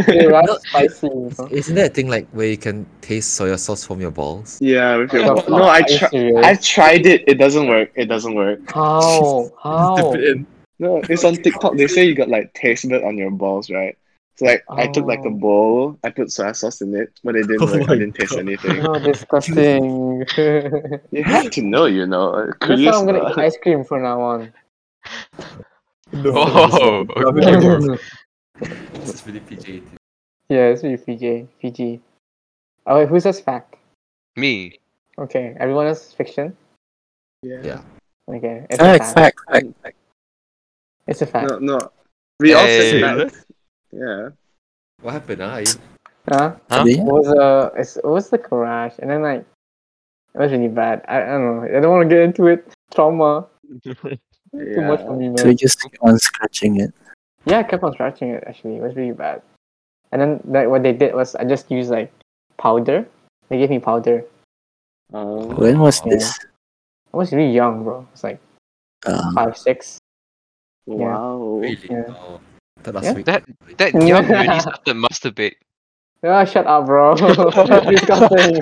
Speaker 1: They
Speaker 2: No,
Speaker 1: rather spicy. You know?
Speaker 2: Isn't that a thing like where you can taste soy sauce from your balls?
Speaker 4: yeah, with your
Speaker 1: The
Speaker 4: ball.
Speaker 1: fuck?
Speaker 4: no, I
Speaker 1: Are you
Speaker 4: tried.
Speaker 1: serious?
Speaker 4: I tried it. It doesn't work. It doesn't work.
Speaker 1: How? How?
Speaker 4: No, it's on TikTok. They say you got like taste bud on your balls, right? So like I took like a
Speaker 1: Oh.
Speaker 4: bowl, I put soy sauce in it, but it didn't
Speaker 2: Oh
Speaker 4: work.
Speaker 2: my
Speaker 4: I didn't taste
Speaker 2: God.
Speaker 4: anything.
Speaker 1: No, disgusting. *laughs* That's
Speaker 4: *laughs* You have to know, you know.
Speaker 1: why
Speaker 4: Curious.
Speaker 1: I'm gonna eat
Speaker 4: uh,
Speaker 1: ice cream from now
Speaker 4: *laughs*
Speaker 1: on.
Speaker 3: *laughs* Oh, okay.
Speaker 2: This is really PG.
Speaker 1: yeah, it's really Fiji. Fiji. Oh, wait, who says fact?
Speaker 3: me.
Speaker 1: Okay, everyone else is fiction.
Speaker 4: Yeah.
Speaker 2: Yeah.
Speaker 1: Okay, it's
Speaker 6: Oh,
Speaker 1: a
Speaker 5: Fact,
Speaker 1: fact.
Speaker 5: fact, fact, fact.
Speaker 1: It's a fact.
Speaker 4: No, no. We all
Speaker 3: Hey.
Speaker 4: said that. Yeah.
Speaker 2: What happened? Ah, you-
Speaker 1: Huh?
Speaker 3: Huh?
Speaker 5: See?
Speaker 1: It was a it's, it was the crash, and then like it was really bad. I, I don't know. I don't want to get into it. Trauma. Too much for
Speaker 4: Yeah.
Speaker 1: me,
Speaker 5: So you
Speaker 1: man.
Speaker 5: just keep on scratching it.
Speaker 1: Yeah, I kept on scratching it. Actually, it was really bad. And then like what they did was I just used like powder. They gave me powder.
Speaker 4: Um,
Speaker 5: When was
Speaker 2: Oh.
Speaker 5: this?
Speaker 1: I was really young, bro. It's like
Speaker 5: Um,
Speaker 1: five, six.
Speaker 4: wow.
Speaker 2: really?
Speaker 1: Yeah.
Speaker 2: Oh, that last
Speaker 1: Yeah.
Speaker 2: week.
Speaker 3: That young really started to masturbate. *laughs*
Speaker 1: Ah, shut up, bro. *laughs* Disgusting. *laughs*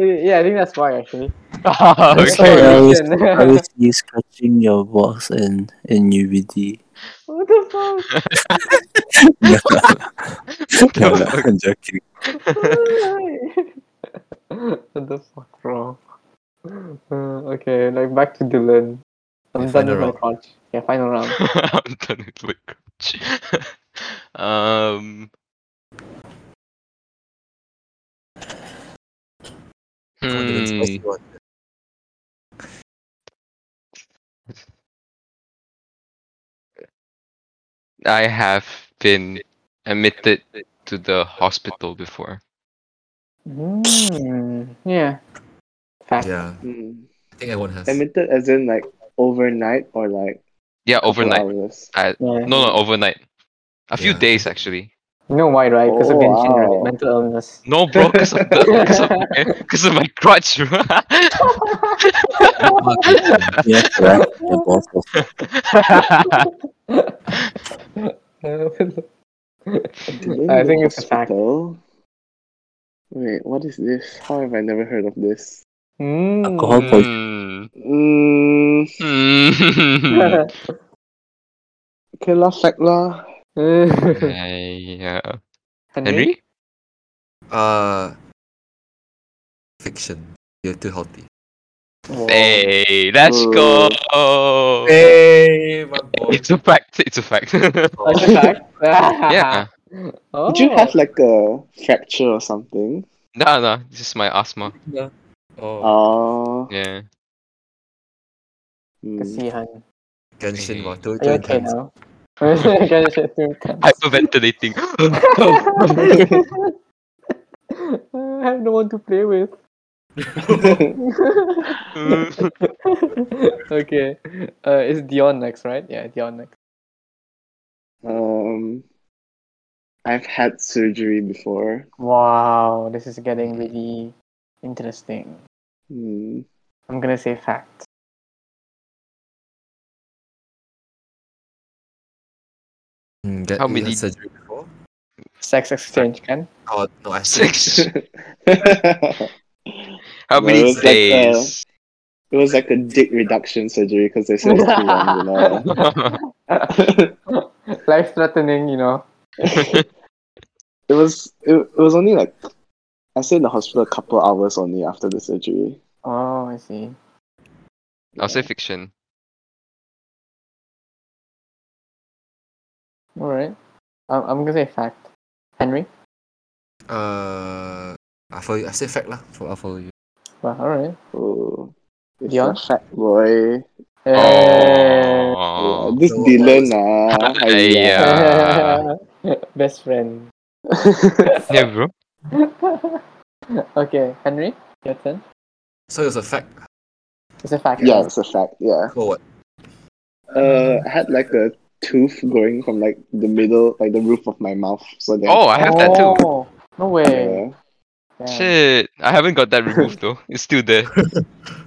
Speaker 1: yeah, I think that's why actually.
Speaker 3: Oh,
Speaker 5: That's
Speaker 3: okay.
Speaker 5: why I always,
Speaker 1: Fiction.
Speaker 5: I always see you scratching your balls in, in *laughs* UVD.
Speaker 1: What the fuck?
Speaker 5: no, no, no,
Speaker 3: What
Speaker 6: *laughs*
Speaker 3: the fuck?
Speaker 5: I'm joking.
Speaker 1: what the fuck, bro? Uh, okay, like back to Dylan. I'm done
Speaker 2: Yeah, final
Speaker 1: with my
Speaker 2: round.
Speaker 1: crotch. Yeah, final round.
Speaker 3: *laughs* I'm done with my crutch. *laughs* um. Hmm. I have been admitted to the hospital before.
Speaker 1: Mm, yeah. Fact.
Speaker 2: Yeah,
Speaker 4: Mm.
Speaker 2: I think everyone has.
Speaker 4: Admitted as in like overnight or like
Speaker 3: Yeah,
Speaker 4: couple
Speaker 3: overnight.
Speaker 4: hours?
Speaker 1: Yeah.
Speaker 3: No, no, overnight. A few
Speaker 2: Yeah.
Speaker 3: days actually.
Speaker 1: You know why, right? Because of
Speaker 4: Oh,
Speaker 1: Genshin, right?
Speaker 4: wow.
Speaker 1: Mental illness.
Speaker 3: No, bro, because of because of, my- 'cause of my crutch.
Speaker 4: *laughs*
Speaker 3: bro.
Speaker 2: Oh,
Speaker 1: *laughs*
Speaker 2: *laughs*
Speaker 5: Yeah, right. The boss was
Speaker 1: Hmm.
Speaker 4: Didn't
Speaker 1: I
Speaker 4: the
Speaker 1: think it's a fact.
Speaker 4: hospital- Wait, what is this? How have I never heard of this?
Speaker 1: Mm. *laughs*
Speaker 5: Alcohol poisoning.
Speaker 3: Mm.
Speaker 4: Mm,
Speaker 3: Mm. *laughs*
Speaker 4: okay lah, fact lah.
Speaker 3: yeah. Henry?
Speaker 2: Uh, fiction. You're too healthy.
Speaker 4: Oh.
Speaker 3: Hey, let's
Speaker 4: Bro.
Speaker 3: go.
Speaker 2: Hey, my boy.
Speaker 3: It's a fact. It's a fact. *laughs*
Speaker 2: Oh.
Speaker 1: That's a
Speaker 2: *laughs*
Speaker 1: fact.
Speaker 3: yeah.
Speaker 1: *laughs* Oh.
Speaker 4: Did you have like a fracture or something?
Speaker 3: No, no. This is my asthma.
Speaker 2: Oh,
Speaker 4: Oh, *laughs*
Speaker 3: Yeah.
Speaker 4: mm.
Speaker 1: Kasihan.
Speaker 2: Genshin. Wow, two,
Speaker 1: Are you
Speaker 2: two
Speaker 1: okay *laughs*
Speaker 2: times.
Speaker 1: now? Genshin two times.
Speaker 3: Hyperventilating.
Speaker 1: I have no one to play with. okay. Uh, it's Dion next, right? Yeah, Dion next.
Speaker 4: um, I've had surgery before.
Speaker 1: Wow, this is getting really interesting.
Speaker 4: Mm.
Speaker 1: I'm gonna say fact.
Speaker 2: Mm, get,
Speaker 3: How
Speaker 2: you
Speaker 3: many-
Speaker 2: had surgery before?
Speaker 1: Sex exchange, Ken.
Speaker 2: Oh no, I
Speaker 3: *laughs* Six.
Speaker 4: *laughs* it
Speaker 3: How
Speaker 4: No,
Speaker 3: many
Speaker 4: it's like, uh,
Speaker 3: days?
Speaker 4: was like a dick reduction surgery because they said it's too long, you
Speaker 3: *laughs*
Speaker 4: know.
Speaker 1: *laughs* Life threatening, you know.
Speaker 4: it was it, it was only like I stayed in the hospital a couple hours only after the surgery.
Speaker 1: Oh, I see.
Speaker 3: *laughs* I'll say fiction.
Speaker 1: All right. I'm, I'm gonna say fact. Henry.
Speaker 2: uh, I follow you. I say fact lah. For I follow you.
Speaker 1: Well, all right.
Speaker 4: Oh, it's
Speaker 1: Dion?
Speaker 4: a fat boy.
Speaker 1: Eh.
Speaker 4: Oh,
Speaker 3: Oh.
Speaker 4: this
Speaker 2: so-
Speaker 4: Dylan ah.
Speaker 3: Aiyah. Yeah.
Speaker 1: *laughs* Best friend. *laughs*
Speaker 3: Yeah, bro.
Speaker 1: okay, Henry, your turn.
Speaker 2: So it was a fact.
Speaker 1: It's a fact.
Speaker 4: yeah, it's a fact. Yeah.
Speaker 2: Oh what?
Speaker 4: Uh, I had like a tooth growing from like the middle, like the roof of my mouth. So then.
Speaker 3: Oh, I have that too.
Speaker 1: Oh, no way.
Speaker 4: Yeah.
Speaker 1: Damn.
Speaker 3: Shit, I haven't got that removed though. It's still there.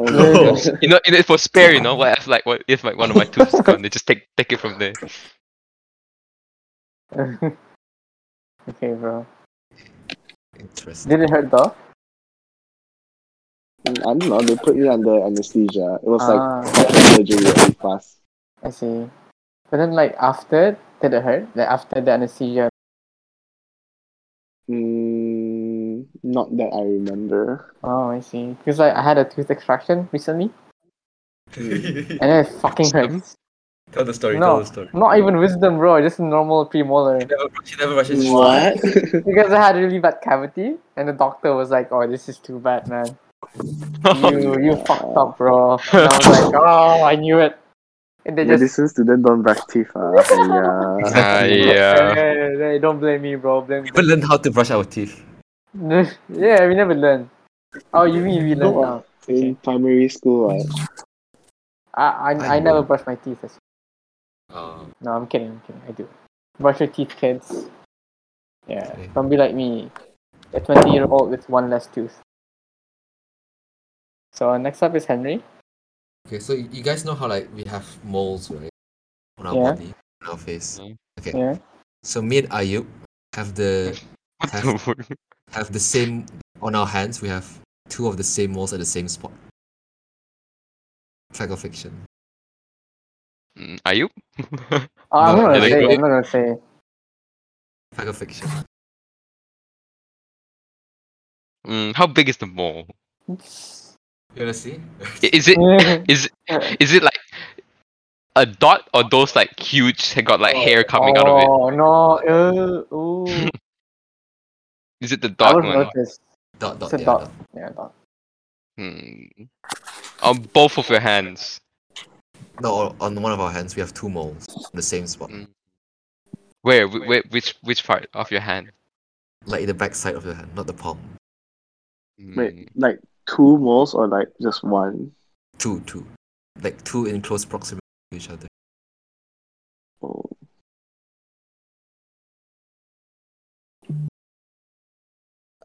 Speaker 4: Oh,
Speaker 3: You know, you know, for spare, you know, what if like what if like one of my tooth is gone, they just take take it from there.
Speaker 1: *laughs* okay, bro.
Speaker 2: Interesting.
Speaker 1: Did it hurt though?
Speaker 4: I don't know. They put you under anesthesia. It was like
Speaker 1: ah,
Speaker 4: surgery really fast.
Speaker 1: I see. But then, like after, did it hurt? Like after the anesthesia?
Speaker 4: Mm, not that I remember.
Speaker 1: Oh, I see. Because like I had a tooth extraction recently, and it fucking hurts.
Speaker 2: *laughs* tell the story.
Speaker 1: No.
Speaker 2: Tell the story.
Speaker 1: Not even wisdom, bro. Just a normal premolar.
Speaker 2: Never, she never rushes.
Speaker 4: *laughs*
Speaker 1: Because I had a really bad cavity, and the doctor was like, "Oh, this is too bad,
Speaker 3: *laughs*
Speaker 1: man. You you fucked up, bro." And I was
Speaker 3: *laughs*
Speaker 1: like, "Oh, I knew it." And they just
Speaker 4: Medicine student don't brush teeth.
Speaker 1: *laughs*
Speaker 4: Ah, yeah.
Speaker 3: Ah,
Speaker 1: yeah.
Speaker 3: yeah.
Speaker 1: don't blame me, *laughs* bro. Blame
Speaker 2: We never learn how to brush our teeth.
Speaker 1: yeah, we never learn. Oh, you mean we learn
Speaker 4: No,
Speaker 1: now?
Speaker 4: In primary school, ah,
Speaker 1: I, I,
Speaker 2: I
Speaker 1: I never
Speaker 2: know.
Speaker 1: brush my teeth. As
Speaker 2: Oh.
Speaker 1: No, I'm kidding. I'm kidding. I do. Brush your teeth, kids. Yeah,
Speaker 2: Okay.
Speaker 1: don't be like me, a 20 year old with one less tooth. So uh, next up is Henry.
Speaker 2: Okay, so you guys know how like we have moles, right, on our
Speaker 1: Yeah.
Speaker 2: body, on our face.
Speaker 3: Mhm.
Speaker 2: Okay.
Speaker 1: Yeah.
Speaker 2: So me and Ayub have the
Speaker 3: What the word?
Speaker 2: have the same on our hands. We have two of the same moles at the same spot. Fact or fiction?
Speaker 3: *laughs* Mm, Are you? *laughs*
Speaker 1: Oh, I'm
Speaker 2: No,
Speaker 1: not gonna
Speaker 3: like-
Speaker 1: say. I'm not gonna say.
Speaker 2: Fact or fiction?
Speaker 3: Mm, how big is the mole?
Speaker 2: You wanna see?
Speaker 3: I- Is it is is it like a dot or those like huge *laughs* that got like hair coming out of it?
Speaker 1: oh no! Uh,
Speaker 3: *laughs*
Speaker 1: ooh.
Speaker 3: Is it the
Speaker 1: I
Speaker 3: dot
Speaker 1: would
Speaker 3: one?
Speaker 1: notice.
Speaker 2: Dot
Speaker 1: It's
Speaker 2: dot
Speaker 1: a
Speaker 2: yeah.
Speaker 1: dot. Yeah, dot.
Speaker 3: Hmm. On both of your hands.
Speaker 2: No, on on one of our hands we have two moles on the same spot.
Speaker 3: Mm. Where? Wh- where which which part of your hand?
Speaker 2: Like the back side of your hand, not the palm.
Speaker 3: Mm,
Speaker 4: Wait, like two moles or like just one?
Speaker 2: Two, two. Like two in close proximity to each other.
Speaker 4: Oh.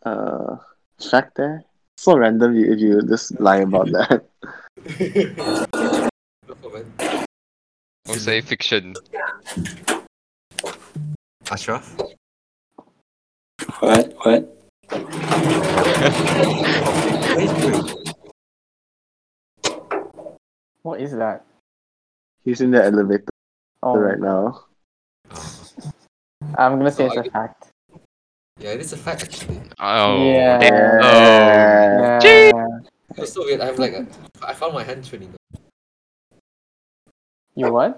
Speaker 4: Uh, fact there. So random you- if you just lie *laughs* about that.
Speaker 3: I'll say fiction.
Speaker 2: Ashraf?
Speaker 6: What? What?
Speaker 1: What is that?
Speaker 4: He's in the elevator
Speaker 1: Oh,
Speaker 4: right now.
Speaker 2: Oh.
Speaker 1: I'm gonna say it's a fact.
Speaker 2: Yeah, it is a fact actually.
Speaker 3: Oh,
Speaker 1: Yeah.
Speaker 3: damn.
Speaker 4: Yeah.
Speaker 1: Yeah.
Speaker 2: It's so weird. I have like a, I found my hand twinning.
Speaker 1: You what?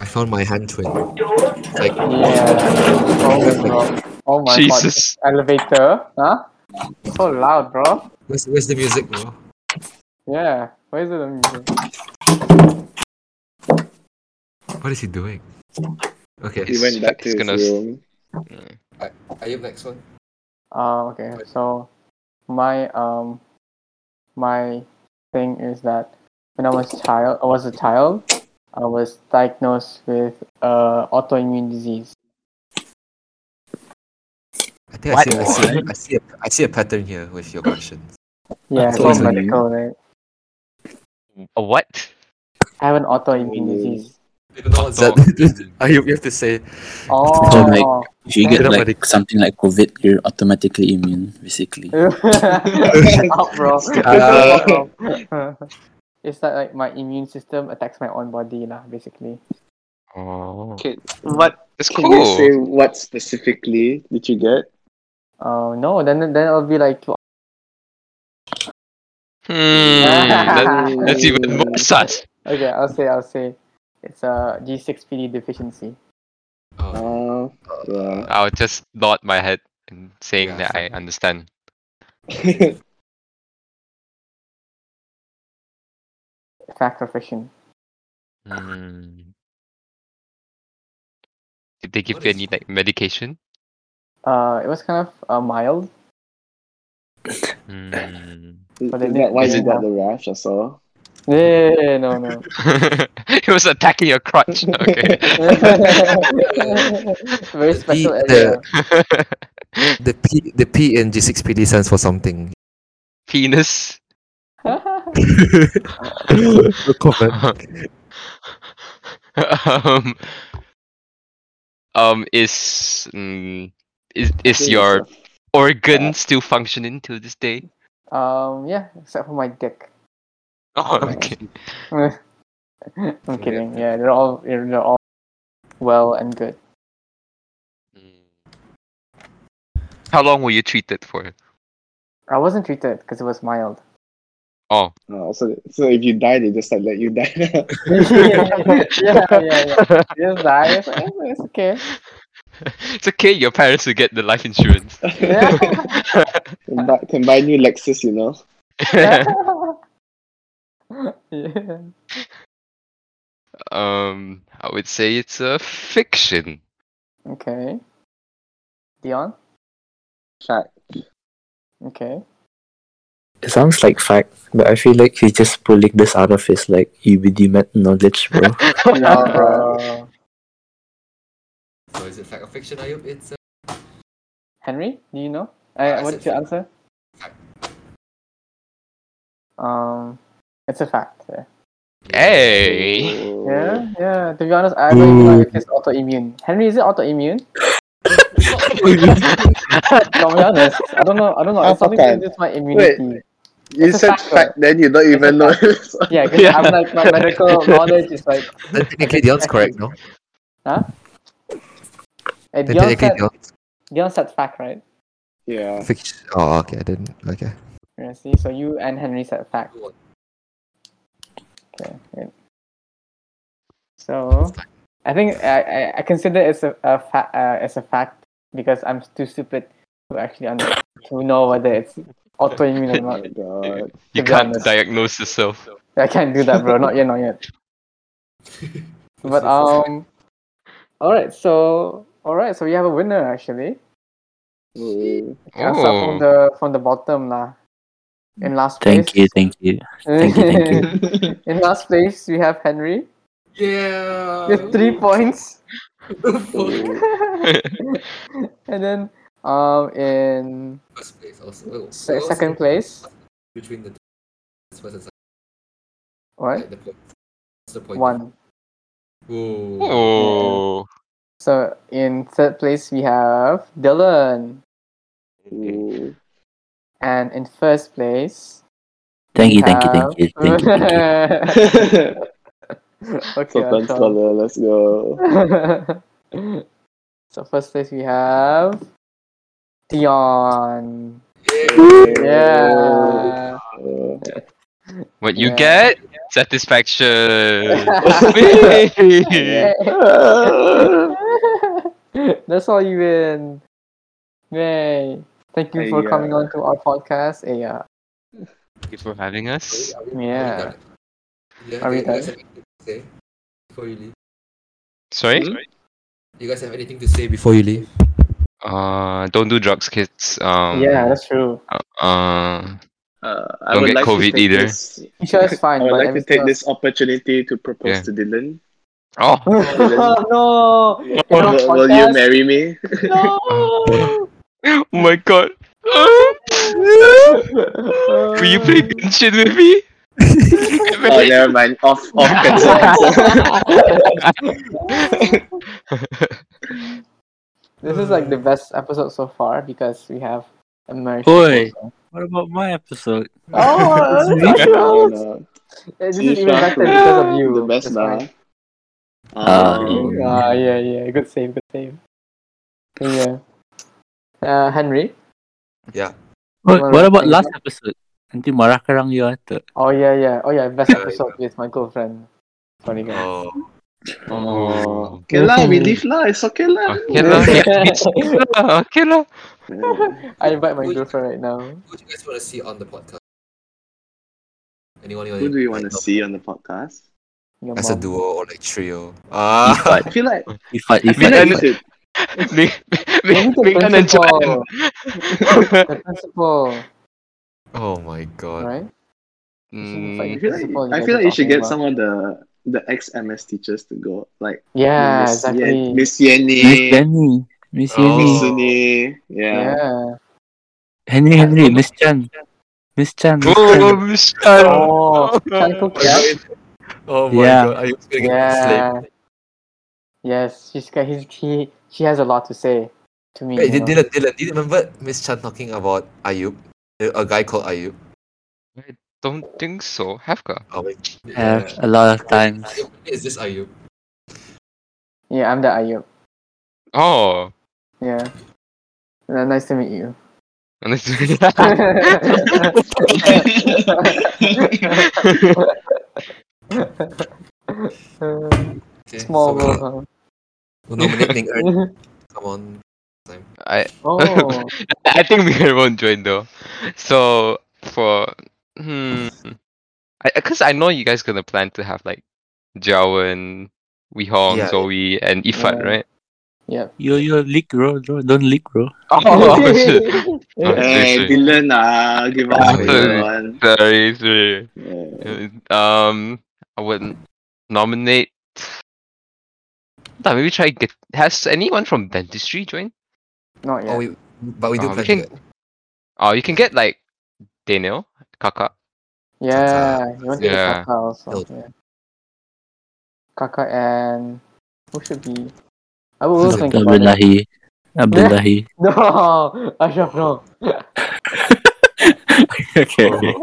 Speaker 2: I found my hand twin.
Speaker 1: Yeah. Oh, my God. Oh my
Speaker 3: Jesus.
Speaker 1: god. Elevator? Huh? So loud, bro.
Speaker 2: Where's, where's the music, bro?
Speaker 1: Yeah. Where's the music?
Speaker 2: What is he doing? Okay,
Speaker 4: He went back to
Speaker 3: He's
Speaker 4: his
Speaker 3: gonna s-
Speaker 4: room.
Speaker 2: are you next one?
Speaker 1: Uh, okay. So my um my thing is that when I was child I was a child, I was diagnosed with uh autoimmune disease.
Speaker 2: I think I see, I, see, I, see a, I see a pattern here with your *laughs* questions.
Speaker 1: Yeah, it's all
Speaker 2: So it's a-
Speaker 1: medical, right?
Speaker 3: A what?
Speaker 1: I have an autoimmune disease.
Speaker 2: *laughs*
Speaker 3: that-
Speaker 2: you, have to say
Speaker 1: Oh,
Speaker 6: like- If you get
Speaker 2: Yeah, but
Speaker 6: like something like COVID, you're automatically immune,
Speaker 1: *laughs*
Speaker 6: basically.
Speaker 1: Shut up, Oh, bro.
Speaker 2: Uh.
Speaker 1: it's that like my immune system attacks my own body, lah. Basically,
Speaker 3: Oh,
Speaker 4: What
Speaker 3: that's
Speaker 4: can you say?
Speaker 3: cool.
Speaker 4: What specifically did you get?
Speaker 1: uh, no, then then it'll be like you-
Speaker 3: Hmm,
Speaker 4: *laughs*
Speaker 3: *laughs* that- that's even more sus.
Speaker 1: okay. I'll say I'll say it's a D6PD deficiency.
Speaker 2: Oh.
Speaker 4: Uh, yeah.
Speaker 3: I'll just nod my head and saying
Speaker 2: Yeah,
Speaker 3: that I
Speaker 2: fine.
Speaker 3: understand.
Speaker 1: Fact or fiction?
Speaker 3: Hmm. Did they give
Speaker 2: What
Speaker 3: you
Speaker 2: is-
Speaker 3: any like medication?
Speaker 1: Uh, it was kind of uh, mild.
Speaker 2: *laughs*
Speaker 3: Hmm. *laughs*
Speaker 4: Is
Speaker 1: But then
Speaker 4: is that why
Speaker 1: is
Speaker 4: you
Speaker 1: it-
Speaker 4: got the rash or so?
Speaker 1: Yeah, yeah, yeah, no, *laughs* no.
Speaker 3: he was attacking your crotch. *laughs* Okay.
Speaker 1: Very special area.
Speaker 2: the P the P in G6PD stands
Speaker 1: *laughs*
Speaker 2: for something. *laughs*
Speaker 3: Penis. *laughs* um, um, is mm, is is your organ still functioning till this
Speaker 1: *laughs*
Speaker 3: day?
Speaker 1: *laughs* um, yeah, except for my dick.
Speaker 3: Oh, okay.
Speaker 1: I'm kidding. Yeah, they're all they're all well and good.
Speaker 3: Mm. How long were you treated for?
Speaker 1: I wasn't treated because it was mild. *laughs*
Speaker 3: Oh, *laughs*
Speaker 4: Oh, so, so if you die, they just like let you die. *laughs*
Speaker 1: yeah, yeah, yeah. You just die. It's, like, "Oh, it's okay.
Speaker 3: it's okay. Your parents will get the
Speaker 1: *laughs*
Speaker 3: life insurance. *laughs*
Speaker 1: Yeah.
Speaker 4: can, buy, can buy new Lexus, you know.
Speaker 1: yeah.
Speaker 3: um, I would say it's a fiction.
Speaker 1: *laughs* Okay. Dion.
Speaker 4: Fact.
Speaker 1: Okay.
Speaker 7: It sounds like fact, but I feel like he's just pulling this out of his like UBD math knowledge, bro.
Speaker 4: No,
Speaker 1: Uh,
Speaker 2: *laughs* So is it fact or fiction, Ayub? It's uh,
Speaker 1: Henry, do you know? Uh,
Speaker 2: I said
Speaker 1: what's your answer? Um, it's a fact. Yeah.
Speaker 3: Hey.
Speaker 4: Oh.
Speaker 1: Yeah, yeah. To be honest, I don't even know if it's autoimmune. Henry, is it *laughs* autoimmune? no, be honest. I don't know. I don't know.
Speaker 4: Ah,
Speaker 1: It's something to
Speaker 4: fuck.
Speaker 1: do with my immunity.
Speaker 4: You
Speaker 1: It's a
Speaker 4: said
Speaker 1: fact,
Speaker 4: fact, then you don't even know. *laughs*
Speaker 1: *laughs* Yeah, because I'm like my medical knowledge is like.
Speaker 2: Then technically Dion's correct, *laughs* no?
Speaker 1: Uh,
Speaker 2: Then
Speaker 1: Dion
Speaker 2: technically
Speaker 1: said,
Speaker 2: Dion's
Speaker 1: Dion said fact, right?
Speaker 4: yeah.
Speaker 2: fiction. Oh, okay. I didn't. Okay.
Speaker 1: Yeah, see, so you and Henry said fact. Okay, wait. So, I think I, I, I consider it's a, a fa- uh, as a fact because I'm too stupid to actually under- to know whether it's autoimmune or not.
Speaker 4: Oh
Speaker 3: *laughs*
Speaker 4: my god.
Speaker 1: To be
Speaker 3: You can't
Speaker 1: honest.
Speaker 3: diagnose yourself.
Speaker 1: I can't do that, bro. Not yet, not yet. But um, all right. So All right, so we have a winner actually.
Speaker 4: Uh,
Speaker 1: Yeah, start from
Speaker 3: Oh.
Speaker 1: the from the bottom lah. In last
Speaker 6: *laughs* Thank you,
Speaker 1: place.
Speaker 6: thank you. thank you, thank you.
Speaker 1: *laughs* In last place, we have Henry
Speaker 2: Yeah.
Speaker 1: with three points,
Speaker 2: First
Speaker 1: *laughs* and then um in
Speaker 2: place Oh, also. Wait,
Speaker 1: se-
Speaker 2: also
Speaker 1: second place,
Speaker 2: Between the first and second,
Speaker 1: what
Speaker 2: like, the point. What's the point?
Speaker 1: one.
Speaker 2: Whoa.
Speaker 1: *laughs*
Speaker 3: Oh,
Speaker 1: So in third place we have Dylan,
Speaker 4: uh,
Speaker 1: and in first place.
Speaker 6: Thank you,
Speaker 1: we
Speaker 6: thank you, thank you, thank you, thank
Speaker 5: *laughs*
Speaker 6: you.
Speaker 1: have- *laughs* okay, I'll
Speaker 4: Sultan
Speaker 1: try.
Speaker 4: Scholar, let's *laughs* go.
Speaker 1: *laughs* so first place we have Dion. Yeah.
Speaker 4: Uh,
Speaker 3: what you
Speaker 1: Yeah.
Speaker 3: get?
Speaker 1: *laughs*
Speaker 3: Satisfaction.
Speaker 1: Yay.
Speaker 3: Whee!
Speaker 1: *laughs* That's all you win. Yay. Thank you for
Speaker 4: Hey,
Speaker 1: coming on
Speaker 4: uh,
Speaker 1: to our podcast. Hey, uh,
Speaker 3: Thank you for having us.
Speaker 2: Are we- are we
Speaker 1: Yeah.
Speaker 2: done? Yeah,
Speaker 1: Are we
Speaker 2: you guys
Speaker 1: done?
Speaker 2: have anything to say before you leave?
Speaker 3: Sorry?
Speaker 2: You guys have anything to say before you leave?
Speaker 3: Uh, don't do drugs, kids. Um,
Speaker 1: yeah, that's true.
Speaker 3: Uh,
Speaker 4: Uh, I
Speaker 3: Don't
Speaker 4: would
Speaker 3: get
Speaker 4: like to
Speaker 3: COVID
Speaker 4: take
Speaker 3: either.
Speaker 4: this-
Speaker 1: Sure, it's fine.
Speaker 4: *laughs* I would
Speaker 1: but
Speaker 4: like to
Speaker 1: everything
Speaker 4: take *laughs* this
Speaker 1: else-
Speaker 4: opportunity to
Speaker 3: Yeah.
Speaker 4: propose to Dylan.
Speaker 3: oh,
Speaker 1: oh, *laughs* no.
Speaker 4: *laughs*
Speaker 1: In our
Speaker 4: Will, will you
Speaker 1: podcast?
Speaker 4: marry me? *laughs*
Speaker 1: No.
Speaker 3: oh *laughs* my god. *laughs* Will you play Genshin with me?
Speaker 4: oh, never mind. Off,
Speaker 1: *laughs*
Speaker 4: off, cancel, cancel.
Speaker 1: *laughs* This is like the best episode so far because we have immersion.
Speaker 6: Oi. What about my episode?
Speaker 4: *laughs*
Speaker 1: Oh, that's
Speaker 4: no,
Speaker 1: awesome.
Speaker 4: no.
Speaker 1: This is
Speaker 4: See,
Speaker 1: even
Speaker 4: Shah, *laughs*
Speaker 1: better
Speaker 4: who-
Speaker 1: because of you.
Speaker 4: The best Um,
Speaker 1: That's
Speaker 4: now.
Speaker 1: why.
Speaker 6: Uh,
Speaker 1: Ah, yeah, yeah. Good save, good save. Yeah. Uh, Henry.
Speaker 2: Yeah.
Speaker 6: What,
Speaker 1: Well,
Speaker 6: what about
Speaker 1: thank
Speaker 6: last episode? Nanti marah karang you ata.
Speaker 1: Oh yeah, yeah. Oh yeah. Best episode with my girlfriend. Sorry guys.
Speaker 2: Oh.
Speaker 3: oh.
Speaker 4: Okay lah, we leave lah. It's okay lah.
Speaker 3: Okay Ah, lah.
Speaker 1: *laughs*
Speaker 3: yeah, Okay lah.
Speaker 1: I invite my girlfriend right now.
Speaker 2: Who do you guys want to see on the podcast? Anyone? you
Speaker 4: *laughs* Who do you want to see on the podcast?
Speaker 1: Your
Speaker 2: As a
Speaker 1: mom.
Speaker 2: duo or like trio? Ah.
Speaker 6: Ifat,
Speaker 4: I feel like, I
Speaker 6: ifat,
Speaker 4: feel
Speaker 6: ifat.
Speaker 4: like you
Speaker 3: Dylan-
Speaker 4: should.
Speaker 3: Big,
Speaker 1: Maybe
Speaker 3: big,
Speaker 1: the
Speaker 3: big and
Speaker 1: principal.
Speaker 3: Joanne.
Speaker 1: *laughs* The principal,
Speaker 2: *laughs* oh my god.
Speaker 1: right?
Speaker 4: I
Speaker 3: Mm,
Speaker 4: feel
Speaker 1: Principal,
Speaker 4: like, I
Speaker 1: you guys
Speaker 4: feel like
Speaker 1: are
Speaker 4: you should get
Speaker 1: talking
Speaker 4: some of the the ex MS teachers to go. Like
Speaker 1: Yeah,
Speaker 4: Miss Yen-
Speaker 1: exactly.
Speaker 4: Miss Yenny,
Speaker 6: Miss Jenny, Miss
Speaker 2: Oh.
Speaker 4: Miss
Speaker 6: Jenny,
Speaker 4: Suni. Yeah.
Speaker 1: yeah. *laughs*
Speaker 6: Henry, Henry, Miss Chan, Miss Chan. Miss
Speaker 3: oh,
Speaker 6: Chan.
Speaker 3: Miss Chan.
Speaker 1: Oh, Chan Cook, yeah.
Speaker 2: Oh my
Speaker 6: Yeah.
Speaker 2: god. Are you just gonna get
Speaker 1: Yeah.
Speaker 2: slayed?
Speaker 1: Yes, she's got. He's, he she has a lot to say to me.
Speaker 2: Wait,
Speaker 1: you
Speaker 2: did
Speaker 1: know.
Speaker 2: Dylan, Dylan, do you remember Miss Chan talking about Ayub? A a guy called Ayub.
Speaker 3: Don't think so. Hefka.
Speaker 2: Oh, wait.
Speaker 6: Have a lot of times.
Speaker 2: Ayub, Is this Ayub?
Speaker 1: Yeah, I'm the Ayub.
Speaker 3: Oh. *laughs*
Speaker 1: Yeah. Uh, nice to meet you.
Speaker 3: And it's-
Speaker 1: *laughs*
Speaker 2: Okay,
Speaker 1: Small
Speaker 2: so
Speaker 1: world.
Speaker 2: we'll,
Speaker 1: huh?
Speaker 2: *laughs* we'll nominate Ning
Speaker 1: *laughs*
Speaker 2: Er. Come on.
Speaker 3: I,
Speaker 1: oh,
Speaker 3: I think *laughs* Miguel won't join though. So for hmm, I because I know you guys gonna plan to have like Jiawen, Weehong,
Speaker 2: Yeah.
Speaker 3: Zoe, and Ifat,
Speaker 1: Yeah.
Speaker 3: right?
Speaker 6: Yo, yo, leak, bro, bro. Don't leak, bro.
Speaker 1: *laughs*
Speaker 3: *laughs* Oh shit! Oh,
Speaker 4: *laughs* Hey,
Speaker 3: sorry,
Speaker 4: Dylan, ah, give up on
Speaker 2: Oh,
Speaker 4: that
Speaker 3: sorry.
Speaker 4: one.
Speaker 3: sorry, sorry.
Speaker 4: Yeah.
Speaker 3: Uh, Um, I would nominate. Nah, maybe try get. Has anyone from dentistry joined?
Speaker 1: not yet.
Speaker 2: Oh, we, but we do
Speaker 3: Uh, we
Speaker 2: plan
Speaker 3: can-
Speaker 2: to get-
Speaker 3: Oh, you can get like Daniel, Kaka. *laughs*
Speaker 1: yeah, you want to get
Speaker 3: Yeah.
Speaker 1: Kaka also. Yeah. Kaka and who should be? I will we'll think about it.
Speaker 6: Abdullahi, Abdullahi.
Speaker 1: *laughs* No, Ashraf, no.
Speaker 6: *laughs* okay, okay.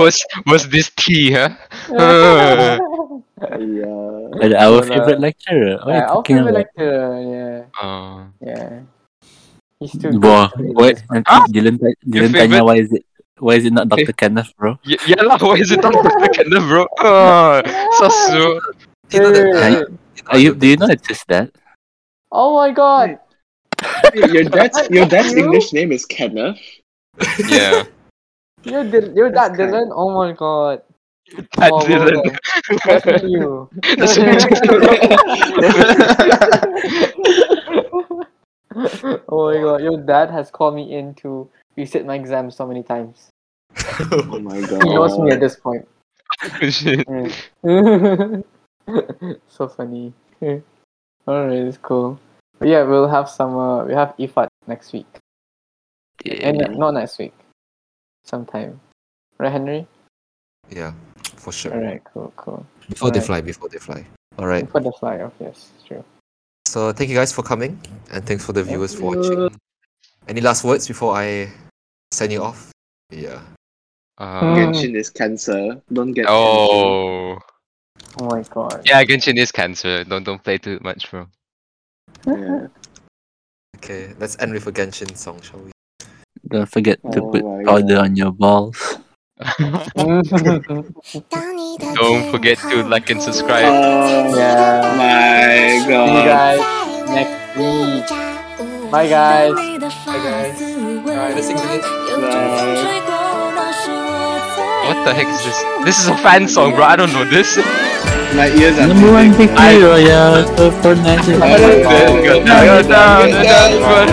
Speaker 3: was was this tea, huh? Uh,
Speaker 4: Yeah.
Speaker 6: And our
Speaker 1: Abdullah.
Speaker 6: favorite lecturer. What are you
Speaker 1: yeah, I'll
Speaker 6: talking
Speaker 1: feel
Speaker 6: about?
Speaker 1: like the
Speaker 3: uh,
Speaker 1: yeah, yeah. He's too good
Speaker 6: Boah,
Speaker 1: to be *laughs*
Speaker 6: what?
Speaker 1: this.
Speaker 6: Nanti
Speaker 3: Ah!
Speaker 6: Dylan, ta-
Speaker 3: Your
Speaker 6: Dylan tanya why is it why is it not Dr. Kenneth, bro?
Speaker 3: y- yeah, lah, why is it not the second, bro? Uh, so so.
Speaker 2: Do you know that,
Speaker 1: Hey.
Speaker 2: uh,
Speaker 3: Ah,
Speaker 6: Are you? Do you not notice that?
Speaker 1: Oh my god!
Speaker 2: *laughs*
Speaker 4: Your dad's your
Speaker 1: *laughs*
Speaker 4: dad's
Speaker 1: You?
Speaker 4: English name is
Speaker 1: *laughs*
Speaker 4: Kenneth. *laughs*
Speaker 3: Yeah. *laughs*
Speaker 1: You're, Dil- you're that
Speaker 4: That's kind.
Speaker 1: Dylan? Oh my god. Oh,
Speaker 3: That
Speaker 1: Wow, wow,
Speaker 3: Dylan.
Speaker 1: wow.
Speaker 3: Ah.
Speaker 1: Nice to meet you.
Speaker 3: That's-
Speaker 1: *laughs* oh my god, your dad has called me in to resit my exam so many times.
Speaker 4: Oh *laughs* my god.
Speaker 1: He knows me at this point. *laughs*
Speaker 3: Shit.
Speaker 1: Mm. so funny. *laughs* Alright, it's cool. But yeah, we'll have some. Uh, we have Ifat next week, and
Speaker 3: yeah.
Speaker 1: not next week, sometime. Right, Henry?
Speaker 2: for sure.
Speaker 1: Alright, cool, cool.
Speaker 2: Before they
Speaker 1: alright.
Speaker 2: fly, before they fly. All right.
Speaker 1: For the fly off, yes, it's true.
Speaker 2: So thank you guys for coming, and thanks for the
Speaker 1: Thank
Speaker 2: viewers for
Speaker 1: you.
Speaker 2: watching. Any last words before I send you off? Yeah.
Speaker 3: Um,
Speaker 4: Genshin is cancer. Don't get
Speaker 3: oh.
Speaker 1: Oh my god.
Speaker 3: Yeah, Genshin is cancer. Don't don't play too much, bro.
Speaker 4: cancer. Yeah.
Speaker 2: Okay, let's end with a Genshin song, shall we?
Speaker 6: Don't forget to
Speaker 4: Oh
Speaker 6: put
Speaker 4: my
Speaker 6: powder on your balls.
Speaker 1: *laughs*
Speaker 2: *laughs*
Speaker 3: don't forget to like and subscribe.
Speaker 4: Oh
Speaker 1: Yeah.
Speaker 4: my
Speaker 1: See you
Speaker 4: god.
Speaker 1: guys next week. Bye guys.
Speaker 2: Alright, let's sing to it.
Speaker 3: What the heck is this? This is a fan song, bro. I don't know this.
Speaker 4: My ears are
Speaker 6: Number one
Speaker 4: bleeding.
Speaker 6: victory royale for Fortnite.
Speaker 4: Oh my God.
Speaker 3: Down, down, down, down, down,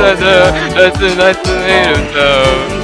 Speaker 3: down, down, down, down, down.